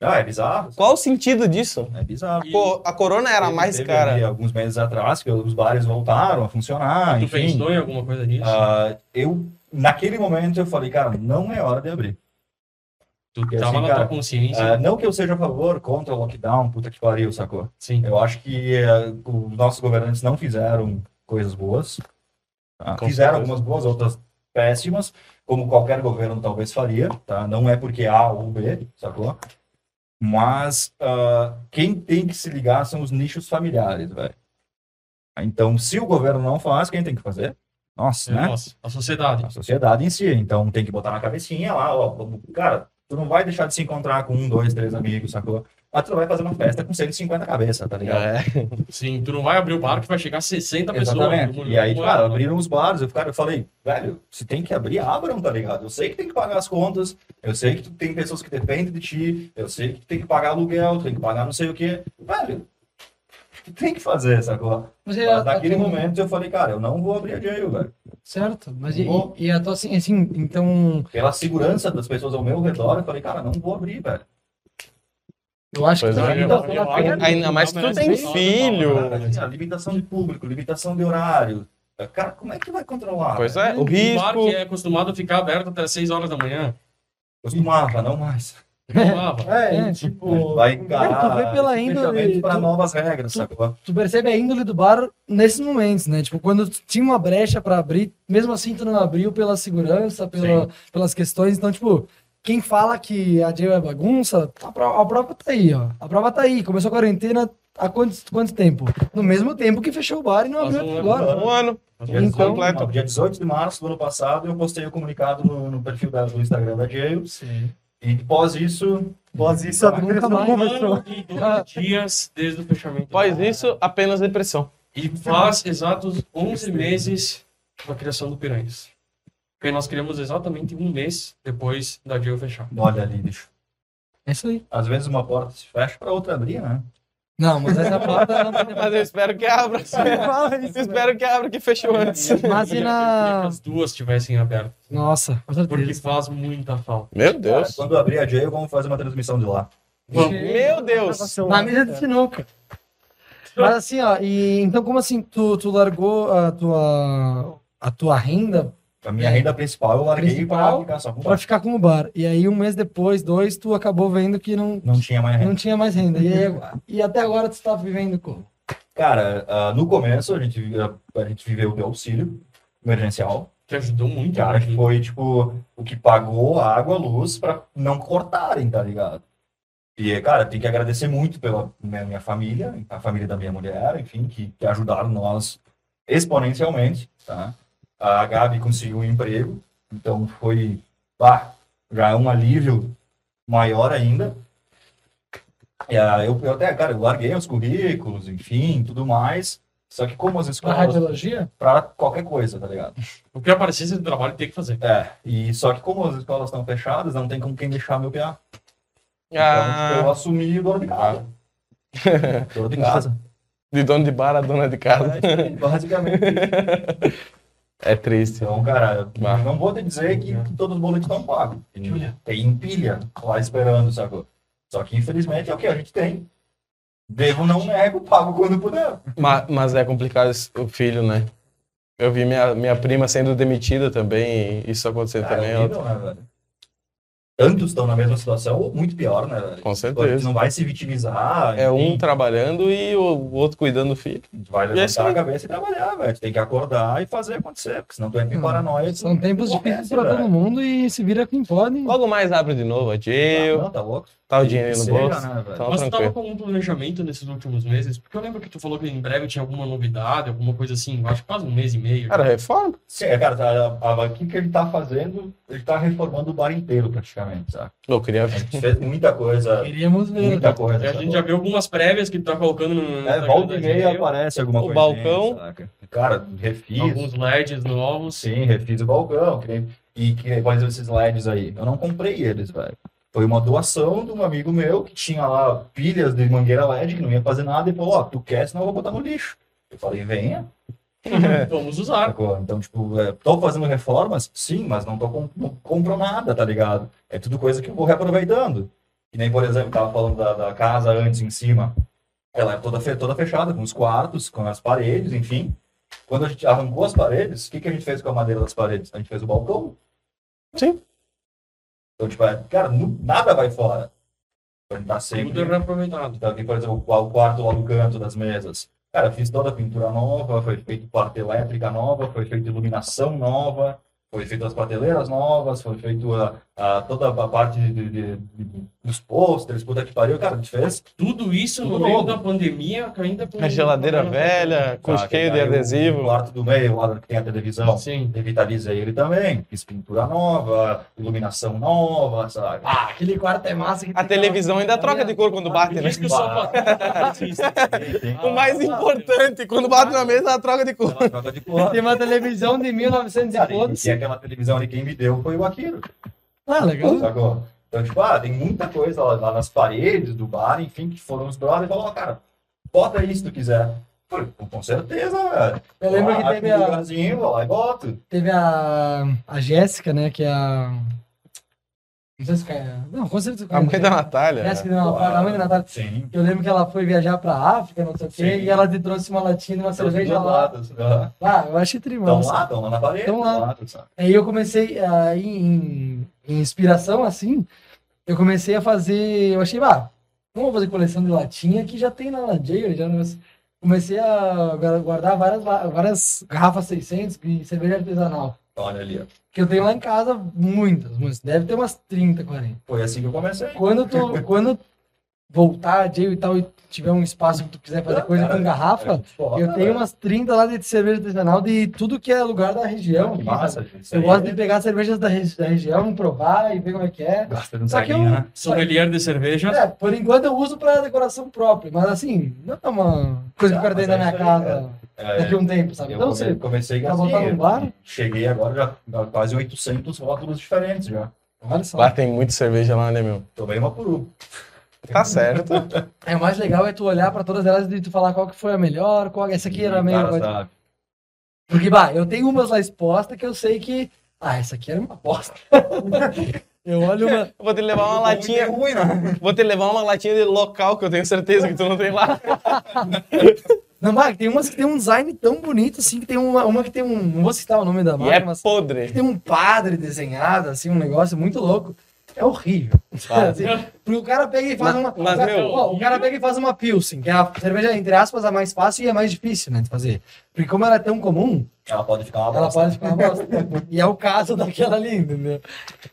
Speaker 4: Ah, é bizarro.
Speaker 5: Qual o sentido disso?
Speaker 4: É bizarro.
Speaker 1: E
Speaker 5: Pô, a Corona era
Speaker 4: Teve-
Speaker 5: mais
Speaker 4: teve
Speaker 5: cara.
Speaker 4: ali alguns meses atrás que os bares voltaram a funcionar,
Speaker 1: tu
Speaker 4: enfim.
Speaker 1: pensou em alguma coisa nisso?
Speaker 4: Ah, eu, naquele momento, eu falei, cara, não é hora de abrir.
Speaker 1: tu
Speaker 4: porque
Speaker 1: tava
Speaker 4: assim,
Speaker 1: na
Speaker 4: cara,
Speaker 1: tua consciência.
Speaker 4: Ah, não que eu seja a favor, contra o lockdown, puta que pariu, sacou?
Speaker 1: Sim.
Speaker 4: Eu acho que eh, os nossos governantes não fizeram coisas boas. tá?
Speaker 5: Com
Speaker 4: Fizeram
Speaker 5: certeza.
Speaker 4: algumas boas, outras péssimas, como qualquer governo talvez faria, tá? Não é porque A ou B, sacou? Mas ah, quem tem que se ligar são os nichos familiares, velho. Então, se o governo não faz, quem tem que fazer? Nossa,
Speaker 1: É,
Speaker 4: né?
Speaker 1: Nossa, a sociedade.
Speaker 4: A sociedade em si. Então, tem que botar na cabecinha lá, ó, vamos- cara, tu não vai deixar de se encontrar com um, dois, três amigos, sacou? Mas tu não vai fazer uma festa com 150 cabeças, tá ligado?
Speaker 5: É.
Speaker 1: Sim, tu não vai abrir o bar que vai chegar 60
Speaker 5: Tá
Speaker 1: pessoas.
Speaker 4: Exatamente.
Speaker 1: todo mundo
Speaker 4: E aí,
Speaker 1: junto,
Speaker 4: cara,
Speaker 1: né?
Speaker 4: abriram os bares. Eu, cara, eu falei, velho, se tem que abrir, abram, tá ligado? Eu sei que tem que pagar as contas, eu sei que tu tem pessoas que dependem de ti, eu sei que tu tem que pagar aluguel, tu tem que pagar não sei o quê. Velho, que tem que fazer, sacou?
Speaker 2: Mas
Speaker 4: Mas naquele
Speaker 2: até-
Speaker 4: momento eu falei, cara, eu não vou abrir a jail, velho.
Speaker 2: Certo, mas e,
Speaker 4: Bom.
Speaker 2: e, e a tua, assim, assim, então,
Speaker 4: Pela segurança das pessoas ao meu redor, eu falei, cara, não vou abrir, velho.
Speaker 2: eu acho
Speaker 5: Pois
Speaker 2: que
Speaker 5: é,
Speaker 2: a vida
Speaker 4: eu-
Speaker 2: toda
Speaker 4: eu-
Speaker 2: ela tem-
Speaker 4: eu-
Speaker 5: Ainda mais que tu tem filho.
Speaker 4: Cara, assim, ó, limitação de público, limitação de horário. Cara, como é que vai controlar?
Speaker 5: Pois
Speaker 4: velho?
Speaker 5: é, o
Speaker 1: O bar que
Speaker 5: risco.
Speaker 1: é acostumado a ficar aberto até 6 horas da manhã.
Speaker 4: Costumava, não mais.
Speaker 1: Eu falava.
Speaker 3: É,
Speaker 2: É,
Speaker 3: e, tipo.
Speaker 4: Vai
Speaker 2: tu vê
Speaker 4: encarar
Speaker 2: pela
Speaker 4: esse
Speaker 2: índole
Speaker 4: fechamento pra
Speaker 2: do-
Speaker 4: novas regras, sacou?
Speaker 2: tu percebe a índole do bar nesses momentos, né? Tipo, quando tu tinha uma brecha pra abrir, mesmo assim tu não abriu pela segurança, pela, pelas questões. Então, tipo, quem fala que a jail é bagunça, a prova, a prova tá aí, ó. A prova tá aí. Começou a quarentena há quanto, quanto tempo? No mesmo tempo que fechou o bar e não abriu
Speaker 1: Faz um
Speaker 2: até
Speaker 1: ano,
Speaker 2: agora.
Speaker 5: Um ano.
Speaker 4: Dia 18,
Speaker 5: Então-
Speaker 4: completo. dia 18 de março do ano passado, eu postei o comunicado no, no perfil da, do Instagram da Jail. E após isso, tá
Speaker 3: Após isso, a
Speaker 2: Nunca
Speaker 3: depressão
Speaker 2: mais.
Speaker 3: começou.
Speaker 1: um Ano e dois dias desde o fechamento.
Speaker 5: Após isso, apenas depressão.
Speaker 1: E faz exatos 11 meses da criação do Piranhas. Porque nós criamos exatamente um mês depois da Jail fechar.
Speaker 4: olha ali, bicho.
Speaker 2: É isso aí.
Speaker 4: Às vezes uma porta se fecha pra outra abrir, né?
Speaker 2: Não, mas essa pauta não tem
Speaker 5: Mas eu espero que abra.
Speaker 3: Fala
Speaker 5: Eu
Speaker 3: isso, né?
Speaker 5: espero que abra que fechou antes.
Speaker 2: Mas e na-
Speaker 1: Que as duas tivessem aberto.
Speaker 2: Nossa, com certeza.
Speaker 1: Porque faz muita falta.
Speaker 5: Meu
Speaker 4: Cara,
Speaker 5: Deus.
Speaker 4: quando abrir a Jail, vamos fazer uma transmissão de lá.
Speaker 1: Vamos.
Speaker 5: Meu Deus.
Speaker 3: Gravação,
Speaker 2: Na
Speaker 3: né?
Speaker 2: mesa de sinuca. Mas assim, ó, e então como assim, tu, tu largou a tua, a tua renda
Speaker 4: A minha renda principal eu larguei
Speaker 2: Principal,
Speaker 4: pra ficar só com
Speaker 2: pra ficar com o bar. E aí um mês depois, dois, tu acabou vendo que não,
Speaker 4: Não tinha mais renda.
Speaker 2: não tinha mais renda. E, aí- e até agora tu tá vivendo como?
Speaker 4: Cara, ah, no começo a gente, ah, a gente viveu de auxílio emergencial.
Speaker 1: Que ajudou muito.
Speaker 4: Cara,
Speaker 1: né?
Speaker 4: que foi tipo o que pagou a água, a luz pra não cortarem, tá ligado? E, cara, tem que agradecer muito pela minha, minha família, a família da minha mulher, enfim, que, que ajudaram nós exponencialmente, tá? A Gabi conseguiu um emprego, então foi, bah, já é um alívio maior ainda. E, ah, eu, eu até, cara, eu larguei os currículos, enfim, tudo mais. Só que como as
Speaker 2: Pra
Speaker 4: escolas,
Speaker 2: radiologia?
Speaker 4: pra qualquer coisa, tá ligado?
Speaker 1: O que aparecesse do trabalho tem que fazer.
Speaker 4: É, e só que como as escolas estão fechadas, não tem com quem deixar meu PA. Então,
Speaker 5: Ah,
Speaker 4: eu assumi o dono de casa. dono de casa. É
Speaker 5: de dono de bar a dona de casa.
Speaker 4: Basicamente.
Speaker 5: É triste.
Speaker 4: Então, cara,
Speaker 5: Bah. Uhum.
Speaker 4: eu não vou te dizer que, que todos os boletos estão pagos. Tipo, Tem pilha lá esperando, sacou? Só que infelizmente é o que a gente tem. Devo, não nego, pago quando puder.
Speaker 5: Ma- Mas, é complicado esse- o filho, né? Eu vi minha, minha prima sendo demitida também, e isso acontecendo
Speaker 4: Cara,
Speaker 5: também.
Speaker 4: é
Speaker 5: ela-
Speaker 4: horrível, né, velho? Tantos estão na mesma situação, ou muito pior, né, velho?
Speaker 5: com
Speaker 4: A gente
Speaker 5: certeza.
Speaker 4: não vai se vitimizar.
Speaker 5: É
Speaker 4: enfim.
Speaker 5: um trabalhando e o outro cuidando do filho.
Speaker 4: Vai
Speaker 5: E é isso
Speaker 4: levantar
Speaker 5: aí.
Speaker 4: a cabeça e trabalhar, velho. Tu Tem que acordar e fazer acontecer, porque senão tu entra em paranoia. tu
Speaker 2: Hum. São tempos
Speaker 4: enlouquece,
Speaker 2: difíceis pra
Speaker 4: velho.
Speaker 2: todo mundo e se vira quem pode.
Speaker 5: Logo mais abre de novo,
Speaker 4: Ah,
Speaker 5: adieu,
Speaker 4: não, tá louco?
Speaker 5: tá o dinheiro no
Speaker 4: Seja,
Speaker 5: bolso.
Speaker 4: né, velho?
Speaker 5: Tá
Speaker 1: Mas tu tava
Speaker 5: tranquilo.
Speaker 1: com algum planejamento nesses últimos meses? Porque eu lembro que tu falou que em breve tinha alguma novidade, alguma coisa assim, eu acho que quase um mês e meio.
Speaker 5: Cara, reforma.
Speaker 4: Sim, cara, tá- a- a- o que que ele tá fazendo? Ele tá reformando o bar inteiro, praticamente, sabe?
Speaker 5: Eu queria
Speaker 4: A
Speaker 5: ver.
Speaker 4: gente fez muita coisa,
Speaker 2: Queríamos ver.
Speaker 4: muita coisa.
Speaker 1: Já- a
Speaker 4: sabe?
Speaker 1: gente já viu algumas prévias que tu tá colocando no. no
Speaker 4: É,
Speaker 1: Instagram
Speaker 4: volta e
Speaker 1: da
Speaker 4: meia
Speaker 1: Gmail,
Speaker 4: aparece alguma
Speaker 5: né? O
Speaker 4: coisa.
Speaker 5: balcão.
Speaker 4: Cara, refiz.
Speaker 1: Alguns LEDs novos.
Speaker 4: Sim, refiz o balcão. que nem- E que, quais esses LEDs aí? Eu não comprei eles, velho. Foi uma doação de um amigo meu que tinha lá pilhas de mangueira LED que não ia fazer nada e falou: Ó, tu quer, senão eu vou botar no lixo. Eu falei: Venha.
Speaker 1: Vamos usar.
Speaker 4: sacou? Então, tipo, é, tô fazendo reformas? Sim, mas não tô com, não compro nada, tá ligado? É tudo coisa que eu vou reaproveitando. Que nem, por exemplo, tava falando da, da casa antes em cima. Ela é toda, fe- toda fechada, com os quartos, com as paredes, enfim. Quando a gente arrancou as paredes, o que, que a gente fez com a madeira das paredes? A gente fez o balcão.
Speaker 5: Sim.
Speaker 4: Então, tipo, é, cara, nu- nada vai fora. Então, a gente tá
Speaker 1: Tudo é
Speaker 4: sempre.
Speaker 1: reaproveitado.
Speaker 4: Então, aqui, por exemplo, o quarto lá no canto das mesas. Cara, fiz toda a pintura nova, foi feito parte elétrica nova, foi feita iluminação nova, foi feito as prateleiras novas, foi feito a, a- toda a parte de- de- de- dos pôsteres, puta que pariu. Cara, a gente fez
Speaker 1: Tudo isso no
Speaker 4: Tudo
Speaker 1: meio
Speaker 4: novo.
Speaker 1: da pandemia, ainda com.
Speaker 5: A geladeira
Speaker 1: Hum.
Speaker 5: velha, com
Speaker 4: Tá,
Speaker 5: cheio de
Speaker 4: daí o-
Speaker 5: adesivo.
Speaker 4: O quarto do meio, lá que tem a televisão.
Speaker 1: Sim.
Speaker 4: Revitalizei ele também. Fiz pintura nova, iluminação nova, sabe?
Speaker 2: Ah, aquele quarto é massa. que
Speaker 5: A
Speaker 2: tem
Speaker 5: televisão ainda
Speaker 2: aquela-
Speaker 5: troca de cor quando bate,
Speaker 1: Me
Speaker 5: né?
Speaker 1: diz que só Ah,
Speaker 4: Tem
Speaker 5: O mais importante, quando bate na mesa, ela troca de cor.
Speaker 4: aquela troca de cor.
Speaker 2: Tem uma televisão de 1900 e
Speaker 4: Cara, e, e
Speaker 2: foda-se.
Speaker 4: aquela televisão ali, quem me deu foi o Akiro.
Speaker 2: Ah, legal.
Speaker 4: Sacou? Então, tipo, ah, tem muita coisa lá, lá nas paredes do bar, enfim, que foram os brothers e falaram, ó, cara, Bota aí se tu quiser. Pô, com certeza, velho.
Speaker 2: Eu lembro que
Speaker 4: Ah,
Speaker 2: teve
Speaker 4: aqui no
Speaker 2: a,
Speaker 4: lugarzinho, vou lá e boto.
Speaker 2: teve a, a Jéssica, né? Que é a. Não sei se é. Não, com certeza.
Speaker 5: A mãe da Natália.
Speaker 2: Jéssica, não, a mãe da Natália.
Speaker 4: Sim.
Speaker 2: Eu lembro que ela foi viajar pra África, não sei o quê,
Speaker 4: Sim.
Speaker 2: e ela te trouxe uma latinha e uma cerveja lá. Ah, eu achei trimão.
Speaker 5: Então,
Speaker 4: Estão lá, estão lá na parede.
Speaker 2: Tão lá.
Speaker 4: tão tu sabe?
Speaker 2: Aí eu comecei a, em, em inspiração, assim, eu comecei a fazer. Eu achei, ah, vamos fazer coleção de latinha que já tem na Langeiro, já não- Comecei a gua- guardar várias, la- várias garrafas 600 de cerveja artesanal.
Speaker 4: Olha ali, ó.
Speaker 2: Que eu tenho lá em casa muitas, muitas. Deve ter umas 30, 40.
Speaker 4: Foi assim que eu comecei.
Speaker 2: Quando eu tô, quando eu voltar, a Jail e tal, e tiver um espaço que tu quiser fazer coisa com garrafa, eu tenho
Speaker 4: né?
Speaker 2: umas 30 lá de cerveja artesanal de tudo que é lugar da
Speaker 4: Que
Speaker 2: região. aqui, sabe?
Speaker 4: massa, gente. Isso
Speaker 2: Eu
Speaker 4: aí
Speaker 2: gosto
Speaker 4: é-
Speaker 2: de pegar cervejas da, regi- da região, provar e ver como é que é.
Speaker 4: Gosta de um
Speaker 2: Só que eu-
Speaker 4: saguinho, né?
Speaker 1: Sommelier de cerveja.
Speaker 2: É, por enquanto eu uso para decoração própria, mas assim, não é uma coisa que eu
Speaker 4: Ah,
Speaker 2: guardei
Speaker 4: mas
Speaker 2: na
Speaker 4: é
Speaker 2: minha
Speaker 4: isso aí,
Speaker 2: casa
Speaker 4: É,
Speaker 2: daqui a um tempo, sabe?
Speaker 4: eu
Speaker 2: Então,
Speaker 4: come-
Speaker 2: você
Speaker 4: comecei
Speaker 2: pra
Speaker 4: assim,
Speaker 2: botar num
Speaker 4: eu-
Speaker 2: bar?
Speaker 4: Cheguei agora já, já quase 800 rótulos diferentes já.
Speaker 2: olha só.
Speaker 5: Lá tem muita cerveja lá, né, meu?
Speaker 4: Tomei uma por um. uma.
Speaker 5: Tá certo.
Speaker 2: É, o mais legal é tu olhar para todas elas e tu falar qual que foi a melhor, qual essa aqui era a
Speaker 4: E,
Speaker 2: melhor.
Speaker 4: cara, tá sabe?
Speaker 2: Porque, bah, eu tenho umas lá expostas que eu sei que, ah, essa aqui era uma bosta. eu olho uma,
Speaker 5: Vou ter que levar uma latinha. Vou ter que levar uma latinha de local que eu tenho certeza que tu não tem lá.
Speaker 2: Não, Marco, tem umas que tem um design tão bonito, assim, que tem uma, uma que tem um. Não vou citar o nome da
Speaker 5: E
Speaker 2: marca,
Speaker 5: é
Speaker 2: mas
Speaker 5: podre.
Speaker 2: que tem um padre desenhado, assim, um negócio muito louco. É horrível. Assim, porque o cara pega e faz uma.
Speaker 5: mas,
Speaker 2: o cara-
Speaker 5: meu-
Speaker 2: ó, o cara pega e faz uma Pilsen, que é a cerveja, entre aspas, a mais fácil e a mais difícil, né? De fazer. Porque como ela é tão comum,
Speaker 4: Ela pode ficar uma
Speaker 2: ela
Speaker 4: bosta.
Speaker 2: pode ficar uma bosta. e é o caso daquela ali, entendeu?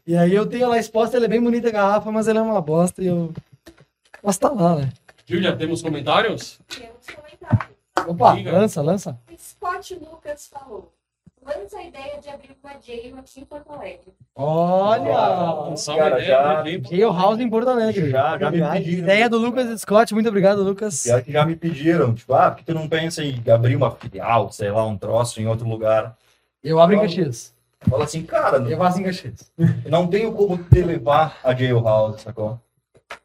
Speaker 2: E aí eu tenho ela exposta, ela é bem bonita a garrafa, mas ela é uma bosta e eu. Mas tá lá, né?
Speaker 1: Júlia, temos comentários?
Speaker 7: Temos comentários.
Speaker 2: Opa,
Speaker 1: Diga.
Speaker 2: lança, lança.
Speaker 7: O Scott Lucas falou: lança a ideia de abrir uma jail aqui em Porto Alegre.
Speaker 2: Olha!
Speaker 1: Um salve
Speaker 4: Cara,
Speaker 1: ideia, né,
Speaker 4: já-
Speaker 1: bem-
Speaker 2: Gale House em Porto Alegre.
Speaker 4: Já, já me pediram.
Speaker 2: Ideia do Lucas Scott, muito obrigado, Lucas.
Speaker 4: Pior que já me pediram, tipo, ah, por que tu não pensa em abrir uma filial, sei lá, um troço em outro lugar?
Speaker 2: Eu abro em Caxias.
Speaker 4: Fala assim, cara,
Speaker 2: Eu faço em Caxias.
Speaker 4: não tenho como te levar a Jailhouse, sacou?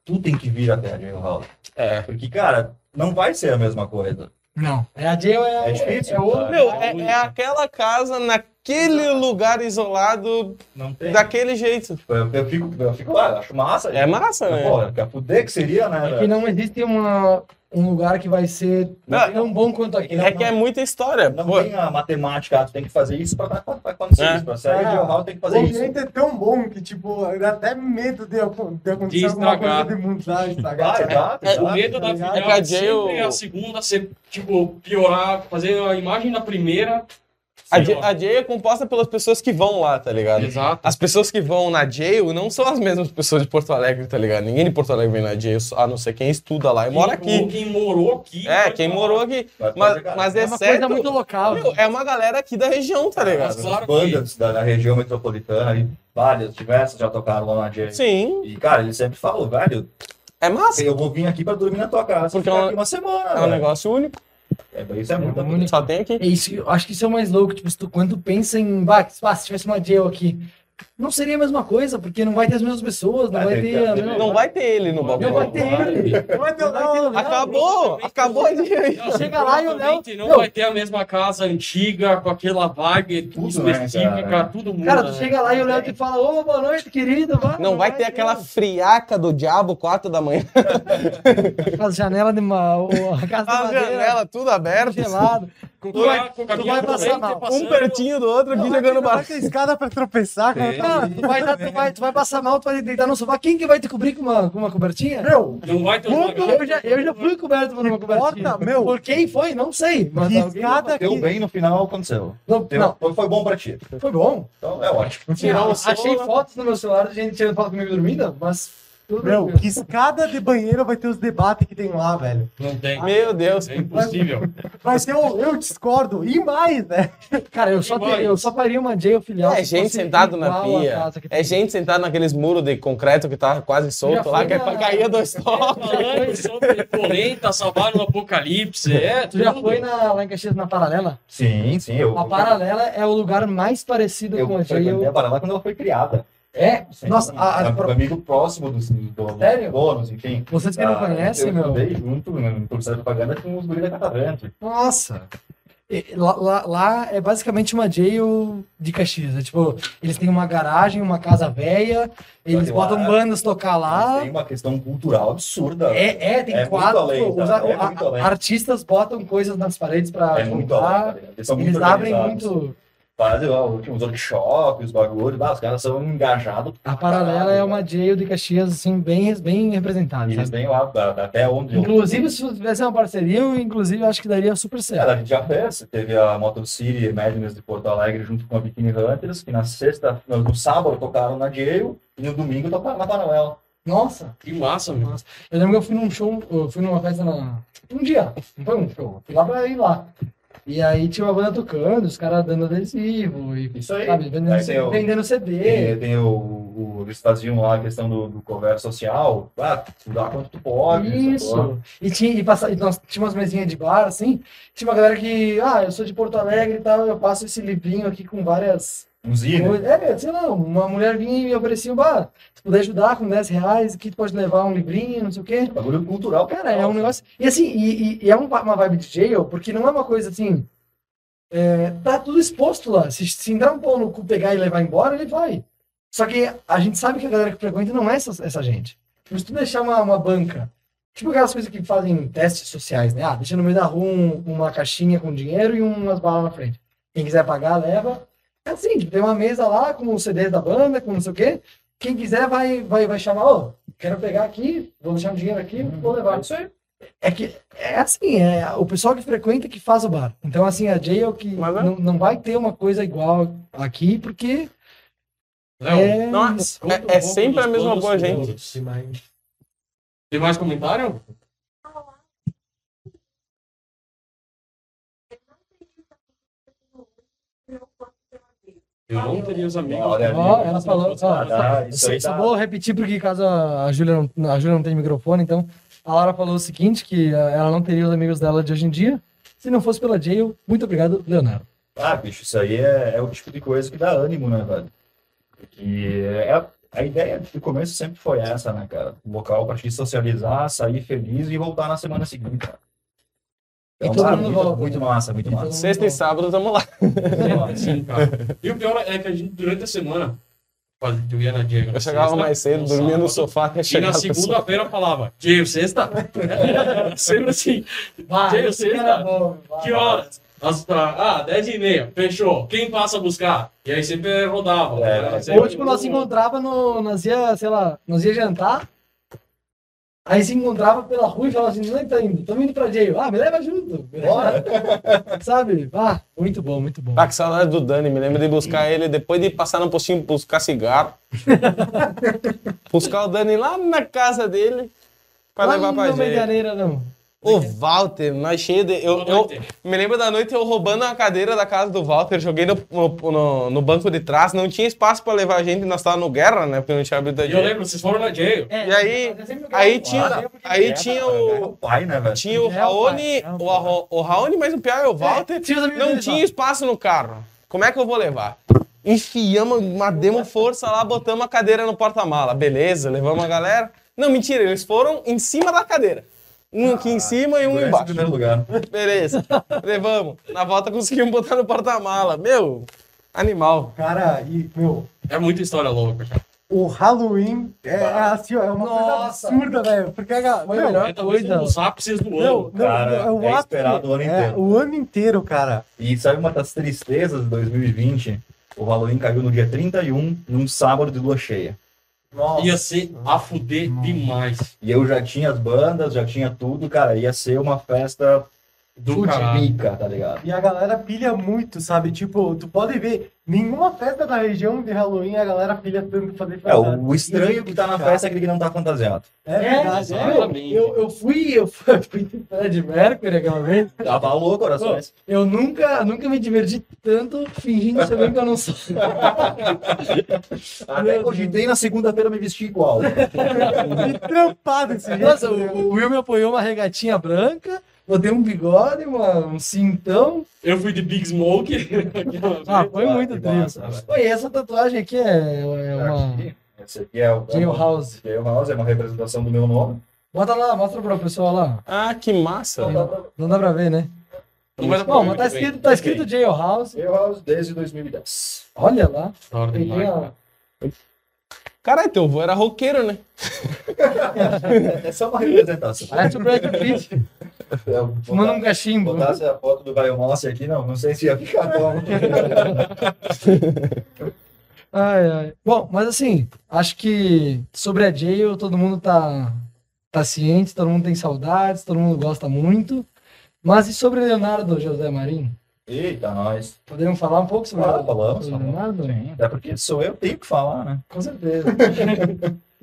Speaker 4: Tu tem que vir até a Jailhouse. É. Porque, cara, não vai ser a mesma coisa.
Speaker 2: Não. É a Jail, é,
Speaker 4: É difícil.
Speaker 2: é outro.
Speaker 4: cara.
Speaker 5: Meu, é, é aquela casa naquele lugar isolado,
Speaker 4: Não tem. Tipo,
Speaker 5: daquele jeito.
Speaker 4: Eu, eu fico, eu fico lá, acho massa.
Speaker 5: É massa, né?
Speaker 4: Pô, quer fuder que seria, né?
Speaker 2: É Que não existe uma, um lugar que vai ser
Speaker 5: Não,
Speaker 2: tão bom quanto aquele.
Speaker 5: É que é muita história.
Speaker 4: Não
Speaker 5: Pô,
Speaker 4: tem a matemática, ah, tu tem que fazer isso pra, pra, pra acontecer
Speaker 5: É.
Speaker 4: isso. Pra sair de jornal tem que fazer
Speaker 3: o
Speaker 4: isso.
Speaker 3: ambiente é tão bom que, tipo, dá até medo de, acon- de acontecer
Speaker 1: De
Speaker 3: alguma
Speaker 1: estragar.
Speaker 3: coisa de mudar, estragar.
Speaker 4: Vai, exato,
Speaker 5: É, o
Speaker 1: O
Speaker 4: exato.
Speaker 1: medo da
Speaker 3: tá ligado?
Speaker 1: filial
Speaker 5: É que a Jail-
Speaker 1: sempre é a segunda ser, tipo, piorar, fazer a imagem da primeira.
Speaker 5: a,
Speaker 1: Sei
Speaker 5: J-
Speaker 1: lá.
Speaker 5: a Jay é composta pelas pessoas que vão lá, tá ligado?
Speaker 1: Exato.
Speaker 5: As pessoas que vão na Jail não são as mesmas pessoas de Porto Alegre, tá ligado? Ninguém de Porto Alegre vem na Jail, a não ser quem estuda lá e mora
Speaker 1: Quem-
Speaker 5: aqui.
Speaker 1: Quem morou aqui.
Speaker 5: É,
Speaker 1: foi
Speaker 5: quem
Speaker 1: pra
Speaker 5: morou
Speaker 1: lá.
Speaker 5: aqui.
Speaker 4: Vai fazer,
Speaker 5: Mas,
Speaker 4: cara.
Speaker 5: mas
Speaker 2: É
Speaker 5: é
Speaker 2: uma coisa
Speaker 5: certo.
Speaker 2: muito local.
Speaker 5: meu, É uma galera aqui da região,
Speaker 4: É,
Speaker 5: tá
Speaker 1: Mas
Speaker 5: ligado?
Speaker 1: claro
Speaker 4: As
Speaker 1: que-
Speaker 4: bandas da, da região metropolitana, e várias, diversas já tocaram lá na Jay.
Speaker 5: Sim,
Speaker 4: E, cara, ele sempre falou, velho,
Speaker 5: é massa.
Speaker 4: eu vou vir aqui pra dormir na tua casa.
Speaker 5: Porque
Speaker 4: ficar
Speaker 5: é um-
Speaker 4: aqui uma semana.
Speaker 5: É um
Speaker 4: velho.
Speaker 5: negócio único,
Speaker 4: É, isso é muito
Speaker 2: único.
Speaker 5: só tem aqui.
Speaker 2: É isso, que- eu acho que isso é o mais louco. Tipo, se tu, quando tu pensa em, bah, que- ah, se tivesse uma Jail aqui, não seria a mesma coisa, porque não vai ter as mesmas pessoas, não
Speaker 4: Vai
Speaker 2: vai
Speaker 4: ter-
Speaker 2: ter a
Speaker 4: tem-
Speaker 2: mesma...
Speaker 5: Não vai ter ele no
Speaker 2: Não vai
Speaker 5: bagulho.
Speaker 2: ter ele.
Speaker 3: Mas deu- não, não,
Speaker 5: Acabou, acabou a Jail.
Speaker 1: Não,
Speaker 2: Chega lá e o Léo-
Speaker 1: provavelmente Não
Speaker 2: Meu.
Speaker 1: vai ter a mesma casa antiga, com aquela vibe tudo
Speaker 4: Tudo, né,
Speaker 1: específica,
Speaker 4: cara?
Speaker 1: tudo muda.
Speaker 2: Cara, tu
Speaker 1: né?
Speaker 2: chega lá e o Léo te fala, ô, boa noite, querido. vá,
Speaker 5: Não vai ter aquela friaca do diabo, 4 da manhã.
Speaker 2: As janelas de uma... o- A casa da
Speaker 5: A
Speaker 2: madeira,
Speaker 5: janela tudo aberta.
Speaker 2: gelado.
Speaker 1: Com
Speaker 2: tu vai-
Speaker 1: com
Speaker 2: tu vai
Speaker 1: caminhão
Speaker 2: passar
Speaker 1: também,
Speaker 2: mal.
Speaker 1: tá passando.
Speaker 5: Um pertinho do outro aqui jogando
Speaker 3: Vai
Speaker 5: barulho.
Speaker 3: ter escada pra tropeçar, cara.
Speaker 4: Tem.
Speaker 3: Não,
Speaker 2: Cara, tu vai, dar- tu, vai, tu vai passar mal, tu vai deitar no sofá. Quem que vai te cobrir com uma, com uma cobertinha?
Speaker 3: Meu,
Speaker 1: Não vai ter
Speaker 2: Puta,
Speaker 1: lugar.
Speaker 2: Um eu, já, eu já fui coberto por uma cobertinha.
Speaker 3: Bota, meu.
Speaker 2: Por quem foi? Não sei. Mas
Speaker 3: que
Speaker 2: alguém-
Speaker 3: escada aqui.
Speaker 4: Deu bem no final, aconteceu.
Speaker 2: não,
Speaker 4: Deu-
Speaker 2: não,
Speaker 4: foi- Foi bom pra ti.
Speaker 2: foi bom.
Speaker 4: Então é ótimo.
Speaker 5: Tirou o sono.
Speaker 2: Achei fotos no meu celular de gente tirando foto comigo dormindo, mas. Tudo
Speaker 3: Meu,
Speaker 2: bem.
Speaker 3: que escada de banheiro vai ter os debates que tem lá, velho.
Speaker 1: Não tem.
Speaker 5: Meu Deus.
Speaker 1: É impossível.
Speaker 3: Vai ter o Eu Discordo e mais, né?
Speaker 2: Cara, eu só,
Speaker 1: que
Speaker 2: te- eu só faria uma jail filial.
Speaker 5: É
Speaker 2: se
Speaker 5: gente
Speaker 2: fosse
Speaker 5: sentado na
Speaker 2: igual a
Speaker 5: pia.
Speaker 2: casa que tem.
Speaker 5: É gente sentado naqueles muros de concreto que tá quase solto
Speaker 2: Já
Speaker 5: lá,
Speaker 2: foi
Speaker 5: que é
Speaker 2: na-
Speaker 5: pra cair dois toques.
Speaker 1: Falando sobre polenta, salvar o apocalipse, é,
Speaker 2: Tu já
Speaker 1: tudo.
Speaker 2: foi na, lá em Caxias na Paralela?
Speaker 4: Sim, sim. Eu,
Speaker 2: A Paralela é o lugar mais parecido
Speaker 4: eu,
Speaker 2: com a
Speaker 4: frequentei
Speaker 2: jail.
Speaker 4: a Paraná quando ela foi criada.
Speaker 2: É? Nossa, a- a-
Speaker 4: Am- um amigo próximo dos, do,
Speaker 2: Sério?
Speaker 4: dos donos, enfim.
Speaker 2: vocês que não
Speaker 4: Ah,
Speaker 2: conhecem,
Speaker 4: eu
Speaker 2: meu.
Speaker 4: andei junto, né, no publicidade de propaganda, com os guris da Catavento.
Speaker 2: Nossa! E- Lá, lá- lá é basicamente uma jail de Caxias. É tipo, eles têm uma garagem, uma casa velha, eles
Speaker 4: Olha lá.
Speaker 2: botam bandas tocar lá.
Speaker 4: Tem uma questão cultural absurda.
Speaker 2: É, é, tem
Speaker 4: É muito
Speaker 2: quadro.
Speaker 4: além, tá?
Speaker 2: os a-
Speaker 4: É
Speaker 2: a-
Speaker 4: muito além.
Speaker 2: artistas botam coisas nas paredes pra
Speaker 4: É muito
Speaker 2: montar.
Speaker 4: além, tá ligado? Eles são
Speaker 2: Eles
Speaker 4: muito
Speaker 2: abrem
Speaker 4: organizados.
Speaker 2: muito.
Speaker 4: Fazem lá, os últimos workshops, os bagulhos. Ah, os caras são engajados.
Speaker 2: A paralela é uma jail de Caxias, assim, bem, bem representada.
Speaker 4: E eles
Speaker 2: sabe?
Speaker 4: vêm lá, da- da- até onde eu
Speaker 2: Inclusive, se tivesse uma parceria, eu inclusive acho que daria super certo.
Speaker 4: Cara, a gente já fez. Teve a Motor City Madness de Porto Alegre junto com a Bikini Hunters, que na sexta, no, no sábado tocaram na Jail e no domingo tocaram na Paralela.
Speaker 2: Nossa!
Speaker 1: Que massa, meu.
Speaker 2: Eu lembro que eu fui num show, eu fui numa festa na. Um dia, não foi um show, eu fui lá pra ir lá. E aí tinha uma banda tocando, os caras dando adesivo e
Speaker 4: Isso aí.
Speaker 2: sabe, vendendo,
Speaker 4: Aí tem o-
Speaker 2: vendendo
Speaker 4: Tem,
Speaker 2: CD.
Speaker 4: tem o, o- Eles faziam lá a questão do, do cover social. Ah, tu dá quanto tu pode. essa porra.
Speaker 2: Isso. E tinha, e passa, e nós tinha umas mesinhas de bar, assim. Tinha uma galera que, ah, eu sou de Porto Alegre e tal, eu passo esse livrinho aqui com várias
Speaker 4: Um zine.
Speaker 2: coisas. É, sei lá, uma mulher vinha e me oferecia, bah, se puder ajudar com 10 reais, aqui tu pode levar um livrinho, não sei o quê.
Speaker 4: Bagulho cultural.
Speaker 2: Cara, é um negócio. E assim, e, e- e é um- uma vibe de jail, porque não é uma coisa assim. é, tá tudo exposto lá. Se, se entrar um pau no cu, pegar e levar embora, ele vai. Só que a gente sabe que a galera que frequenta não é essa, essa gente. Tipo, se tu deixar uma, uma banca, tipo aquelas coisas que fazem testes sociais, né? Ah, deixa no meio da rua um- uma caixinha com dinheiro e umas balas na frente. Quem quiser pagar, leva. É assim, tipo, tem uma mesa lá com o CD da banda, com não sei o quê. Quem quiser vai, vai, vai chamar, ó, quero pegar aqui, vou deixar um dinheiro aqui, vou levar. Isso aí. É que é assim, é o pessoal que frequenta que faz o bar. Então, assim, a Jail que
Speaker 5: Mas é.
Speaker 2: não, não vai ter uma coisa igual aqui, porque
Speaker 1: Léo,
Speaker 2: é-
Speaker 5: Não,
Speaker 1: conta
Speaker 5: é- é
Speaker 1: um pouco
Speaker 5: sempre
Speaker 1: dos
Speaker 5: a mesma
Speaker 1: planos
Speaker 5: coisa,
Speaker 1: futuros. Tem mais comentário? Eu não teria os amigos.
Speaker 4: Olha ali,
Speaker 2: Ó, ela falou,
Speaker 1: Nossa,
Speaker 2: ó,
Speaker 4: Ah,
Speaker 2: Eu
Speaker 4: isso
Speaker 2: Só,
Speaker 4: aí
Speaker 2: só
Speaker 4: dá-
Speaker 2: vou repetir porque caso a Júlia não, a Júlia não tem microfone, então a Laura falou o seguinte, que ah, ela não teria os amigos dela de hoje em dia, se não fosse pela Jail. Muito obrigado, Leonardo.
Speaker 4: Ah, bicho, isso aí é, é o tipo de coisa que dá ânimo, né, velho? Que é, a- a ideia do começo sempre foi essa, né, cara? Um local pra te socializar, sair feliz e voltar na semana seguinte, cara.
Speaker 2: E todo
Speaker 4: ah,
Speaker 2: mundo
Speaker 4: muito,
Speaker 2: volta,
Speaker 4: muito massa, muito
Speaker 2: E todo
Speaker 4: massa.
Speaker 5: Sexta e sábado tamo lá.
Speaker 4: Muito massa.
Speaker 1: Sim, cara. E o pior é que a gente, durante a semana, faz- eu ia na Diego.
Speaker 5: Eu chegava mais cedo, dormia no sofá, até
Speaker 1: E na
Speaker 5: chegar a pessoa.
Speaker 1: segunda-feira eu falava, Diego, sexta? Sempre assim.
Speaker 2: Vai,
Speaker 1: Jail,
Speaker 2: esse cara
Speaker 1: sexta?
Speaker 2: é bom, vai.
Speaker 1: Que horas? As- ah, 10 e meia, fechou. Quem passa buscar? E aí sempre rodava.
Speaker 4: É,
Speaker 1: Era
Speaker 4: é.
Speaker 1: sempre
Speaker 2: Ou tipo, nós se encontrava no. Nós ia, sei lá, nós ia jantar. Aí se encontrava pela rua e falava assim, não tá indo, estamos indo pra Jail. Ah, me leva junto. Bora. Sabe? Ah, muito bom, muito bom.
Speaker 5: Ah, que saudade do Dani. Me lembro de buscar ele depois de passar no postinho buscar cigarro. buscar o Dani lá na casa dele pra
Speaker 2: Lá
Speaker 5: levar pra
Speaker 2: Não é
Speaker 5: gente.
Speaker 2: medianeira, não.
Speaker 5: O Walter, nós cheio de. Eu,
Speaker 1: Boa
Speaker 5: eu-
Speaker 1: noite.
Speaker 5: me lembro da noite eu roubando a cadeira da casa do Walter, joguei no, no- no- no banco de trás, não tinha espaço pra levar a gente, nós tava no guerra, né? Porque não tinha abrido a
Speaker 1: E eu
Speaker 5: gente.
Speaker 1: lembro, vocês foram na jail.
Speaker 5: E aí, aí tinha, aí tinha
Speaker 4: É o
Speaker 5: o.
Speaker 4: pai, né, velho?
Speaker 5: Tinha o
Speaker 2: É, o
Speaker 5: Raoni,
Speaker 2: pai, é, o
Speaker 5: o, Arro- o Raoni, mas o pior é o Walter.
Speaker 2: tinha os amigos
Speaker 5: não
Speaker 2: dele
Speaker 5: tinha
Speaker 2: lá.
Speaker 5: espaço no carro. Como é que eu vou levar? Enfiamos, uma demo força lá, botamos a cadeira no porta-mala. Beleza, levamos a galera. Não, mentira, eles foram em cima da cadeira. Um aqui em cima e um
Speaker 4: Esse é o
Speaker 5: embaixo.
Speaker 4: primeiro lugar.
Speaker 5: Beleza, levamos. Na volta conseguimos botar no porta-mala. Meu, animal.
Speaker 3: Cara, e, meu,
Speaker 1: É muita história louca, cara.
Speaker 3: o Halloween é, é assim, ó, é uma
Speaker 2: Nossa.
Speaker 3: coisa absurda, velho. Porque a galera.
Speaker 2: Foi a melhor
Speaker 1: É, talvez
Speaker 2: coisa.
Speaker 1: um dos ápices do
Speaker 3: Não,
Speaker 1: ano.
Speaker 3: não,
Speaker 4: Cara,
Speaker 3: é o
Speaker 4: é
Speaker 3: ápice-
Speaker 4: esperado o ano
Speaker 3: é,
Speaker 4: inteiro.
Speaker 3: o ano inteiro, cara.
Speaker 4: E sabe uma das tristezas de 2020? O Halloween caiu no dia 31, num sábado de lua cheia.
Speaker 1: Ia ser a fuder demais.
Speaker 4: E eu já tinha as bandas, já tinha tudo, cara. Ia ser uma festa
Speaker 1: Do caralho.
Speaker 4: rica, tá ligado?
Speaker 3: E a galera pilha muito, sabe? Tipo, tu pode ver, nenhuma festa da região de Halloween a galera pilha tanto fazer
Speaker 4: É,
Speaker 3: festa.
Speaker 4: o o estranho que tá na festa é aquele que não tá fantasiado.
Speaker 3: É verdade,
Speaker 2: é,
Speaker 3: é.
Speaker 1: exatamente.
Speaker 2: eu, eu fui, eu fui, eu fui de Fred Mercury aquela vez.
Speaker 4: Tava louco, corações.
Speaker 2: Eu nunca, nunca me diverti tanto fingindo saber que eu não sou.
Speaker 4: Até cogitei na segunda-feira me vestir igual.
Speaker 3: Que trampado esse jeito.
Speaker 2: né? Nossa, o, o Will me apoiou uma regatinha branca, Botei um bigode, uma, um cintão.
Speaker 1: Eu fui de Big Smoke. aquela
Speaker 2: Ah,
Speaker 1: vez.
Speaker 2: foi muito
Speaker 4: que massa,
Speaker 2: triste.
Speaker 4: velho. Tá
Speaker 2: Oi, essa tatuagem aqui é, é uma
Speaker 4: Aqui, Esse aqui é o.
Speaker 2: Jailhouse.
Speaker 4: Jailhouse é uma representação do meu nome.
Speaker 2: Bota lá, mostra pro pessoal lá.
Speaker 5: Ah, que massa.
Speaker 4: Então, tá, tá.
Speaker 2: Não dá pra ver, né?
Speaker 1: Não vai dar
Speaker 2: Bom,
Speaker 1: problema,
Speaker 2: mas tá
Speaker 1: tudo bem,
Speaker 2: escrito,
Speaker 1: tudo
Speaker 2: tá escrito Jailhouse.
Speaker 4: Jailhouse desde 2010.
Speaker 2: Olha lá.
Speaker 1: bem. Da hora
Speaker 2: Peguei
Speaker 1: demais,
Speaker 2: a-
Speaker 1: cara.
Speaker 5: Caralho, teu avô era roqueiro, né?
Speaker 4: Essa é uma representação.
Speaker 2: Parece o Brad Pitt
Speaker 4: Eu vou
Speaker 2: fumando É, tipo, um
Speaker 4: botar-
Speaker 2: cachimbo.
Speaker 4: Botasse a foto do Biomass aqui, não, não sei se ia ficar bom.
Speaker 2: Ai, ai. Bom, mas assim, acho que sobre a Jail todo mundo tá, tá ciente, todo mundo tem saudades, todo mundo gosta muito. Mas e sobre Leonardo José Marinho?
Speaker 4: Eita, nós.
Speaker 2: Podemos falar um pouco sobre
Speaker 4: Claro, falamos,
Speaker 2: sobre
Speaker 4: falamos.
Speaker 2: Leonardo?
Speaker 4: Até porque sou eu, tenho que falar, né?
Speaker 2: Com certeza.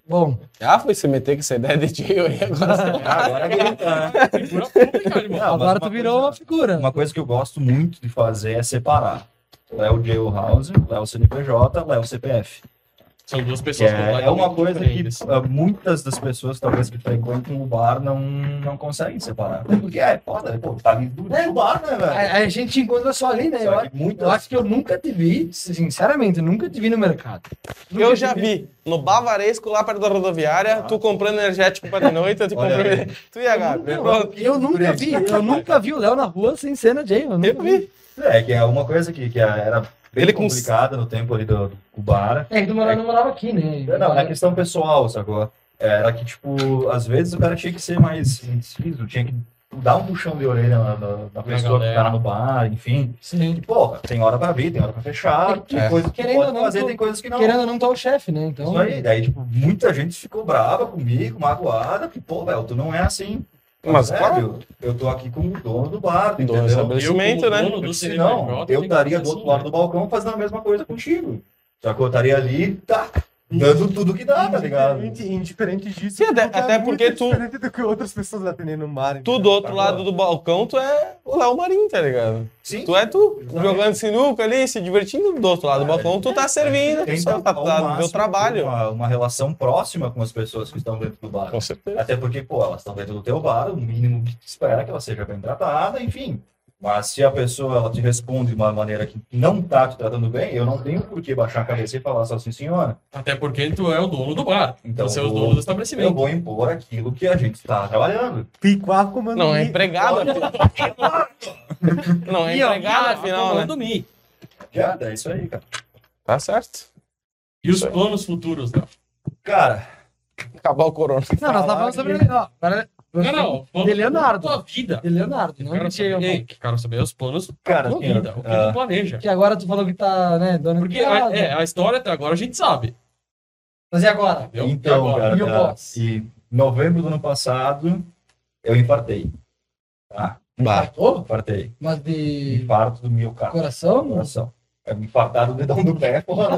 Speaker 2: Bom,
Speaker 5: Ah, foi se meter com essa ideia de Jail aí agora.
Speaker 4: Ah, Agora é
Speaker 1: Figura pública, irmão.
Speaker 4: Não, É, mas
Speaker 2: agora
Speaker 4: uma
Speaker 2: tu virou uma
Speaker 4: coisa-
Speaker 2: figura.
Speaker 4: Uma coisa que eu gosto muito de fazer é separar. Léo Jailhouse, Léo CNPJ, Léo CPF.
Speaker 1: São duas
Speaker 4: Que
Speaker 1: pessoas
Speaker 4: é, é uma coisa que
Speaker 1: diferentes.
Speaker 4: ah, muitas das pessoas, talvez, que frequentam o bar não, não conseguem separar. Até Porque é foda, pô, tá ali do
Speaker 2: É.
Speaker 4: do bar, né, velho?
Speaker 2: A, a gente te encontra só ali, né? Eu,
Speaker 4: Só
Speaker 2: acho-
Speaker 4: que muitas-
Speaker 2: eu acho que eu nunca te vi, sinceramente, eu nunca te vi no mercado. Nunca
Speaker 5: Eu
Speaker 2: te
Speaker 5: já vi no Bavaresco, lá perto da rodoviária, tu comprando energético para de noite, eu te
Speaker 4: Olha
Speaker 5: comprei. Tu e a Gabi.
Speaker 2: Não, eu nunca vi, eu nunca vi o Léo na rua sem cena de Jail. nunca
Speaker 5: Eu vi.
Speaker 4: É, que é uma coisa que, que era bem
Speaker 5: Ele com-
Speaker 4: complicada no tempo ali do, do bar.
Speaker 2: É que tu morava, não morava aqui, né?
Speaker 4: Não, não, é questão pessoal, sacou? É, Era que, tipo, às vezes o cara tinha que ser mais inciso, tinha que dar um puxão de orelha na, na, na pessoa que
Speaker 1: galera.
Speaker 4: tá no bar, enfim.
Speaker 2: Sim.
Speaker 4: E, porra, tem hora pra vir, tem hora pra fechar, tem
Speaker 5: É.
Speaker 4: coisa que
Speaker 2: Querendo
Speaker 4: pode
Speaker 2: ou não,
Speaker 4: fazer,
Speaker 2: tu-
Speaker 4: tem coisas que não.
Speaker 2: Querendo ou não, tá o chefe, né? Então.
Speaker 4: Isso aí, daí, tipo, muita gente ficou brava comigo, magoada, que, pô, Léo, tu não é assim.
Speaker 5: Mas
Speaker 4: é,
Speaker 5: claro.
Speaker 4: meu, eu tô aqui com o dono do bar, tu
Speaker 5: Dono do
Speaker 4: entendeu?
Speaker 5: estabele- estabelecimento, né?
Speaker 1: dono do
Speaker 4: Porque
Speaker 1: CNPJ,
Speaker 4: senão, eu
Speaker 1: tem que
Speaker 4: estaria
Speaker 1: fazer
Speaker 4: do outro
Speaker 1: assim,
Speaker 2: né?"
Speaker 4: lado do balcão fazendo a mesma coisa contigo. Só que eu estaria ali, tá, dando tudo que dá, tá ligado?
Speaker 3: Indiferente, indiferente disso.
Speaker 5: Sim, até-
Speaker 3: tu tá
Speaker 5: até porque
Speaker 3: muito
Speaker 5: tu-
Speaker 3: Diferente do que outras pessoas atendendo no mar.
Speaker 5: Tu do
Speaker 3: entendeu? Tá
Speaker 5: outro lado do balcão, tu é o Léo Marinho, tá ligado?
Speaker 4: Sim.
Speaker 5: Tu é tu, jogando sinuca ali, se divertindo do outro lado do balcão, tu tá servindo, tu
Speaker 4: Tenta
Speaker 5: tá, tá,
Speaker 4: ao
Speaker 5: tá no teu
Speaker 4: máximo
Speaker 5: trabalho.
Speaker 4: Uma, uma relação próxima com as pessoas que estão dentro do bar.
Speaker 5: Com certeza.
Speaker 4: Até porque, pô, elas estão dentro do teu bar, o mínimo que se espera é que ela seja bem tratada, enfim. Mas se a pessoa ela te responde de uma maneira que não tá te tratando bem, eu não tenho por que baixar a cabeça e falar só assim, senhora.
Speaker 1: Até porque tu é o dono do bar.
Speaker 4: Então,
Speaker 1: você é
Speaker 4: eu
Speaker 1: o
Speaker 4: vou-
Speaker 1: dono do
Speaker 4: Eu
Speaker 1: estabelecimento.
Speaker 4: vou impor aquilo que a gente está trabalhando.
Speaker 3: Picuá comando.
Speaker 5: Não, é empregado. afinal. Não, é
Speaker 1: E, ó,
Speaker 5: empregado,
Speaker 1: tá
Speaker 5: afinal, né?
Speaker 1: tomando mim.
Speaker 4: Já, é isso aí, cara.
Speaker 5: Tá certo.
Speaker 1: E os planos futuros, né?
Speaker 4: Cara,
Speaker 5: Acabar o corona.
Speaker 2: Não, nós tá falando sobre. Ó, agora-
Speaker 1: Não, não. planos
Speaker 2: De Leonardo.
Speaker 1: da tua vida.
Speaker 2: De Leonardo, né? não
Speaker 1: Quero
Speaker 2: de Jail.
Speaker 1: saber, Ei, quero saber os planos da
Speaker 4: cara,
Speaker 1: tua
Speaker 4: assim,
Speaker 1: vida. O que
Speaker 4: ah,
Speaker 1: tu planeja?
Speaker 2: Que agora tu falou que tá, né, dona
Speaker 1: Porque
Speaker 2: de
Speaker 1: a,
Speaker 2: casa.
Speaker 1: é, a história até agora a gente sabe.
Speaker 2: Mas e agora?
Speaker 1: entendeu? E
Speaker 4: Então,
Speaker 1: agora?
Speaker 4: cara,
Speaker 2: E o
Speaker 4: tá,
Speaker 2: boss?
Speaker 4: em novembro do ano passado, eu infartei. Tá?
Speaker 5: Bah.
Speaker 2: Ô,
Speaker 4: Infartei.
Speaker 2: mas de
Speaker 4: Infarto do miocárdio.
Speaker 2: coração?
Speaker 4: Coração. É me infartar do dedão do pé, porra.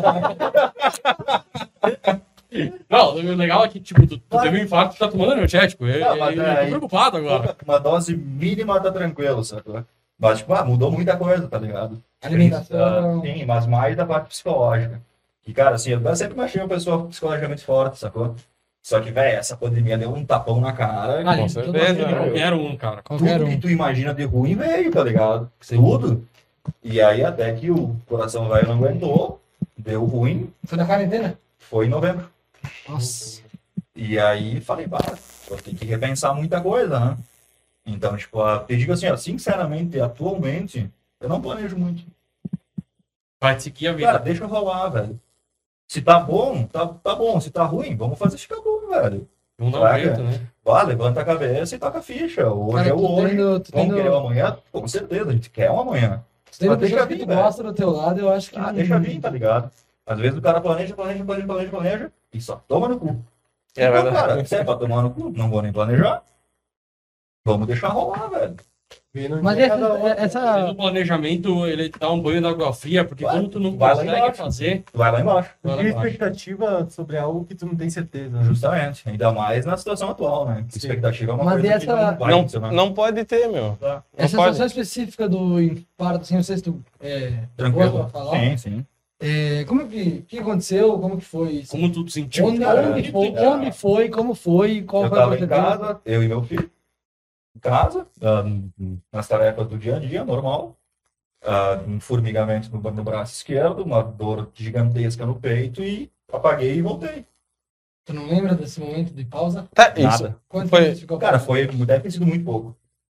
Speaker 1: Não, o legal é que, tipo, tu, tu teve um infarto tu tá tomando energético. Eu,
Speaker 4: Não,
Speaker 1: eu-
Speaker 4: mas é
Speaker 1: eu
Speaker 4: aí-
Speaker 1: tô preocupado agora.
Speaker 4: Uma dose mínima tá tranquilo, sacou? Mas, tipo, ah, mudou muita coisa, tá ligado?
Speaker 2: Alimentação.
Speaker 4: Ah, Sim, mas mais da parte psicológica. E, cara, assim, eu sempre achei uma pessoa psicologicamente forte, sacou? Só que, velho, essa pandemia deu um tapão na cara.
Speaker 2: Ah,
Speaker 5: Com
Speaker 2: todo
Speaker 5: certeza,
Speaker 2: mundo-
Speaker 5: né?
Speaker 1: Qualquer um, cara.
Speaker 2: Qualquer
Speaker 4: tudo
Speaker 2: um.
Speaker 4: que tu imagina de ruim veio, tá ligado? Tudo. E aí, até que o coração velho não aguentou, deu ruim,
Speaker 2: Foi na tá quarentena?
Speaker 4: foi em novembro.
Speaker 2: Nossa.
Speaker 4: E aí falei, pá, vou ter que repensar muita coisa, né? Então, tipo, ah, eu digo assim, ó, sinceramente, atualmente, eu não planejo muito.
Speaker 1: Vai te seguir a vida.
Speaker 4: Cara, deixa eu rolar, velho. Se tá bom, tá, tá bom. Se tá ruim, vamos fazer ficar bom, velho.
Speaker 1: não dá um
Speaker 4: Fraga.
Speaker 1: jeito, né?
Speaker 4: Vá, levanta a cabeça e toca a ficha. Hoje
Speaker 2: Cara,
Speaker 4: é o
Speaker 2: tu
Speaker 4: hoje.
Speaker 2: tendo- tu
Speaker 4: Vamos
Speaker 2: tendo-
Speaker 4: querer o amanhã? Com certeza, a gente quer um amanhã.
Speaker 2: Se tem
Speaker 4: Mas deixa
Speaker 2: pessoas que
Speaker 4: vir,
Speaker 2: tu
Speaker 4: velho.
Speaker 2: gosta do teu lado, eu acho que.
Speaker 4: Ah,
Speaker 2: não-
Speaker 4: deixa vir, tá ligado? Às vezes o cara planeja, planeja, planeja, planeja, planeja e só toma no cu.
Speaker 5: É
Speaker 4: Então, cara,
Speaker 5: verdade.
Speaker 4: se é pra tomar no cu, não vou nem planejar. Vamos deixar rolar, velho.
Speaker 3: Vendo onde
Speaker 2: Mas
Speaker 3: é
Speaker 2: essa.
Speaker 3: cada um.
Speaker 1: Às vezes
Speaker 2: essa...
Speaker 1: o planejamento, ele dá um banho d'água fria, porque
Speaker 4: Vai-
Speaker 1: quando tu não
Speaker 4: vai lá
Speaker 1: consegue
Speaker 4: embaixo.
Speaker 1: fazer...
Speaker 4: Tu vai lá embaixo.
Speaker 1: vai lá
Speaker 3: Cria
Speaker 1: embaixo.
Speaker 3: expectativa sobre algo que tu não tem certeza. né?
Speaker 4: Justamente, ainda mais na situação atual, né? Expectativa é uma
Speaker 2: Mas
Speaker 4: coisa
Speaker 2: essa-
Speaker 4: que não vai
Speaker 5: Não,
Speaker 4: funcionar.
Speaker 5: não pode ter, meu.
Speaker 2: Essa
Speaker 5: pode.
Speaker 2: situação específica do infarto, assim, não sei se tu. É, boa
Speaker 4: Tranquilo.
Speaker 2: pra falar.
Speaker 4: Sim, sim.
Speaker 2: é, como que, que aconteceu? Como que foi isso?
Speaker 1: Como tu te sentiu,
Speaker 2: Onde,
Speaker 4: é?
Speaker 1: cara? tipo,
Speaker 2: onde foi,
Speaker 4: Tipo, cara.
Speaker 2: onde foi, como foi, qual
Speaker 4: eu
Speaker 2: foi a
Speaker 4: tava em
Speaker 2: procedência?
Speaker 4: casa, eu e meu filho. em casa, ah, nas tarefas do dia a dia, normal. Ah, um formigamento no, no braço esquerdo, uma dor gigantesca no peito e apaguei e voltei.
Speaker 2: Tu não lembra desse momento de pausa?
Speaker 5: Tá, isso.
Speaker 4: Nada.
Speaker 2: Quanto
Speaker 5: Foi-
Speaker 2: tempo ficou?
Speaker 4: Cara, foi, deve ter sido muito pouco.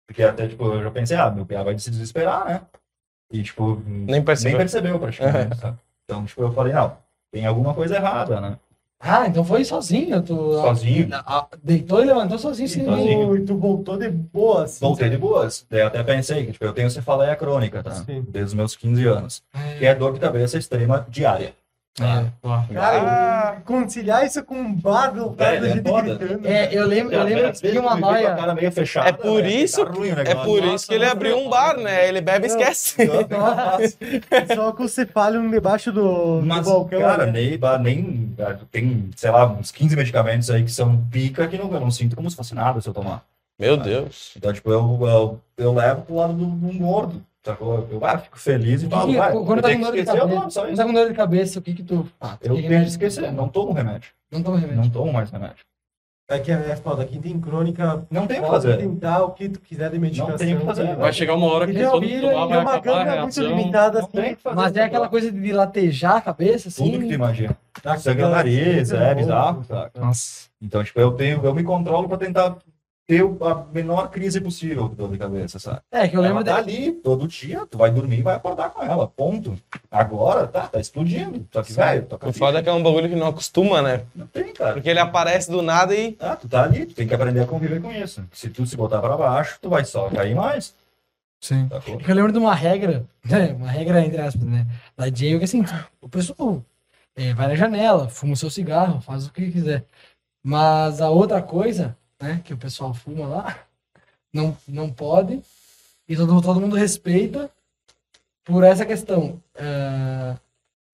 Speaker 4: Porque até, tipo, eu já pensei, ah, meu PA vai se desesperar, né? E, tipo,
Speaker 5: Nem
Speaker 4: nem
Speaker 5: percebeu.
Speaker 4: percebeu praticamente, sabe? Então, tipo, eu falei, não, tem alguma coisa errada, né?
Speaker 2: Ah, então foi sozinho. Tu
Speaker 4: Sozinho.
Speaker 2: Ah, deitou e levantou sozinho sem
Speaker 4: Sozinho.
Speaker 2: ninguém.
Speaker 3: Tu, tu voltou de boa, assim.
Speaker 4: Voltei de boas. Daí eu até pensei que, tipo, eu tenho cefaleia crônica, tá?
Speaker 3: Sim.
Speaker 4: Desde os meus 15 anos. Que é dor de cabeça extrema diária.
Speaker 1: ah,
Speaker 2: É.
Speaker 3: Cara, e conciliar isso com um bar do cara
Speaker 4: Velho,
Speaker 3: da
Speaker 4: é
Speaker 3: gente
Speaker 4: foda.
Speaker 3: gritando.
Speaker 2: É, eu lembro, eu lembro que tinha uma
Speaker 4: assim,
Speaker 2: noia.
Speaker 4: Cara meio fechada,
Speaker 5: É por
Speaker 4: velho,
Speaker 5: isso
Speaker 4: tá ruim o
Speaker 5: É
Speaker 4: negócio.
Speaker 5: por isso que ele abriu um bar, né? Ele bebe e esquece.
Speaker 3: É Só com o cefalho um debaixo do, do
Speaker 4: Mas,
Speaker 2: é
Speaker 3: balcão.
Speaker 4: cara,
Speaker 3: né?
Speaker 4: nem, bah, nem tem, sei lá, uns 15 medicamentos aí que são pica que não, eu não sinto como se fosse nada se eu tomar.
Speaker 5: Meu Deus.
Speaker 4: Então, tipo, eu, eu, eu levo pro lado do, do gordo, sacou? Eu ah, fico feliz e
Speaker 2: O que
Speaker 4: falo,
Speaker 2: que-
Speaker 4: vai,
Speaker 2: quando
Speaker 4: eu
Speaker 2: tá
Speaker 4: tenho
Speaker 2: com
Speaker 4: que
Speaker 2: dor de
Speaker 4: esquecer, eu tomo,
Speaker 2: cabeça,
Speaker 4: só
Speaker 2: quando
Speaker 4: isso.
Speaker 2: tá com dor de cabeça, o que que tu ah,
Speaker 4: Eu
Speaker 2: tu tem
Speaker 4: tenho que
Speaker 2: remédio?
Speaker 4: esquecer, não tomo remédio,
Speaker 2: Não toma remédio.
Speaker 4: não tomo mais remédio.
Speaker 3: É que é foda, quem tem crônica
Speaker 4: Não tem o que
Speaker 3: pode
Speaker 4: fazer.
Speaker 3: tentar o que tu quiser de medicação.
Speaker 4: Não tem o que fazer,
Speaker 1: Vai chegar uma hora
Speaker 3: E
Speaker 1: que
Speaker 3: deu,
Speaker 1: todo
Speaker 3: e
Speaker 1: mundo
Speaker 3: deu
Speaker 1: lá vai
Speaker 3: uma
Speaker 1: acabar a
Speaker 3: gana muito
Speaker 1: reação.
Speaker 3: limitada,
Speaker 4: Não
Speaker 3: assim.
Speaker 4: tem o que fazer.
Speaker 2: Mas é aquela coisa de latejar a cabeça, assim.
Speaker 4: Tudo que tu imagina. Sangue no nariz, é bizarro, saca?
Speaker 2: Nossa.
Speaker 4: Então, tipo, eu tenho, eu me controlo pra tentar ter o- a menor crise possível de dor de cabeça, sabe?
Speaker 2: É, que eu
Speaker 4: Eu
Speaker 2: lembro
Speaker 4: ela tá
Speaker 2: dela.
Speaker 4: ali todo dia, tu vai dormir e vai acordar com ela, ponto. Agora, tá, tá explodindo. Só que, velho, tua
Speaker 5: O
Speaker 4: cabeça
Speaker 5: foda é que é um bagulho que não acostuma, né?
Speaker 4: não tem, cara.
Speaker 5: Porque ele aparece do nada e.
Speaker 4: Ah, tu tá ali, tu tem que aprender a conviver com isso. Se tu se botar pra baixo, tu vai só cair mais.
Speaker 2: Sim.
Speaker 4: Sacou?
Speaker 2: Porque eu lembro de uma regra, né, uma regra entre aspas, né? Da Jay, que assim, o pessoal é, vai na janela, fuma o seu cigarro, faz o que quiser. Mas a outra coisa, né, que o pessoal fuma lá, não, não pode, e todo, todo mundo respeita por essa questão. Ah,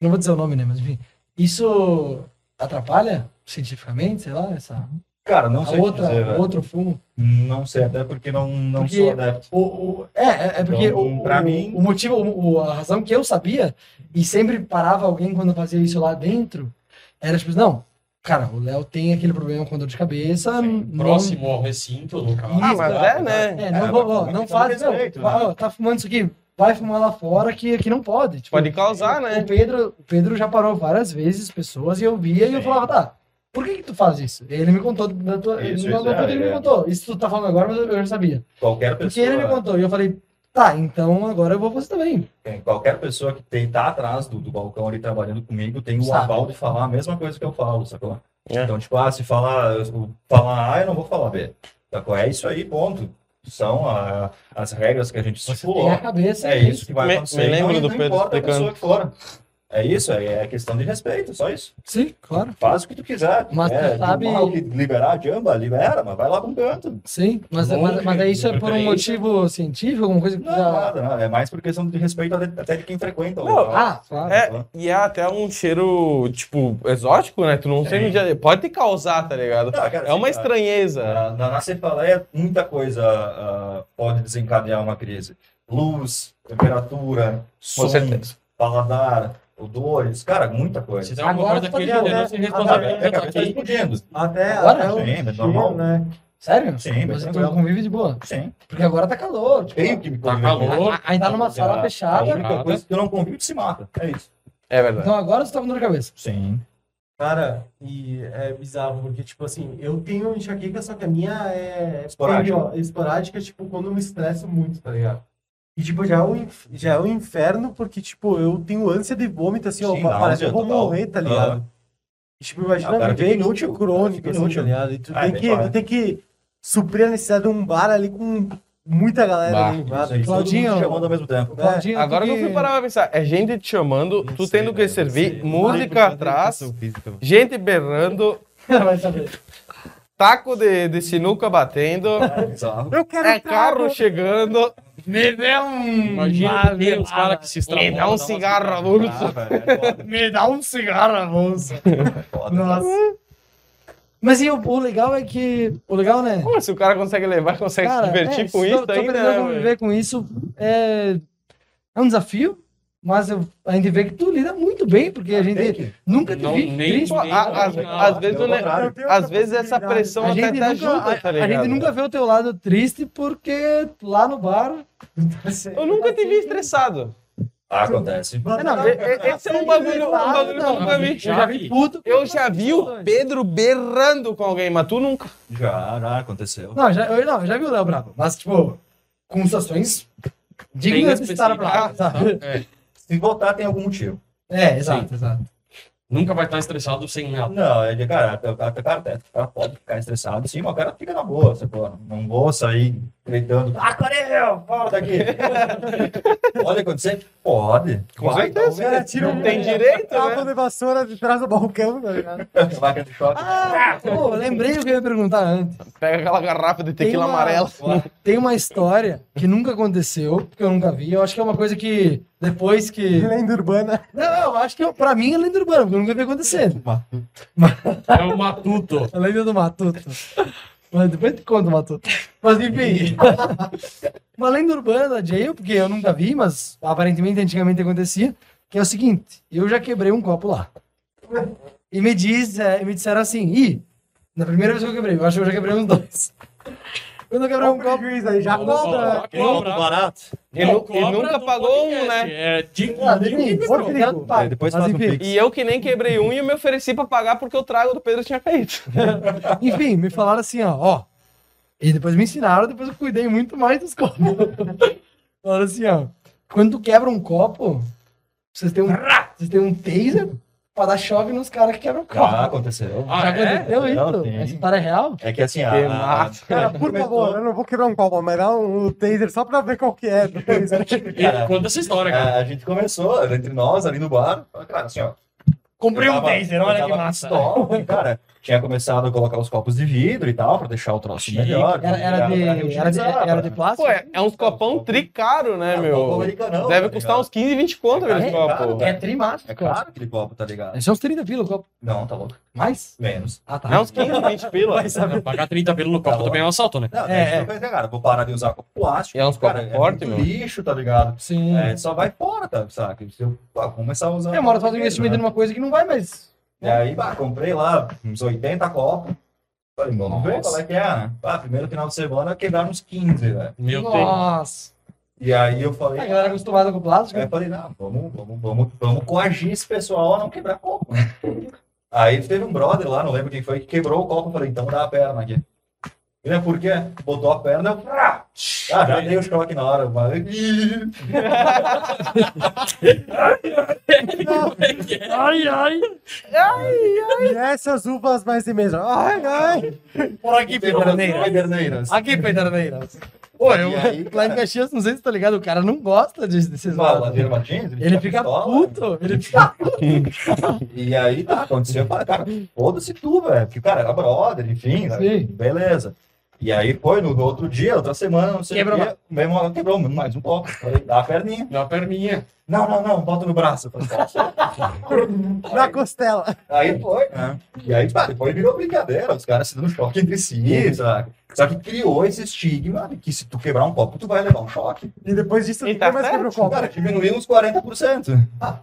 Speaker 2: não vou dizer o nome, né? Mas enfim, isso atrapalha cientificamente, sei lá, essa,
Speaker 4: Cara, não
Speaker 2: a
Speaker 4: sei te
Speaker 2: outra,
Speaker 4: dizer,
Speaker 2: o
Speaker 4: velho.
Speaker 2: outro fumo.
Speaker 4: Não sei, até porque não, não
Speaker 2: Porque
Speaker 4: sou adepto.
Speaker 2: O, o- é, é, é porque
Speaker 4: Então,
Speaker 2: o,
Speaker 4: pra
Speaker 2: o-
Speaker 4: mim-
Speaker 2: o motivo, o- o- a razão que eu sabia, e sempre parava alguém quando fazia isso lá dentro, era tipo, não, cara, o Léo tem aquele problema com dor de cabeça, não,
Speaker 1: Próximo ao recinto, no caso.
Speaker 5: Ah, mas é, né?
Speaker 2: é, não,
Speaker 4: É,
Speaker 2: vou-
Speaker 4: mas
Speaker 2: ó,
Speaker 4: tem
Speaker 2: não
Speaker 4: que tomar
Speaker 2: faz, não,
Speaker 4: respeito,
Speaker 2: vai,
Speaker 4: né?
Speaker 2: ó, tá fumando isso aqui, vai fumar lá fora que, que não pode. Tipo,
Speaker 5: Pode causar,
Speaker 2: o-
Speaker 5: né?
Speaker 2: O Pedro, o Pedro já parou várias vezes pessoas e eu via e eu
Speaker 4: Sim.
Speaker 2: falava, tá, por que que tu faz isso? Ele me contou, da tua,
Speaker 4: Isso,
Speaker 2: não,
Speaker 4: isso,
Speaker 2: não,
Speaker 4: é,
Speaker 2: ele me
Speaker 4: é.
Speaker 2: contou, isso tu tá falando agora, mas eu eu já sabia.
Speaker 4: Qualquer
Speaker 2: Porque ele me
Speaker 4: pessoa,
Speaker 2: contou. E eu falei, tá, então agora eu vou fazer também.
Speaker 4: tem- É, qualquer pessoa que tem, tá atrás do, do balcão ali trabalhando comigo tem o
Speaker 2: Sabe.
Speaker 4: aval de falar a mesma coisa que eu falo, sacou?
Speaker 5: É.
Speaker 4: Então, tipo, ah, se falar, falar A, eu não vou falar B. Sacou? É isso aí, ponto. São a- as regras que a gente
Speaker 2: Tem
Speaker 4: estipulou.
Speaker 2: a cabeça. né?
Speaker 4: É
Speaker 2: e-
Speaker 4: isso que vai
Speaker 5: Me-
Speaker 4: acontecer.
Speaker 5: me lembro
Speaker 4: Então,
Speaker 5: do
Speaker 4: não
Speaker 5: Pedro
Speaker 4: importa a pessoa
Speaker 5: explicando.
Speaker 4: que for. É isso, é é questão de respeito, só isso.
Speaker 2: Sim, claro.
Speaker 4: Faz o que tu quiser.
Speaker 2: Mas tu
Speaker 4: é,
Speaker 2: sabe-
Speaker 4: mal que liberar de amba, libera, mas vai lá pra um canto.
Speaker 2: Sim, mas,
Speaker 1: Longe,
Speaker 2: mas, mas aí isso é por um
Speaker 1: preferência.
Speaker 2: motivo científico, alguma coisa que tu
Speaker 4: Não,
Speaker 2: já...
Speaker 4: nada, nada. É mais por questão de respeito até até de quem frequenta o
Speaker 5: Não,
Speaker 4: local.
Speaker 2: Ah, claro.
Speaker 5: É, e é até um cheiro, tipo, exótico, né? Tu não sei no dia. Pode te causar, tá ligado?
Speaker 4: Não, cara,
Speaker 5: É uma
Speaker 4: assim,
Speaker 5: estranheza.
Speaker 4: Na, na, na cefaleia, muita coisa ah, pode desencadear uma crise. Luz, temperatura, som,
Speaker 5: certeza.
Speaker 4: paladar, odores, cara, muita coisa.
Speaker 1: Se der alguma
Speaker 2: Agora
Speaker 1: coisa
Speaker 2: pode
Speaker 1: que
Speaker 2: ir,
Speaker 1: ele
Speaker 2: né?
Speaker 1: não se responsabiliza
Speaker 4: É, a cabeça
Speaker 1: daqui,
Speaker 4: tá explodindo.
Speaker 3: Até,
Speaker 2: Agora? um
Speaker 3: até o
Speaker 4: Sim, é
Speaker 3: cheiro,
Speaker 4: normal.
Speaker 3: né?
Speaker 2: Sério?
Speaker 4: Sim,
Speaker 2: mas
Speaker 4: mas
Speaker 2: então convive de boa.
Speaker 4: Sim.
Speaker 2: Porque agora tá calor. Tipo,
Speaker 4: Tenho que me
Speaker 1: tá
Speaker 4: conviver com isso.
Speaker 1: calor,
Speaker 2: a- ainda tá numa sala
Speaker 4: A-
Speaker 2: fechada.
Speaker 4: A única coisa que eu não convivo se mata. É isso.
Speaker 5: É verdade.
Speaker 2: Então agora você tá com dor de cabeça.
Speaker 4: Sim.
Speaker 3: Cara, e é bizarro, porque, tipo assim, eu tenho enxaqueca, só que a minha é
Speaker 4: Esporádica.
Speaker 3: perio- esporádica, tipo, quando eu me estresso muito, tá ligado? E, tipo, já é um, inf- já é um inferno, porque, tipo, eu tenho ânsia de vômito, assim, ó,
Speaker 4: Sim,
Speaker 3: parece que
Speaker 4: náusea
Speaker 3: eu vou
Speaker 4: total.
Speaker 3: morrer, tá ligado? E, tipo, imagina
Speaker 4: Ah, cara,
Speaker 3: viver
Speaker 4: fica inútil,
Speaker 3: crônico,
Speaker 4: fica
Speaker 3: assim,
Speaker 4: inútil.
Speaker 3: tá ligado? E tu
Speaker 4: Ah,
Speaker 3: tem
Speaker 4: é bem
Speaker 3: que,
Speaker 4: claro.
Speaker 3: tu tem que suprir a necessidade de um bar ali com muita galera né?
Speaker 5: Bah,
Speaker 3: animada.
Speaker 4: Isso,
Speaker 2: Claudinho.
Speaker 4: Todo mundo chamando ao mesmo tempo.
Speaker 2: Claudinho,
Speaker 5: Agora
Speaker 2: tu
Speaker 5: que eu fui parar pra pensar, é gente te chamando,
Speaker 8: Não
Speaker 5: tu
Speaker 8: sei,
Speaker 5: tendo que
Speaker 8: velho, não
Speaker 5: servir,
Speaker 8: sei.
Speaker 5: música atrás, gente berrando,
Speaker 2: Vai saber.
Speaker 5: taco de, de sinuca batendo,
Speaker 4: É bizarro.
Speaker 3: Eu quero
Speaker 5: é carro chegando,
Speaker 6: Me dê um.
Speaker 1: Imagina que tem uns caras que se
Speaker 5: me
Speaker 1: extrapolam.
Speaker 5: dá um
Speaker 1: dá uma-
Speaker 5: cigarro avulso.
Speaker 4: Ah, velho, é foda,
Speaker 6: Me dá um cigarro, moça.
Speaker 4: é foda.
Speaker 2: Nossa. Mas e o, o legal é que. O legal, né?
Speaker 5: Pô, se o cara consegue levar, consegue se divertir
Speaker 2: é,
Speaker 5: com
Speaker 2: se
Speaker 5: isso né,
Speaker 2: eu- se eu
Speaker 5: ainda,
Speaker 2: aprender a
Speaker 5: né,
Speaker 2: conviver
Speaker 5: velho?
Speaker 2: com isso é, é um desafio, Mas eu ainda vejo que tu lida muito bem, porque a gente nunca te
Speaker 1: Não,
Speaker 2: vi
Speaker 1: nem-
Speaker 2: triste.
Speaker 5: Pô, a- às-
Speaker 1: Não,
Speaker 5: Às vezes
Speaker 4: pelo
Speaker 5: o ne-
Speaker 4: contrário.
Speaker 5: às vezes essa pressão
Speaker 2: A
Speaker 5: até
Speaker 2: gente,
Speaker 5: te
Speaker 2: nunca,
Speaker 5: ajuda, tá
Speaker 2: a- a
Speaker 5: ligado?
Speaker 2: gente nunca vê o teu lado triste porque lá no bar.
Speaker 5: Eu nunca te
Speaker 2: Assim,
Speaker 5: vi estressado.
Speaker 4: Acontece.
Speaker 5: E- e- Esse é um bagulho, um bagulho que eu nunca vi.
Speaker 1: Já vi.
Speaker 2: Puto. Assim,
Speaker 5: Eu já vi o Pedro berrando com alguém, mas tu nunca.
Speaker 4: Já, já aconteceu.
Speaker 2: Não, já, eu, não, eu já vi o Léo Bravo, mas tipo, com situações dignas de estar bravo, sabe?
Speaker 1: É.
Speaker 4: Se voltar, tem algum motivo.
Speaker 2: É, exato, exato.
Speaker 1: Nunca vai estar estressado sem nada.
Speaker 4: Não, é de cara, até- até- cara, até ficar- pode ficar estressado. Sim, mas o cara fica na boa, sacou? Não vou sair gritando, ah, Corel, volta aqui. pode acontecer? Pode. então,
Speaker 5: Com certeza.
Speaker 4: talvez.
Speaker 5: Não tem direito,
Speaker 3: Tava
Speaker 5: né?
Speaker 3: de vassoura de trás do balcão, tá ligado?
Speaker 4: Vaca de choque.
Speaker 2: Ah, Pô, lembrei o que eu ia perguntar antes.
Speaker 5: Pega aquela garrafa de
Speaker 2: Tem
Speaker 5: tequila
Speaker 2: uma-
Speaker 5: amarela.
Speaker 2: Tem uma história que nunca aconteceu, que eu nunca vi. Eu acho que é uma coisa que depois que.
Speaker 3: Lenda urbana.
Speaker 2: Não, eu acho que eu, pra mim é lenda urbana, porque eu nunca vi acontecendo.
Speaker 1: É o matuto.
Speaker 2: A lenda do Matuto. Mas depois te conta o Matuto. Mas enfim. uma lenda urbana da Jail, porque eu nunca vi, mas aparentemente antigamente acontecia, que é o seguinte: eu já quebrei um copo lá. E me, diz, eh, me disseram assim, ih, na primeira vez que eu quebrei, eu acho que eu já quebrei uns dois. Quando eu quebrei um copo.
Speaker 3: juiz aí, já cobra.
Speaker 1: Cobra,
Speaker 2: um
Speaker 1: cobra.
Speaker 4: barato.
Speaker 5: E, nu- e nunca pagou um, né?
Speaker 1: É, digo,
Speaker 2: Ah, enfim,
Speaker 1: digo,
Speaker 2: fora
Speaker 1: bro.
Speaker 2: que ele paga.
Speaker 4: É, depois
Speaker 2: Mas,
Speaker 4: faz um
Speaker 2: enfim.
Speaker 4: pix.
Speaker 5: E eu que nem quebrei um e eu me ofereci pra pagar porque o trago do Pedro tinha caído.
Speaker 2: Enfim, me falaram assim, ó, ó. E depois me ensinaram, depois eu cuidei muito mais dos copos. falaram assim, ó. Quando tu quebra um copo, vocês têm um, vocês têm um taser pra dar choque nos caras que quebram copo.
Speaker 4: Já aconteceu.
Speaker 1: Ah,
Speaker 2: Já
Speaker 1: é?
Speaker 2: aconteceu
Speaker 4: Não,
Speaker 2: isso?
Speaker 4: tem.
Speaker 2: Essa história é real?
Speaker 4: É que assim, a,
Speaker 5: Que
Speaker 4: a,
Speaker 5: massa.
Speaker 3: Cara, por favor, eu não vou quebrar um copo, mas dá um taser só pra ver qual que é do taser.
Speaker 1: E Conta essa história, cara.
Speaker 4: É, a, a gente começou era entre nós ali no bar. Cara, assim, ó.
Speaker 6: Comprei
Speaker 4: Eu
Speaker 6: um
Speaker 4: tava-
Speaker 6: taser,
Speaker 4: eu
Speaker 6: olha que
Speaker 4: tava
Speaker 6: massa.
Speaker 4: pistola, e, cara, tinha começado a colocar os copos de vidro e tal, pra deixar o troço
Speaker 1: Chique.
Speaker 4: melhor. tá
Speaker 2: Era, era, de,
Speaker 4: pra
Speaker 2: era, de,
Speaker 4: reutilizar,
Speaker 2: era de
Speaker 4: pra-
Speaker 2: plástico?
Speaker 5: Pô, é, é
Speaker 2: tá
Speaker 5: uns copão tricaro, né,
Speaker 4: Ah, copo
Speaker 5: meu?
Speaker 4: americanão,
Speaker 5: Deve
Speaker 4: tá
Speaker 5: custar
Speaker 4: ligado?
Speaker 5: uns 15, 20 conto aquele
Speaker 4: É,
Speaker 5: copo.
Speaker 4: cara.
Speaker 2: É trimático,
Speaker 4: É
Speaker 2: cara.
Speaker 4: caro aquele copo, tá ligado?
Speaker 2: É só uns 30 pila o copo.
Speaker 4: Não, tá louco.
Speaker 2: Mais?
Speaker 4: Menos.
Speaker 2: Ah, tá.
Speaker 5: É uns 15, 20 pila.
Speaker 1: Não, Pagar 30 pelo no copo
Speaker 4: Tá
Speaker 1: também é um assalto, né?
Speaker 4: Não, é,
Speaker 2: É, é.
Speaker 4: cara, vou parar de usar copo plástico.
Speaker 5: E é uns
Speaker 4: cara,
Speaker 5: copo forte,
Speaker 4: muito
Speaker 5: meu.
Speaker 4: lixo, tá ligado?
Speaker 2: Sim.
Speaker 4: É, só vai fora, tá, saca? Se eu pá, começar a usar... né?
Speaker 2: É, uma hora tu faz um
Speaker 4: Uhum.
Speaker 2: investimento numa coisa que não vai mais.
Speaker 4: E aí, pá, comprei lá uns 80 copos. Falei, meu, não vê qual é que é, né? Pá, primeiro final de semana quebraram uns 15, velho.
Speaker 1: Meu Deus.
Speaker 2: Nossa.
Speaker 4: E aí eu falei...
Speaker 2: A galera é acostumada com plástico.
Speaker 4: Aí eu falei, não, vamos, vamos, vamos, vamos coagir esse pessoal a não quebrar copo. né? Aí teve um brother lá, não lembro quem foi, que quebrou o copo. Eu falei, então dá a perna aqui. Ele, por quê? Botou a perna, eu... Ah, já dei o choque na hora. Mas...
Speaker 6: Ai, ai.
Speaker 3: E essas uvas mais de mesa. Ai, ai.
Speaker 6: Por aqui,
Speaker 4: Pederneiras. Pederneiras.
Speaker 2: Aqui, Peitarneira. Pô, eu,
Speaker 4: E aí,
Speaker 2: lá em Caxias, não sei se tá ligado, o cara não gosta de- desses
Speaker 4: Fala,
Speaker 2: lados.
Speaker 4: Ladeira Martins,
Speaker 2: Ele fica
Speaker 4: pistola.
Speaker 2: puto. Ele fica...
Speaker 4: E aí, tá, aconteceu, eu falei, cara, foda-se tu, velho. Porque, cara, era brother, enfim, né?
Speaker 2: Sim.
Speaker 4: beleza. E aí foi no outro dia, outra semana, não sei
Speaker 2: Quebrou
Speaker 4: o quê, mesmo, quebrou mais um copo. Falei, dá a perninha.
Speaker 1: Dá uma perninha.
Speaker 4: Não, não, não, bota no braço. Eu falei, "Tá
Speaker 3: Na costela.
Speaker 4: Aí foi, né? E aí, pá, depois virou brincadeira, os caras se dando um choque entre si, sabe? Só que criou esse estigma de que se tu quebrar um copo, tu vai levar um choque.
Speaker 3: E depois disso,
Speaker 5: E
Speaker 3: ninguém
Speaker 5: tá
Speaker 3: mais
Speaker 5: certo,
Speaker 3: quebra o copo.
Speaker 4: Cara, diminuiu uns 40%.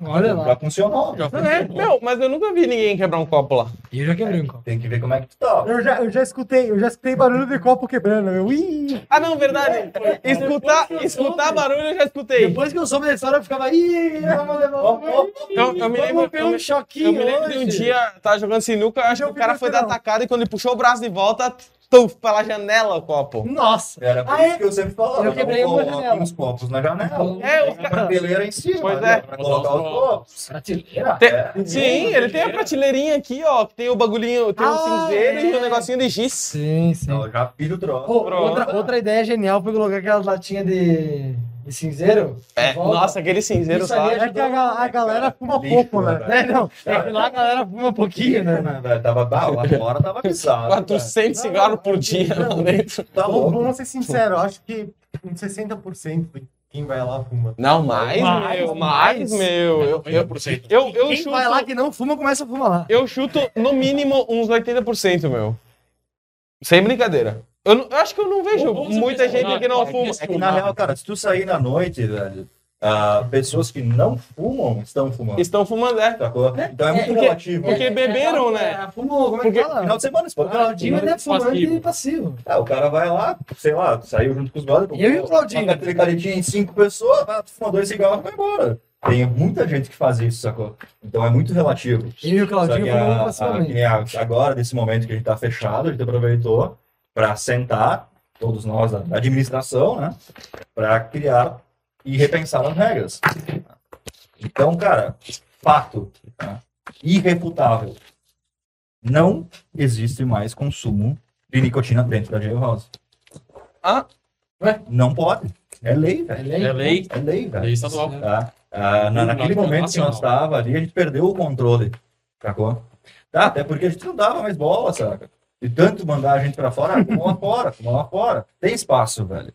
Speaker 2: Olha lá.
Speaker 4: Já funcionou.
Speaker 1: Já foi.
Speaker 5: Meu, mas eu nunca vi ninguém quebrar um copo lá.
Speaker 2: E eu já quebrei um copo.
Speaker 4: Tem que ver como é que tu tá.
Speaker 3: Eu já, eu já escutei, eu já escutei barulho de copo quebrando. Eu, ui.
Speaker 5: Ah, não, verdade. Escutar, escutar barulho eu já escutei.
Speaker 2: Depois que eu soube da história, eu ficava... Ih, vamos levar
Speaker 4: Ó, ó,
Speaker 2: um...
Speaker 5: Eu, eu me lembro,
Speaker 2: Vamos ver
Speaker 5: eu
Speaker 2: um
Speaker 5: me,
Speaker 2: choquinho
Speaker 5: eu me lembro de um
Speaker 2: hoje.
Speaker 5: dia, tava jogando sinuca, acho
Speaker 3: Eu
Speaker 5: que o
Speaker 3: vi
Speaker 5: cara
Speaker 3: no
Speaker 5: foi dar
Speaker 3: final.
Speaker 5: atacada e quando ele puxou o braço de volta, tuf, pela janela o copo.
Speaker 2: Nossa.
Speaker 4: Era por
Speaker 2: Ah,
Speaker 4: isso
Speaker 2: é?
Speaker 4: que eu sempre falava.
Speaker 2: Eu quebrei uma
Speaker 4: coloca
Speaker 2: janela.
Speaker 4: os copos na janela.
Speaker 5: É, os
Speaker 4: A
Speaker 5: caras.
Speaker 4: prateleira em cima,
Speaker 5: Pois
Speaker 4: né?
Speaker 5: é.
Speaker 4: Pra colocar os copos. Prateleira?
Speaker 5: Tem-
Speaker 4: É.
Speaker 5: Sim, ele tem a prateleirinha aqui, ó, que tem o bagulhinho, tem um
Speaker 2: Ah,
Speaker 5: cinzeiro e
Speaker 2: é.
Speaker 5: um negocinho de giz.
Speaker 2: Sim, sim.
Speaker 4: Então, eu já fiz o troço.
Speaker 2: Pô, outra, outra ideia genial foi colocar aquelas latinhas de, de cinzeiro.
Speaker 5: É,
Speaker 2: na volta.
Speaker 5: nossa, aquele cinzeiro
Speaker 2: Isso ali
Speaker 5: sabe?
Speaker 2: é-
Speaker 3: É que a, ga- a galera fuma
Speaker 4: Lixo,
Speaker 3: pouco, né?
Speaker 2: É, não. É que lá a galera fuma um pouquinho, né?
Speaker 4: Velho, Tava bala, agora tava bizarro. cara.
Speaker 5: 400 cigarros por dia né? lá dentro.
Speaker 4: Tá
Speaker 3: Vamos,
Speaker 4: louco.
Speaker 3: vamos ser sinceros, eu acho que uns 60% de quem vai lá fuma.
Speaker 5: Não, mais,
Speaker 6: Mais,
Speaker 5: meu, mais, meu. Eu, eu,
Speaker 1: 80%.
Speaker 5: eu, eu,
Speaker 2: Quem vai lá
Speaker 5: chuto,
Speaker 2: que não fuma, começa a fumar lá.
Speaker 5: eu chuto no mínimo uns 80%, meu. Sem brincadeira. Eu, não- eu acho que eu não vejo
Speaker 1: Vamos
Speaker 5: muita
Speaker 1: pensar,
Speaker 5: gente que não
Speaker 1: cara,
Speaker 5: fuma.
Speaker 1: que
Speaker 4: É que na real, cara, se tu sair na noite, velho, Ah, pessoas que não fumam estão fumando.
Speaker 5: Estão fumando, é.
Speaker 4: sacou? Então é muito
Speaker 5: porque-
Speaker 4: relativo.
Speaker 5: Porque beberam, né?
Speaker 2: É, fumou, como é
Speaker 5: Porque-
Speaker 2: que fala?
Speaker 4: Final de semana, né? você
Speaker 2: O
Speaker 4: pode
Speaker 2: Claudinho ele é fumante
Speaker 1: passivo.
Speaker 2: e passivo.
Speaker 4: Ah, o cara vai lá, sei lá, saiu junto com os brothers.
Speaker 2: Eu e o Claudinho.
Speaker 4: Uma caretinha em cinco pessoas, vai, fuma dois cigarros e vai embora. Tem muita gente que faz isso, sacou? Então é muito relativo.
Speaker 2: Eu e o
Speaker 4: Só
Speaker 2: Claudinho
Speaker 4: que a-
Speaker 2: fumamos
Speaker 4: a-
Speaker 2: passivamente.
Speaker 4: que nem a- agora, nesse momento que a gente tá fechado, a gente aproveitou para sentar, todos nós, da da administração, né? Para criar e repensar as regras. Então, cara, fato né, irrefutável. Não existe mais consumo de nicotina dentro da jail house.
Speaker 5: Ah?
Speaker 4: Ué, não pode. É lei, velho.
Speaker 2: Ele
Speaker 1: É lei,
Speaker 4: É lei, velho.
Speaker 1: lei estadual.
Speaker 4: Tá? Ah, na, naquele momento que nós estava ali, a gente perdeu o controle, sacou? Tá, até porque a gente não dava mais bola, saca? De tanto mandar a gente pra fora, ah, fuma lá fora, fuma lá fora. Tem espaço, velho.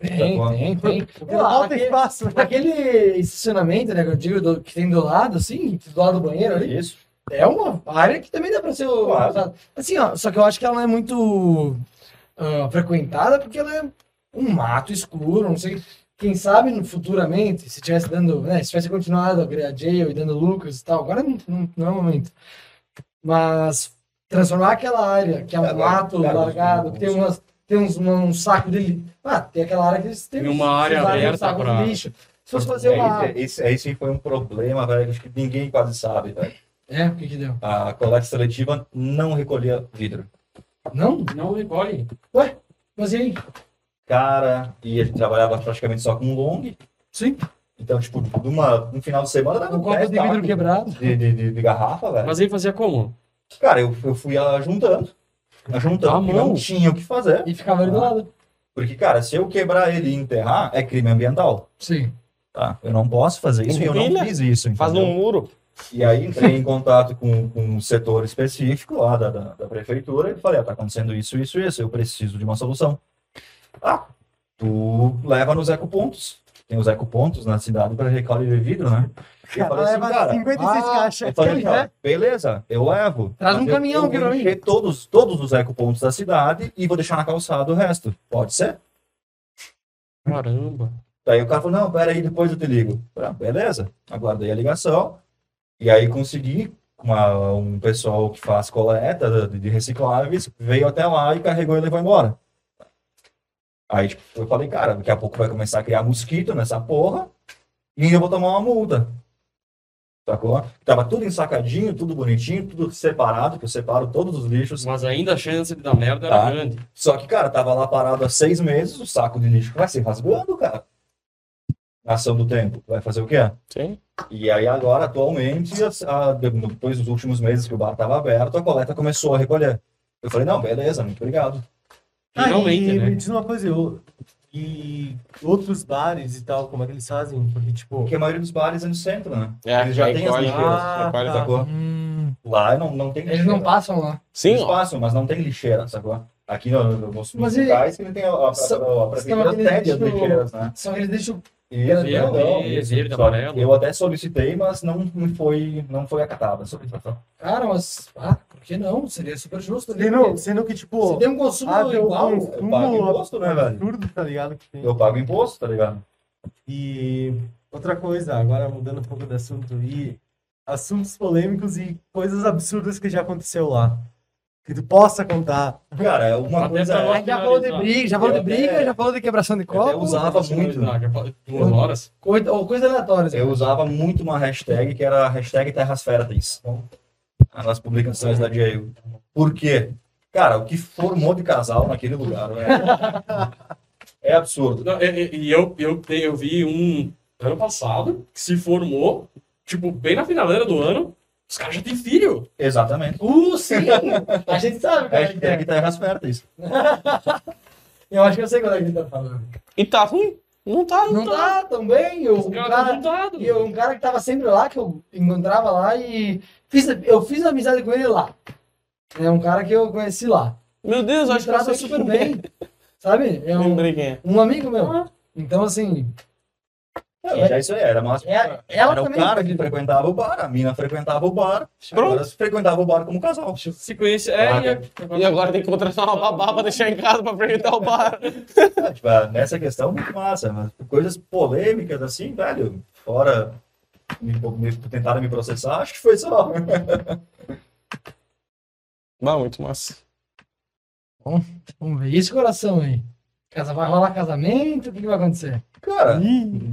Speaker 4: Sacou?
Speaker 2: Tem, tem, tem. Sei lá,
Speaker 3: Não tem
Speaker 2: aquele,
Speaker 3: espaço. né?
Speaker 2: aquele estacionamento, né, que eu digo, do- que tem do lado, assim, do lado do banheiro ali,
Speaker 4: Isso.
Speaker 2: é uma área que também dá pra ser
Speaker 4: Claro.
Speaker 2: usada. Assim, ó, só que eu acho que ela não é muito ah, frequentada porque ela é um mato escuro, não sei. Quem sabe no- futuramente, se tivesse dando, né, se tivesse continuado a criar Jail e dando Lucas e tal, agora não, não, não é o momento. Mas transformar aquela área, que é um
Speaker 4: Agora,
Speaker 2: mato
Speaker 4: cara,
Speaker 2: largado,
Speaker 4: os-
Speaker 2: que tem umas tem uns, um, um saco de lixo. Ah, tem aquela área que eles têm
Speaker 1: Em uma
Speaker 2: uns-
Speaker 1: área
Speaker 2: uns
Speaker 1: aberta
Speaker 2: sacos de
Speaker 1: pra-
Speaker 2: lixo. Se fosse fazer uma.
Speaker 4: É, esse, é, esse foi um problema, velho, acho que ninguém quase sabe, velho.
Speaker 2: É, o que que deu?
Speaker 4: A coleta seletiva não recolhia vidro.
Speaker 2: Não?
Speaker 1: Não recolhe.
Speaker 2: Mas e aí?
Speaker 4: Cara, e a gente trabalhava praticamente só com long.
Speaker 2: Sim.
Speaker 4: Então, tipo, numa, um final de semana dava
Speaker 2: Um copo de
Speaker 4: 10
Speaker 2: vidro
Speaker 4: tacos
Speaker 2: quebrado.
Speaker 4: de, de, de, de garrafa, velho.
Speaker 1: Mas ele fazia como?
Speaker 4: Cara, eu, eu fui ah, juntando. ah, Juntando,
Speaker 1: Ah,
Speaker 4: porque
Speaker 1: mão.
Speaker 4: não tinha o que fazer.
Speaker 2: E ficava ali do lado.
Speaker 4: Porque, cara, se eu quebrar ele e enterrar, é crime ambiental.
Speaker 2: Sim.
Speaker 4: Tá? Eu não posso fazer isso e eu não
Speaker 5: Empilha.
Speaker 4: fiz
Speaker 2: é.
Speaker 4: isso.
Speaker 5: Faz
Speaker 4: entendeu?
Speaker 5: um muro.
Speaker 4: E aí entrei em contato com, com um setor específico lá da, da, da prefeitura e falei, ah, tá acontecendo isso, isso, isso, eu preciso de uma solução. Ah, tu leva nos ecopontos. Tem os ecopontos na cidade para recolher vidro, né? E eu falei assim,
Speaker 3: Leva
Speaker 4: cara,
Speaker 3: 56
Speaker 2: ah,
Speaker 3: caixas.
Speaker 4: eu falei assim, ó, beleza, eu levo.
Speaker 2: Traz um
Speaker 4: eu-
Speaker 2: caminhão
Speaker 4: eu
Speaker 2: aqui
Speaker 4: vou
Speaker 2: pra mim.
Speaker 4: encher todos, todos os ecopontos da cidade e vou deixar na calçada o resto. Pode ser?
Speaker 1: Caramba.
Speaker 4: Daí o cara falou, não, peraí, depois eu te ligo. Eu falei, ah, beleza, aguardei a ligação. E aí consegui, uma, um pessoal que faz coleta de, de recicláveis, veio até lá e carregou e levou embora. Aí tipo, eu falei, cara, daqui a pouco vai começar a criar mosquito nessa porra e ainda vou tomar uma multa. Sacou? Tava tudo ensacadinho, tudo bonitinho, tudo separado, que eu separo todos os lixos.
Speaker 1: Mas ainda a chance de dar merda era
Speaker 4: Tá.
Speaker 1: grande.
Speaker 4: Só que, cara, tava lá parado há seis meses, o saco de lixo vai se rasgando, cara. Na ação do tempo. Vai fazer o quê?
Speaker 5: Sim.
Speaker 4: E aí agora, atualmente, as- a- depois dos últimos meses que o bar tava aberto, a coleta começou a recolher. Eu falei, não, beleza, muito obrigado.
Speaker 1: Finalmente,
Speaker 3: ah, e
Speaker 1: né?
Speaker 3: me diz uma coisa, eu... E outros bares e tal, como é que eles fazem? Porque, tipo...
Speaker 4: Porque a maioria dos bares é no centro, né?
Speaker 5: É,
Speaker 4: Eles já têm as
Speaker 5: recolhe,
Speaker 4: lixeiras.
Speaker 3: Ah,
Speaker 5: recolhe,
Speaker 3: tá.
Speaker 4: Sacou? Lá não, não tem
Speaker 2: Hum. Eles não
Speaker 4: lixeira.
Speaker 2: passam lá.
Speaker 5: Sim,
Speaker 4: Eles
Speaker 5: ó.
Speaker 4: passam, mas não tem lixeira, sacou? Aqui no, no, nos
Speaker 2: Mas e-
Speaker 4: locais que tem a, a, a, a, a prefeitura
Speaker 2: aquele
Speaker 4: cede as
Speaker 2: lixo-
Speaker 4: lixeiras, né?
Speaker 2: Só que eles deixam.
Speaker 4: Isso,
Speaker 2: Verde,
Speaker 4: não,
Speaker 1: verde,
Speaker 4: isso.
Speaker 1: verde,
Speaker 4: Só
Speaker 1: amarelo.
Speaker 4: que Eu até solicitei, mas não não foi, não foi acatada a solicitação.
Speaker 2: Cara, mas. Ah, por que não? Seria super justo. né?
Speaker 3: Sendo, sendo que, tipo...
Speaker 2: Se tem um consumo
Speaker 3: ah, tem um
Speaker 2: igual.
Speaker 3: consumo.
Speaker 4: Eu pago
Speaker 3: Uma-
Speaker 4: imposto, né, velho?
Speaker 3: absurdo, tá ligado? Que tem.
Speaker 4: Eu pago imposto, tá ligado?
Speaker 3: E outra coisa, agora mudando um pouco de assunto, e assuntos polêmicos e coisas absurdas que já aconteceu lá. Que tu possa contar.
Speaker 4: Cara, uma
Speaker 1: Até
Speaker 4: coisa
Speaker 1: pra
Speaker 4: é,
Speaker 1: nós-
Speaker 2: Aí já falou de briga, já falou de
Speaker 4: Eu até-
Speaker 2: briga, já falou de quebração de
Speaker 4: eu até
Speaker 2: copo.
Speaker 4: usava muito, né?
Speaker 1: Já fa- Duas horas.
Speaker 2: Coisa, ou coisa aleatória. assim.
Speaker 4: eu usava muito uma hashtag que era a hashtag Terras Férteis nas publicações da Jail. Por quê? Cara, o que formou de casal naquele lugar, velho? É absurdo.
Speaker 1: Não, e, e- e eu, eu, te- eu vi um ano passado que se formou, tipo, bem na finaleira do ano, os caras já têm filho.
Speaker 4: Exatamente.
Speaker 2: Uh, sim! A gente sabe, cara. que é.
Speaker 4: Hashtag Terras Férteis.
Speaker 2: Eu acho que eu sei qual é que ele tá falando.
Speaker 5: E tá ruim? Não tá, não,
Speaker 2: Não
Speaker 5: tá.
Speaker 2: tá também. Eu,
Speaker 1: Os
Speaker 2: o
Speaker 1: caras
Speaker 2: cara,
Speaker 1: estão juntados.
Speaker 2: E eu, um cara que tava sempre lá, que eu encontrava lá e fiz, eu fiz amizade com ele lá. É um cara que eu conheci lá.
Speaker 5: Meu Deus, eu
Speaker 2: Me
Speaker 5: acho que eu
Speaker 2: trata
Speaker 5: sei
Speaker 2: super
Speaker 5: quem
Speaker 2: bem. Sabe? É
Speaker 5: É.
Speaker 2: um,
Speaker 5: Lembrei quem é.
Speaker 2: um amigo meu. Então, assim,
Speaker 4: Não, É, já isso aí era, mas
Speaker 2: É- ela
Speaker 4: era o
Speaker 2: também
Speaker 4: cara
Speaker 2: foi-
Speaker 4: que frequentava o bar, a mina frequentava o bar,
Speaker 5: Pronto.
Speaker 4: agora frequentava o bar como casal. Tipo,
Speaker 1: Se conhece. É,
Speaker 4: Ah,
Speaker 1: e
Speaker 5: E agora tem que contratar uma babá pra deixar em casa pra frequentar o bar.
Speaker 4: Ah, tipo, ah, nessa questão, muito massa, mas coisas polêmicas assim, velho, fora me, me- tentaram me processar, acho que foi só.
Speaker 5: Bah, muito massa.
Speaker 1: tá
Speaker 2: Vamos ver isso, coração aí. Casa, vai rolar casamento? O que, que vai acontecer?
Speaker 4: Cara,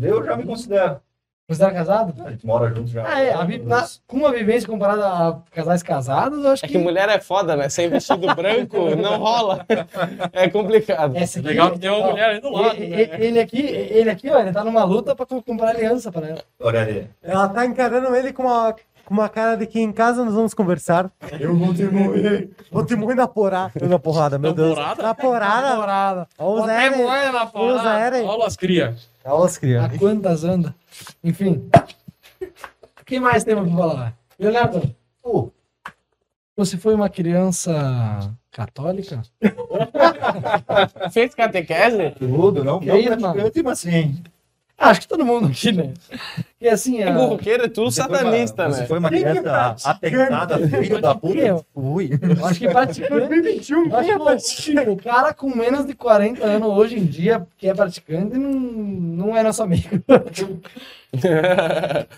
Speaker 4: eu já me considero.
Speaker 2: Considera casado?
Speaker 4: A gente mora junto já.
Speaker 2: Ah, é. a vi- na- com uma vivência comparada a casais casados, eu acho
Speaker 5: É
Speaker 2: que.
Speaker 5: que mulher é foda, né? Sem vestido branco não rola. É complicado.
Speaker 2: Essa
Speaker 1: É
Speaker 2: aqui-
Speaker 1: legal que tem uma
Speaker 2: ó,
Speaker 1: mulher aí do lado.
Speaker 2: e- e-
Speaker 1: né?
Speaker 2: Ele aqui, ele aqui, ó, ele tá numa luta pra co- comprar aliança pra ela.
Speaker 4: Olha ali.
Speaker 3: Ela tá encarando ele com uma, com uma cara de que em casa nós vamos conversar.
Speaker 4: Eu vou te morrer.
Speaker 3: Vou te muito na porrada. Na porrada, meu Deus.
Speaker 1: Namorada?
Speaker 3: Na porrada.
Speaker 2: Namorada.
Speaker 3: Olha os
Speaker 1: Até
Speaker 3: Eren.
Speaker 1: moeda na
Speaker 3: Usa
Speaker 1: parada.
Speaker 3: era aí.
Speaker 1: Olha as cria.
Speaker 3: Olha os crianças.
Speaker 2: A quantas anda? Enfim. O que mais temos pra falar? Leonardo,
Speaker 4: Pô,
Speaker 2: você foi uma criança católica?
Speaker 5: Fez catequese?
Speaker 4: tudo, não,
Speaker 2: Que
Speaker 4: não
Speaker 2: isso,
Speaker 4: praticante, mas tipo, assim, sim.
Speaker 2: Ah, acho que todo mundo aqui, né? E assim,
Speaker 5: É
Speaker 2: a-
Speaker 5: burroqueiro, é tudo
Speaker 4: Você foi uma-
Speaker 5: satanista,
Speaker 4: Você
Speaker 5: né?
Speaker 4: foi uma criança atentada, filho da puta.
Speaker 2: Eu.
Speaker 4: Fui.
Speaker 2: eu acho que praticante.
Speaker 3: 2021,
Speaker 2: Eu Acho que o, o cara com menos de 40 anos hoje em dia, que é praticante, não, não é nosso amigo.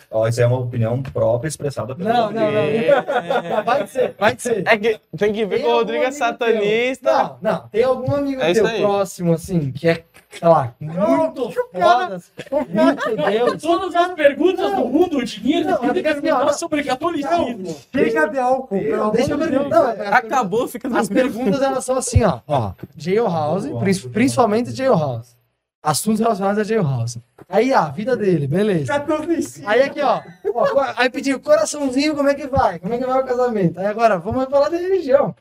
Speaker 4: Ó, isso é uma opinião própria expressada pelo
Speaker 2: Não, não,
Speaker 4: Rodrigo.
Speaker 2: não. Vai dizer, vai dizer.
Speaker 5: É que tem que ver que o É. Rodrigo é satanista.
Speaker 2: Não, não, tem algum amigo
Speaker 5: É isso
Speaker 2: teu
Speaker 5: aí.
Speaker 2: próximo, assim, que é, sei lá, muito foda, assim, muito Deus.
Speaker 1: Todas as perguntas do mundo, o dinheiro,
Speaker 2: Não,
Speaker 1: não,
Speaker 2: é que assim, ó,
Speaker 1: perguntar
Speaker 2: não.
Speaker 1: sobre catolicismo.
Speaker 3: Chega de álcool, pelo amor
Speaker 2: Deixa eu
Speaker 3: de Deus.
Speaker 2: perguntar. Não, é-
Speaker 5: Acabou, fica
Speaker 2: As
Speaker 5: tranquilo.
Speaker 2: perguntas elas são assim, ó. ó jailhouse, prin- principalmente jailhouse. Assuntos relacionados a jailhouse. Aí, a vida dele, beleza.
Speaker 3: 14
Speaker 2: Aí aqui, ó. ó, co- aí pediu coraçãozinho, como é que vai? Como é que vai o casamento? Aí agora, vamos falar de religião.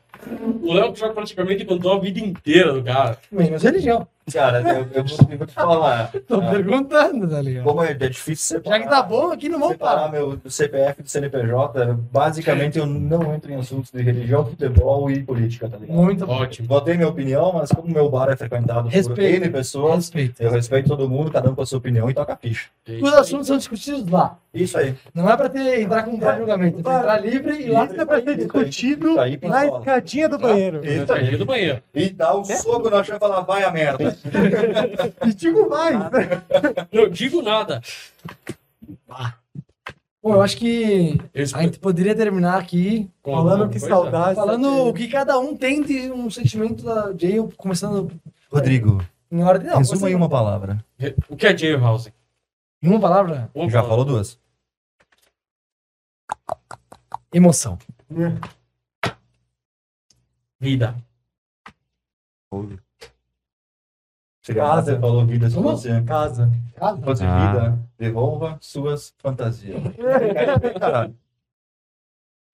Speaker 1: O Léo já praticamente contou a vida inteira do cara.
Speaker 2: Menos religião.
Speaker 4: Cara, eu, eu vou- eu vou te falar.
Speaker 2: Tô
Speaker 4: Ah,
Speaker 2: perguntando, tá ligado?
Speaker 4: Como é, é difícil separar.
Speaker 2: Já que tá bom aqui, não vamos
Speaker 4: separar
Speaker 2: parar.
Speaker 4: meu CPF do CNPJ, basicamente eu não entro em assuntos de religião, futebol e política, tá ligado?
Speaker 2: Muito bom.
Speaker 1: Ótimo.
Speaker 4: Botei minha opinião, mas como meu bar é frequentado por
Speaker 2: Respeito.
Speaker 4: N pessoas,
Speaker 2: Respeito.
Speaker 4: eu respeito todo mundo, cada um com a sua opinião e toca a ficha.
Speaker 1: É
Speaker 2: Os assuntos são discutidos lá.
Speaker 4: Isso aí.
Speaker 2: Não é pra ter, entrar com um pré-julgamento. É pra entrar livre e
Speaker 4: Livre.
Speaker 2: lá fica
Speaker 3: Isso é pra ser discutido
Speaker 4: Isso aí,
Speaker 3: na
Speaker 4: pistola.
Speaker 3: escadinha
Speaker 2: Ah.
Speaker 3: do banheiro.
Speaker 4: Isso
Speaker 2: né?
Speaker 4: aí.
Speaker 1: Saiu tá do banheiro.
Speaker 4: E dá um
Speaker 2: É?
Speaker 4: soco na chão e falar, vai a merda.
Speaker 3: E digo mais.
Speaker 1: Não digo nada.
Speaker 2: Pô, eu acho que
Speaker 1: Eu
Speaker 2: a gente poderia terminar aqui
Speaker 1: com
Speaker 3: Falando
Speaker 1: alguma
Speaker 3: que
Speaker 1: coisa.
Speaker 3: saudade.
Speaker 2: falando o que cada um tem de um sentimento da Jail, começando
Speaker 4: Rodrigo,
Speaker 2: em ordem. Não, começando-
Speaker 4: uma palavra.
Speaker 1: O que é Jailhouse?
Speaker 2: em um. uma palavra:
Speaker 1: Vamos falar.
Speaker 4: duas.
Speaker 2: emoção.
Speaker 1: Vida.
Speaker 4: Ah, você falou vida, se você
Speaker 3: Casa.
Speaker 2: Casa.
Speaker 4: fosse
Speaker 5: Ah.
Speaker 4: vida, devolva suas fantasias. Caralho.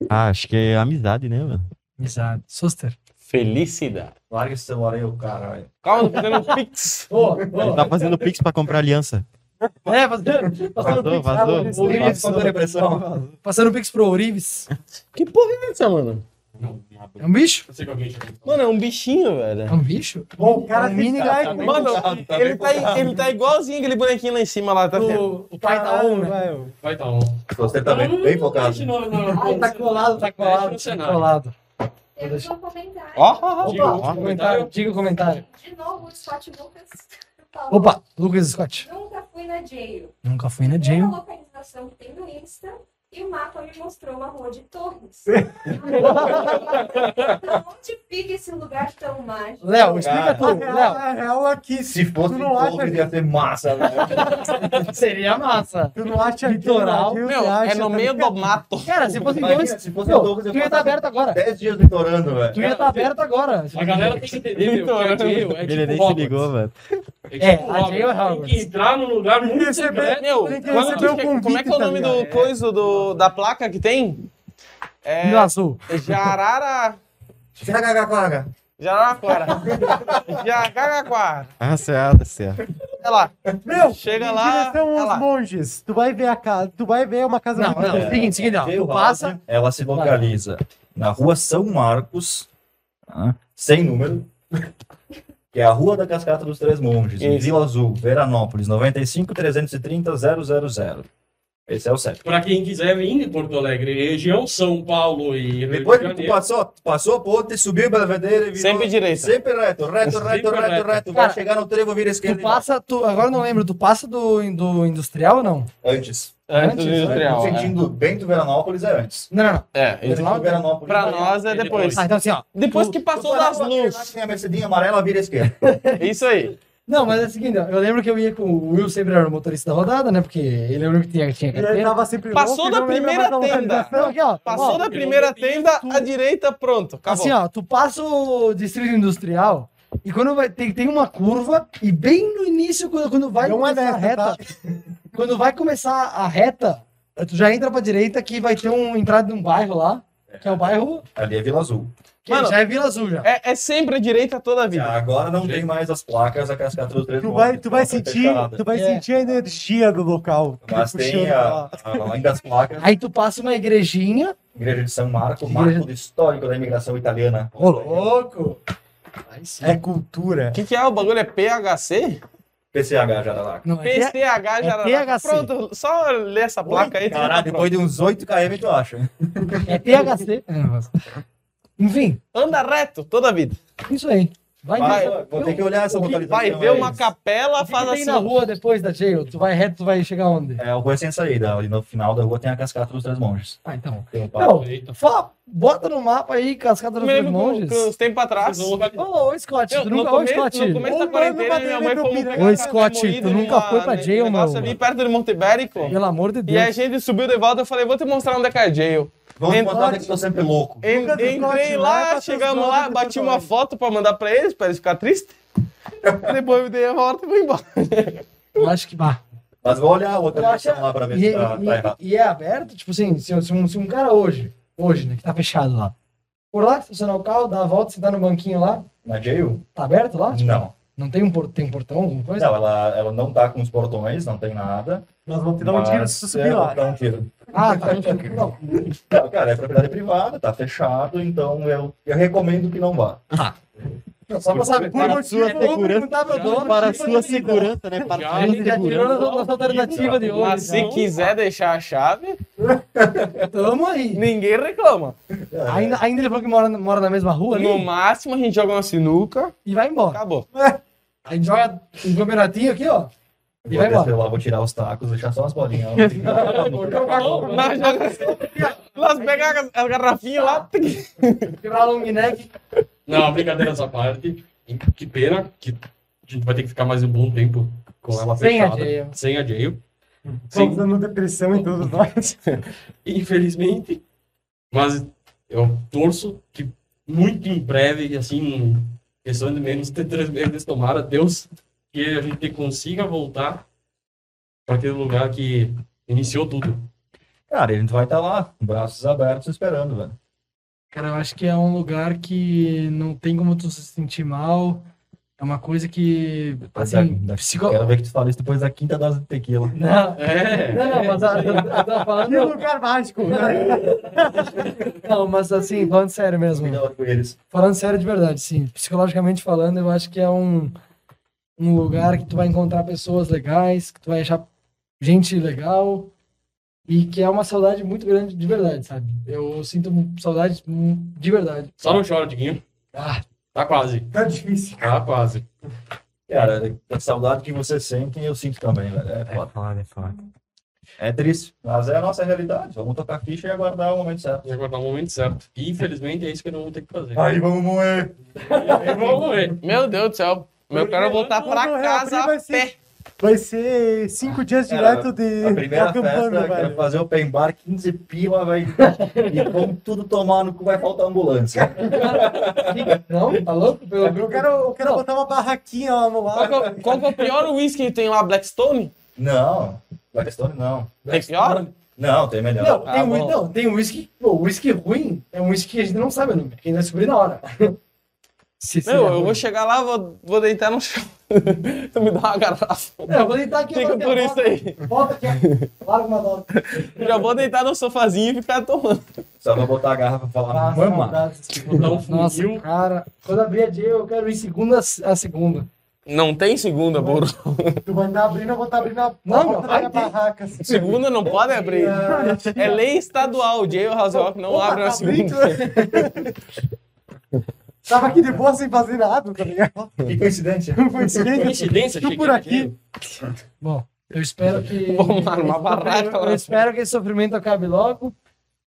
Speaker 8: Ah, acho que é amizade, né, mano?
Speaker 2: Amizade. Soster.
Speaker 5: Felicidade.
Speaker 4: Larga esse celular aí, ô caralho.
Speaker 5: Calma, tô fazendo um pix.
Speaker 8: Ele tá fazendo pix pra comprar aliança.
Speaker 2: É, passando,
Speaker 8: Vazou,
Speaker 2: passando pix, ah,
Speaker 8: vazou.
Speaker 2: Orives,
Speaker 4: Ouvi
Speaker 2: Orives,
Speaker 4: isso quando depressão.
Speaker 2: passando pix pro Orives.
Speaker 5: Que porra é essa, mano?
Speaker 1: Não, não
Speaker 2: É um bicho?
Speaker 1: sei que alguém já me falou.
Speaker 5: Mano, é um bichinho,
Speaker 2: É
Speaker 5: velho.
Speaker 2: um bicho?
Speaker 3: Bom, o cara
Speaker 2: É um
Speaker 3: tem
Speaker 2: mini
Speaker 3: que
Speaker 2: gato,
Speaker 3: estar-
Speaker 2: né?
Speaker 5: Mano,
Speaker 4: bem
Speaker 5: ele
Speaker 4: é?
Speaker 5: tá, ele tá igualzinho aquele bonequinho lá em cima lá, tá vendo?
Speaker 2: O, o pai tá on, né?
Speaker 3: velho.
Speaker 1: Vai dar um.
Speaker 4: Você tá bem, bem focado.
Speaker 1: Não, não, não,
Speaker 2: Ah,
Speaker 1: não.
Speaker 2: tá colado, tá colado.
Speaker 1: Deixa no
Speaker 2: Tá
Speaker 1: cenário.
Speaker 2: colado.
Speaker 7: Temos um comentário.
Speaker 5: Ó, ó, ó.
Speaker 1: Diga o
Speaker 2: Opa,
Speaker 1: último
Speaker 2: comentário.
Speaker 1: comentário.
Speaker 2: Diga o comentário.
Speaker 7: De novo, o Scott Lucas falou.
Speaker 2: Opa, Lucas Scott.
Speaker 7: Nunca fui na jail.
Speaker 2: Nunca fui né, na
Speaker 7: Tem a
Speaker 2: jail.
Speaker 7: localização que tem no Insta e o mapa me mostrou uma rua de torres. Então, onde fica esse lugar tão mágico?
Speaker 2: Léo, explica
Speaker 4: Cara.
Speaker 3: Ah,
Speaker 2: tudo. Léo, tá
Speaker 3: A real é que
Speaker 4: Se fosse
Speaker 3: Tu
Speaker 4: um
Speaker 3: não acha
Speaker 4: povo,
Speaker 3: que-
Speaker 4: ia ser massa, velho.
Speaker 2: seria massa.
Speaker 3: ah. tu não acha
Speaker 2: Litoral.
Speaker 3: aquilo,
Speaker 5: Meu,
Speaker 3: tu
Speaker 5: é
Speaker 3: acha
Speaker 5: no meio do mato.
Speaker 2: Cara, se fosse
Speaker 4: Imagina,
Speaker 2: dois.
Speaker 4: se fosse
Speaker 2: Meu,
Speaker 4: dois, eu
Speaker 2: tu ia estar
Speaker 4: faço-
Speaker 2: aberto agora.
Speaker 4: 10 dias litorando, velho.
Speaker 2: Tu ia estar aberto agora.
Speaker 1: A galera tem que entender, meu. que a jail é
Speaker 8: Ele
Speaker 1: tipo
Speaker 8: nem se
Speaker 1: Hogwarts.
Speaker 8: ligou, mano.
Speaker 2: É,
Speaker 1: tipo
Speaker 2: a
Speaker 1: Hogwarts.
Speaker 2: jail é
Speaker 1: Tem que
Speaker 2: Hogwarts.
Speaker 1: entrar num lugar
Speaker 3: Tem que
Speaker 1: muito
Speaker 3: receber-
Speaker 1: secreto.
Speaker 5: Meu,
Speaker 3: Tem que
Speaker 5: quando-
Speaker 3: receber o
Speaker 5: que-
Speaker 3: convite,
Speaker 5: como é que é o
Speaker 3: tá
Speaker 5: nome do
Speaker 3: ligado?
Speaker 5: coisa do, da placa que tem? É
Speaker 2: Mil azul.
Speaker 5: Jarara.
Speaker 4: Jagagaguaga.
Speaker 5: Jararaquara. Jararaquara.
Speaker 8: Ah, certo, certo.
Speaker 5: Sei lá.
Speaker 3: Meu,
Speaker 5: Chega
Speaker 3: em
Speaker 5: lá,
Speaker 3: direção
Speaker 5: é
Speaker 3: aos
Speaker 5: lá.
Speaker 3: monges. Tu vai ver a casa, tu vai ver uma casa
Speaker 2: Não,
Speaker 3: muito
Speaker 2: não.
Speaker 4: é.
Speaker 3: grande.
Speaker 2: Seguinte, seguinte, ó. Tu passa.
Speaker 4: Ela se localiza na rua São Marcos, tá? sem número, que é a Rua da Cascata dos Três Monges, em
Speaker 5: Isso.
Speaker 4: Vila Azul, Veranópolis, 95 330 000. Esse é o CEP.
Speaker 1: Para quem quiser vir em Porto Alegre, região São Paulo e Rio de
Speaker 4: Depois que tu
Speaker 1: Janeiro,
Speaker 4: passou, passou pro outro, subiu pela bandeira e virou...
Speaker 5: Sempre direita.
Speaker 4: Sempre reto, reto, reto,
Speaker 1: Sempre
Speaker 4: reto,
Speaker 1: reto.
Speaker 4: reto. Vai
Speaker 2: Cara,
Speaker 4: chegar no trevo, vira esquerda
Speaker 2: Tu
Speaker 4: e volta.
Speaker 2: passa, tu, agora eu não lembro, tu passa do, do industrial ou não?
Speaker 4: Antes.
Speaker 5: Antes do
Speaker 2: Antes,
Speaker 5: industrial.
Speaker 4: No
Speaker 5: é.
Speaker 4: sentido bem do Veranópolis é antes.
Speaker 2: Não, não, não.
Speaker 5: É,
Speaker 4: Antes
Speaker 5: isso.
Speaker 4: do Veranópolis.
Speaker 5: Pra
Speaker 4: vai-
Speaker 5: nós é
Speaker 1: É
Speaker 5: depois.
Speaker 1: depois.
Speaker 2: Ah, então assim, ó.
Speaker 5: Depois
Speaker 2: Tu-
Speaker 5: que
Speaker 4: Tu
Speaker 5: passou
Speaker 4: vai lá,
Speaker 5: das
Speaker 4: lá, lá,
Speaker 5: luzes.
Speaker 4: Tem a Mercedinha amarela, vira esquerda.
Speaker 5: Isso aí.
Speaker 2: Não, mas é o seguinte, ó, eu lembro que eu ia com o Will, sempre era o motorista da rodada, né? Porque ele era o que tinha, tinha
Speaker 3: E ele
Speaker 2: carteira.
Speaker 3: tava né? sempre
Speaker 5: Passou
Speaker 3: louco e
Speaker 5: da
Speaker 3: não lembra
Speaker 5: primeira
Speaker 3: mais a localização.
Speaker 5: tenda.
Speaker 2: Não, aqui, ó.
Speaker 5: Passou
Speaker 2: ó,
Speaker 5: da primeira tenda à direita, pronto. Acabou.
Speaker 2: Assim, ó, tu passa o distrito industrial e quando vai. Tem, tem uma curva e bem no início, quando, quando vai
Speaker 3: Não é
Speaker 2: começar a
Speaker 3: dessa,
Speaker 2: reta. Quando vai começar a reta, tu já entra pra direita que vai ter uma entrada de um bairro lá, que é o bairro.
Speaker 4: Ali é Vila Azul.
Speaker 2: Que
Speaker 5: Mano,
Speaker 2: já é Vila Azul já.
Speaker 5: É, é sempre a direita toda a
Speaker 4: Já,
Speaker 5: vida.
Speaker 4: Agora não tem mais as placas, a cascata dos três
Speaker 3: Tu
Speaker 4: Montes,
Speaker 3: vai, tu vai
Speaker 4: tá
Speaker 3: sentir,
Speaker 4: fechada.
Speaker 3: tu vai
Speaker 2: É.
Speaker 3: sentir a energia do local.
Speaker 4: Mas tem
Speaker 3: Puxando
Speaker 4: a,
Speaker 3: pra lá.
Speaker 4: a- ainda as placas,
Speaker 2: Aí tu passa uma igrejinha.
Speaker 4: Igreja de São Marco,
Speaker 2: Igreja-
Speaker 4: marco do histórico da imigração italiana.
Speaker 2: Ô, louco! Aí sim.
Speaker 3: É cultura.
Speaker 5: O que, que é o bagulho? É PHC?
Speaker 4: PCH Jararaca.
Speaker 2: Não, é,
Speaker 5: PCH Jararaca.
Speaker 2: PHC.
Speaker 5: Pronto, só lê essa placa aí. tu já tá
Speaker 4: Caralho,
Speaker 5: pronto.
Speaker 4: depois de uns 8 km tu acha.
Speaker 2: é THC. Enfim,
Speaker 5: Anda reto toda a vida.
Speaker 2: isso aí. Vai,
Speaker 4: Vai,
Speaker 2: nessa-
Speaker 4: vou ter que olhar essa
Speaker 5: O que
Speaker 4: localização.
Speaker 5: vai ver
Speaker 4: aí.
Speaker 5: uma capela,
Speaker 2: O que
Speaker 5: faz
Speaker 2: tem na
Speaker 5: assim.
Speaker 2: rua depois da jail? Tu vai reto, tu vai chegar onde?
Speaker 4: É a rua sem saída. Ali no final da rua tem a cascata dos Três Monges.
Speaker 2: Ah, então.
Speaker 4: Tem um parque.
Speaker 2: Não, fala, bota no mapa aí, Cascata
Speaker 5: Eu
Speaker 2: dos
Speaker 5: me
Speaker 2: Três
Speaker 5: lembro que-
Speaker 2: Monges.
Speaker 5: que uns tempos atrás.
Speaker 1: vocês vão localizar.
Speaker 2: Ô, ô, Scott,
Speaker 5: Eu,
Speaker 2: tu
Speaker 5: no
Speaker 2: nunca. Ô,
Speaker 5: começo, no
Speaker 2: Scott.
Speaker 5: começo da
Speaker 3: Ô, mano,
Speaker 5: quarentena, minha mãe
Speaker 3: bateu
Speaker 5: foi
Speaker 3: piranha.
Speaker 5: pegar
Speaker 2: Ô,
Speaker 5: café
Speaker 2: Scott, tu
Speaker 5: moído
Speaker 2: nunca foi pra
Speaker 5: num
Speaker 2: jail,
Speaker 5: negócio
Speaker 2: mano.
Speaker 5: ali perto de Montebérico.
Speaker 2: Pelo amor de
Speaker 5: E a
Speaker 2: Deus.
Speaker 5: gente subiu de volta, eu falei, vou te mostrar onde é que é jail.
Speaker 4: Vamos
Speaker 5: Entra-
Speaker 4: contar que eu tô sempre louco.
Speaker 5: En-
Speaker 3: Nunca vi
Speaker 5: Entrei
Speaker 3: Scott lá,
Speaker 5: lá,
Speaker 3: bateu
Speaker 5: chegamos
Speaker 3: os
Speaker 5: lá,
Speaker 3: brothers
Speaker 5: bati
Speaker 3: pra
Speaker 5: uma
Speaker 3: trás.
Speaker 5: foto pra mandar pra eles, pra eles ficarem tristes. Depois eu dei a volta e vou embora.
Speaker 2: Eu acho que bah.
Speaker 4: Mas vou olhar a outra
Speaker 2: Eu acho-
Speaker 4: versão lá pra ver
Speaker 2: E,
Speaker 4: se tá,
Speaker 2: e-
Speaker 4: tá errado.
Speaker 2: e é aberto? Tipo assim, se, se um, se um cara hoje, hoje, né, que tá fechado lá. Por lá que funciona o carro, dá a volta, sentar no banquinho lá,
Speaker 4: Na jail?
Speaker 2: tá aberto lá? Tipo,
Speaker 4: Não.
Speaker 2: Não tem um, por- tem um portão, alguma coisa?
Speaker 4: Não, ela, ela não tá com os portões, não tem nada.
Speaker 3: Nós vamos te dar um tiro
Speaker 4: mas,
Speaker 3: se tu
Speaker 4: é,
Speaker 3: subir lá.
Speaker 4: Dá um tiro.
Speaker 2: Ah, tá. Não.
Speaker 4: Não, cara, é propriedade privada, tá fechado, então eu, eu recomendo que não vá.
Speaker 8: Ah.
Speaker 2: Só pra saber.
Speaker 8: Para
Speaker 2: Por
Speaker 8: sua
Speaker 2: motivo, vou
Speaker 8: segurança-
Speaker 2: perguntar pro dono,
Speaker 8: Para a
Speaker 2: tipo,
Speaker 8: sua
Speaker 2: de-
Speaker 8: segurança, né? Para
Speaker 1: Já
Speaker 8: a sua
Speaker 2: Ele já tirou
Speaker 8: segurança.
Speaker 2: na nossa alternativa de
Speaker 8: Ah,
Speaker 2: hoje.
Speaker 5: Mas se
Speaker 2: então,
Speaker 5: quiser deixar a chave,
Speaker 2: Tamo aí.
Speaker 5: ninguém reclama.
Speaker 2: Ainda, ainda ele falou que mora, mora na mesma rua ali,
Speaker 5: No máximo a gente joga uma sinuca,
Speaker 2: e vai embora.
Speaker 5: acabou.
Speaker 2: A gente joga um campeonatinho aqui, ó. E
Speaker 4: Vou
Speaker 2: vai embora.
Speaker 4: descer lá, vou tirar os tacos, deixar só as bolinhas.
Speaker 5: Nós jogamos. Nós pegamos as garrafinhas lá. tic.
Speaker 2: Quebrar long neck.
Speaker 1: Não, brincadeiras à parte. Que pena que a gente vai ter que ficar mais um bom tempo com ela
Speaker 4: é.
Speaker 2: Sem a
Speaker 1: fechada.
Speaker 2: jail.
Speaker 1: Sem a jail. Sim.
Speaker 3: Estamos dando depressão em todos nós.
Speaker 1: infelizmente. Mas eu torço que muito em breve, assim, questão de menos de três meses, tomara Deus que a gente consiga voltar para aquele lugar que iniciou tudo.
Speaker 4: Cara, a gente vai estar lá, braços abertos, esperando, velho.
Speaker 2: Cara, eu acho que é um lugar que não tem como tu se sentir mal. É uma coisa que. Assim,
Speaker 4: Da- da-
Speaker 2: psico...
Speaker 4: Quero ver que tu fala isso depois da quinta dose de tequila.
Speaker 2: Não,
Speaker 1: É,
Speaker 2: não, não, mas a- eu eu tava
Speaker 3: Que
Speaker 2: falando.
Speaker 3: lugar mágico. né?
Speaker 2: Não, mas assim, falando sério mesmo.
Speaker 4: Cuidado com eles.
Speaker 2: Falando sério de verdade, sim. Psicologicamente falando, eu acho que é um, um lugar que tu vai encontrar pessoas legais, que tu vai achar gente legal e que é uma saudade muito grande de verdade, sabe? Eu sinto saudade de verdade.
Speaker 1: só não chora, Diguinho.
Speaker 2: Ah.
Speaker 1: Tá quase,
Speaker 3: Tá difícil.
Speaker 1: tá quase.
Speaker 4: Cara, a saudade que você sente, eu sinto também, velho. É foda.
Speaker 8: Foda, é foda.
Speaker 4: É triste, mas é a nossa realidade. Vamos tocar ficha e aguardar o momento certo.
Speaker 1: E aguardar o momento certo. E infelizmente é isso que eu não vou ter que fazer.
Speaker 4: Aí vamos moer.
Speaker 3: Ah,
Speaker 1: Eu vou morrer.
Speaker 5: Meu Deus do céu. Eu quero voltar
Speaker 3: Quando
Speaker 5: pra
Speaker 3: reabrir
Speaker 5: casa
Speaker 3: vai
Speaker 5: a
Speaker 3: ser-
Speaker 5: pé.
Speaker 3: Vai ser cinco dias
Speaker 4: Cara,
Speaker 3: direto de
Speaker 4: A
Speaker 2: Tá
Speaker 4: primeira
Speaker 3: acampando,
Speaker 4: festa, quero
Speaker 3: velho.
Speaker 4: fazer open bar, 15 pila, vai. E vamos tudo tomar no cu, vai faltar ambulância.
Speaker 2: Não? Tá louco? Pelo
Speaker 3: Eu quero, eu quero botar uma barraquinha lá no
Speaker 5: Qual que
Speaker 3: lado.
Speaker 5: é o- qual que é o pior whisky que tem lá? Blackstone?
Speaker 4: Não, Blackstone não.
Speaker 5: Tem pior?
Speaker 4: Não, tem melhor.
Speaker 2: Não, tem,
Speaker 5: Ah,
Speaker 2: um,
Speaker 5: bom.
Speaker 2: não, tem um whisky. O whisky ruim é um whisky que a gente não sabe o nome, que a gente vai descobrir na hora. Se seria
Speaker 5: Meu, eu
Speaker 2: ruim.
Speaker 5: vou chegar lá, vou, vou deitar no chão. tu me dá uma garrafa.
Speaker 2: É, eu vou deitar aqui.
Speaker 5: Fica
Speaker 2: agora,
Speaker 5: por isso
Speaker 2: volta-
Speaker 5: aí.
Speaker 2: Volta aqui. ó. Larga uma dose.
Speaker 5: Já vou deitar no sofazinho e ficar tomando.
Speaker 4: Só pra botar a garrafa e falar,
Speaker 2: Ah,
Speaker 4: mama.
Speaker 2: saudades.
Speaker 1: Botar um
Speaker 2: Nossa,
Speaker 1: funil.
Speaker 2: cara. Quando abrir a J, eu quero ir segunda a segunda.
Speaker 5: Não tem segunda, Buru.
Speaker 3: Tu vai estar abrindo, eu vou estar abrindo a
Speaker 2: Não,
Speaker 3: porta
Speaker 2: vai
Speaker 3: da minha
Speaker 2: ter.
Speaker 3: barraca. assim.
Speaker 5: Segunda não pode abrir. É lei estadual. Jay Razorp não
Speaker 3: Opa,
Speaker 5: abre na
Speaker 3: tá
Speaker 5: segunda.
Speaker 3: abrindo. Tava aqui de boa sem fazer nada, tá ligado?
Speaker 2: Que coincidência.
Speaker 3: Foi esquente.
Speaker 1: Coincidência,
Speaker 3: Tu
Speaker 1: cheguei
Speaker 3: por aqui.
Speaker 2: Bom, eu espero que.
Speaker 5: Vamos armar barraca lá.
Speaker 2: Eu espero que esse sofrimento acabe logo.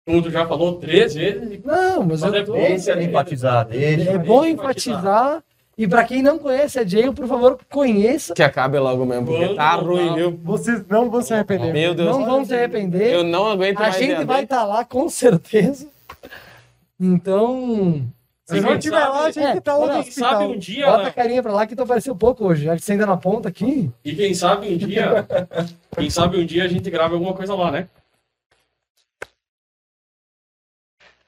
Speaker 1: Todo mundo já falou três vezes.
Speaker 2: Não, mas eu
Speaker 1: Mas é
Speaker 2: tô.
Speaker 1: bem,
Speaker 4: Esse
Speaker 3: né?
Speaker 4: era enfatizar, deixa.
Speaker 2: É bom enfatizar. E pra quem não conhece a Jail, por favor, conheça.
Speaker 5: Que acabe logo mesmo, porque tá
Speaker 1: Quando
Speaker 5: ruim,
Speaker 1: voltar-
Speaker 5: viu?
Speaker 3: Vocês não vão se arrepender.
Speaker 5: Meu Deus.
Speaker 2: Não vão se arrepender.
Speaker 5: Eu não aguento
Speaker 2: A
Speaker 5: mais
Speaker 2: gente
Speaker 5: ver
Speaker 2: vai
Speaker 5: lei.
Speaker 2: estar lá, com certeza. Então,
Speaker 3: Se não tiver lá, a gente
Speaker 2: É,
Speaker 3: tá lá no
Speaker 1: Quem sabe
Speaker 3: hospital.
Speaker 1: um dia.
Speaker 2: bota a carinha pra lá que tu apareceu pouco hoje. Já que você ainda na ponta aqui.
Speaker 1: E quem sabe um dia. quem sabe um dia a gente grava alguma coisa lá, né?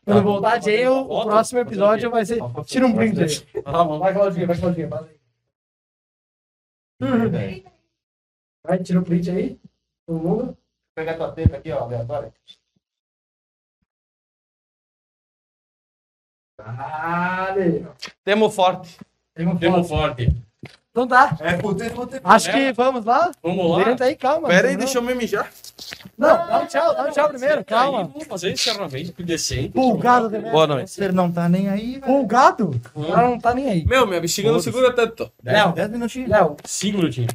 Speaker 2: Quando
Speaker 1: Tá.
Speaker 2: voltar a Jail, o
Speaker 1: Bota,
Speaker 2: próximo
Speaker 1: bota
Speaker 2: episódio
Speaker 1: aqui.
Speaker 2: vai ser. Tira um print aí.
Speaker 1: Ah, vamos.
Speaker 2: Vai, Claudinha, vai, Claudinha. vai aí. Vai, tira o print aí. Todo mundo.
Speaker 3: Pegar tua teta aqui, ó, agora.
Speaker 2: Vale.
Speaker 5: Temo forte.
Speaker 2: Tem um
Speaker 1: Temo
Speaker 2: foto.
Speaker 1: forte.
Speaker 2: Então tá.
Speaker 4: É, puta, puta.
Speaker 2: Acho que É. vamos lá.
Speaker 1: Vamos lá.
Speaker 2: Lenta aí, calma.
Speaker 5: Pera aí,
Speaker 2: não.
Speaker 5: deixa eu me mijar.
Speaker 2: Não, dá um tchau, dá um tchau primeiro,
Speaker 1: Aí,
Speaker 2: calma.
Speaker 1: vamos fazer esse encerramento decente.
Speaker 3: Pulgado também.
Speaker 5: Boa noite.
Speaker 4: Você não tá nem aí, velho.
Speaker 3: Pulgado?
Speaker 2: O cara não tá nem aí.
Speaker 5: Meu, minha bexiga não segura tanto.
Speaker 2: Léo,
Speaker 4: 10 né? minutinhos.
Speaker 2: Léo,
Speaker 1: Cinco minutinhos.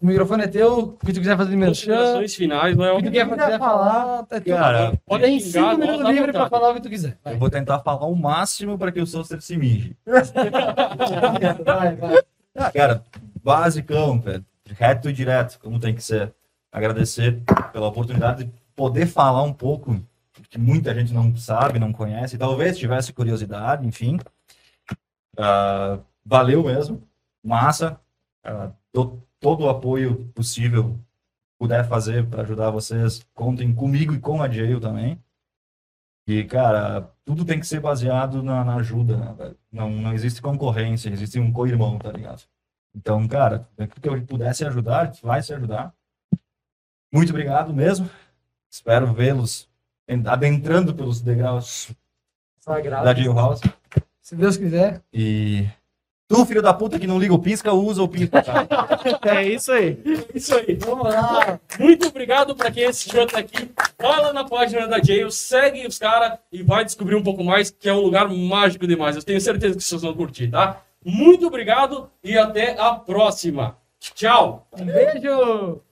Speaker 2: o microfone é teu. O que tu quiser fazer de merchan, o
Speaker 1: Considerações finais, Léo.
Speaker 2: que tu quiser fazer, falar, tá teu.
Speaker 4: Cara,
Speaker 1: Pode
Speaker 2: Tem
Speaker 1: xingar,
Speaker 2: cinco minutos
Speaker 1: volta à
Speaker 2: livres pra
Speaker 1: vontade.
Speaker 2: falar o que tu quiser.
Speaker 4: eu vou tentar falar o máximo para que o Souster se mije.
Speaker 2: Vai, vai.
Speaker 4: Ah, cara, basicão, velho. Reto e direto, como tem que ser. Agradecer pela oportunidade de poder falar um pouco que muita gente não sabe, não conhece. Talvez tivesse curiosidade, enfim. Ah, valeu mesmo. Massa. Ah, dou todo o apoio possível puder fazer para ajudar vocês. Contem comigo e com a Jail também. E, cara, tudo tem que ser baseado na, na ajuda, né, velho? Não, não existe concorrência, existe um co-irmão, tá ligado? Então, cara, aquilo que eu pudesse ajudar, vai se ajudar. Muito obrigado mesmo. Espero vê-los en- adentrando pelos degraus da
Speaker 2: Sagrado.
Speaker 4: Jail House.
Speaker 2: Se Deus quiser.
Speaker 4: E tu, filho da puta, que não liga o pisca, usa o pisca, tá?
Speaker 5: É isso aí.
Speaker 1: Isso aí.
Speaker 2: Vamos lá.
Speaker 1: Muito obrigado para quem assistiu até aqui. Vai lá na página da Jail, segue os caras e vai descobrir um pouco mais, que é um lugar mágico demais. Eu tenho certeza que vocês vão curtir, tá? Muito obrigado e até a próxima. Tchau!
Speaker 2: Um beijo.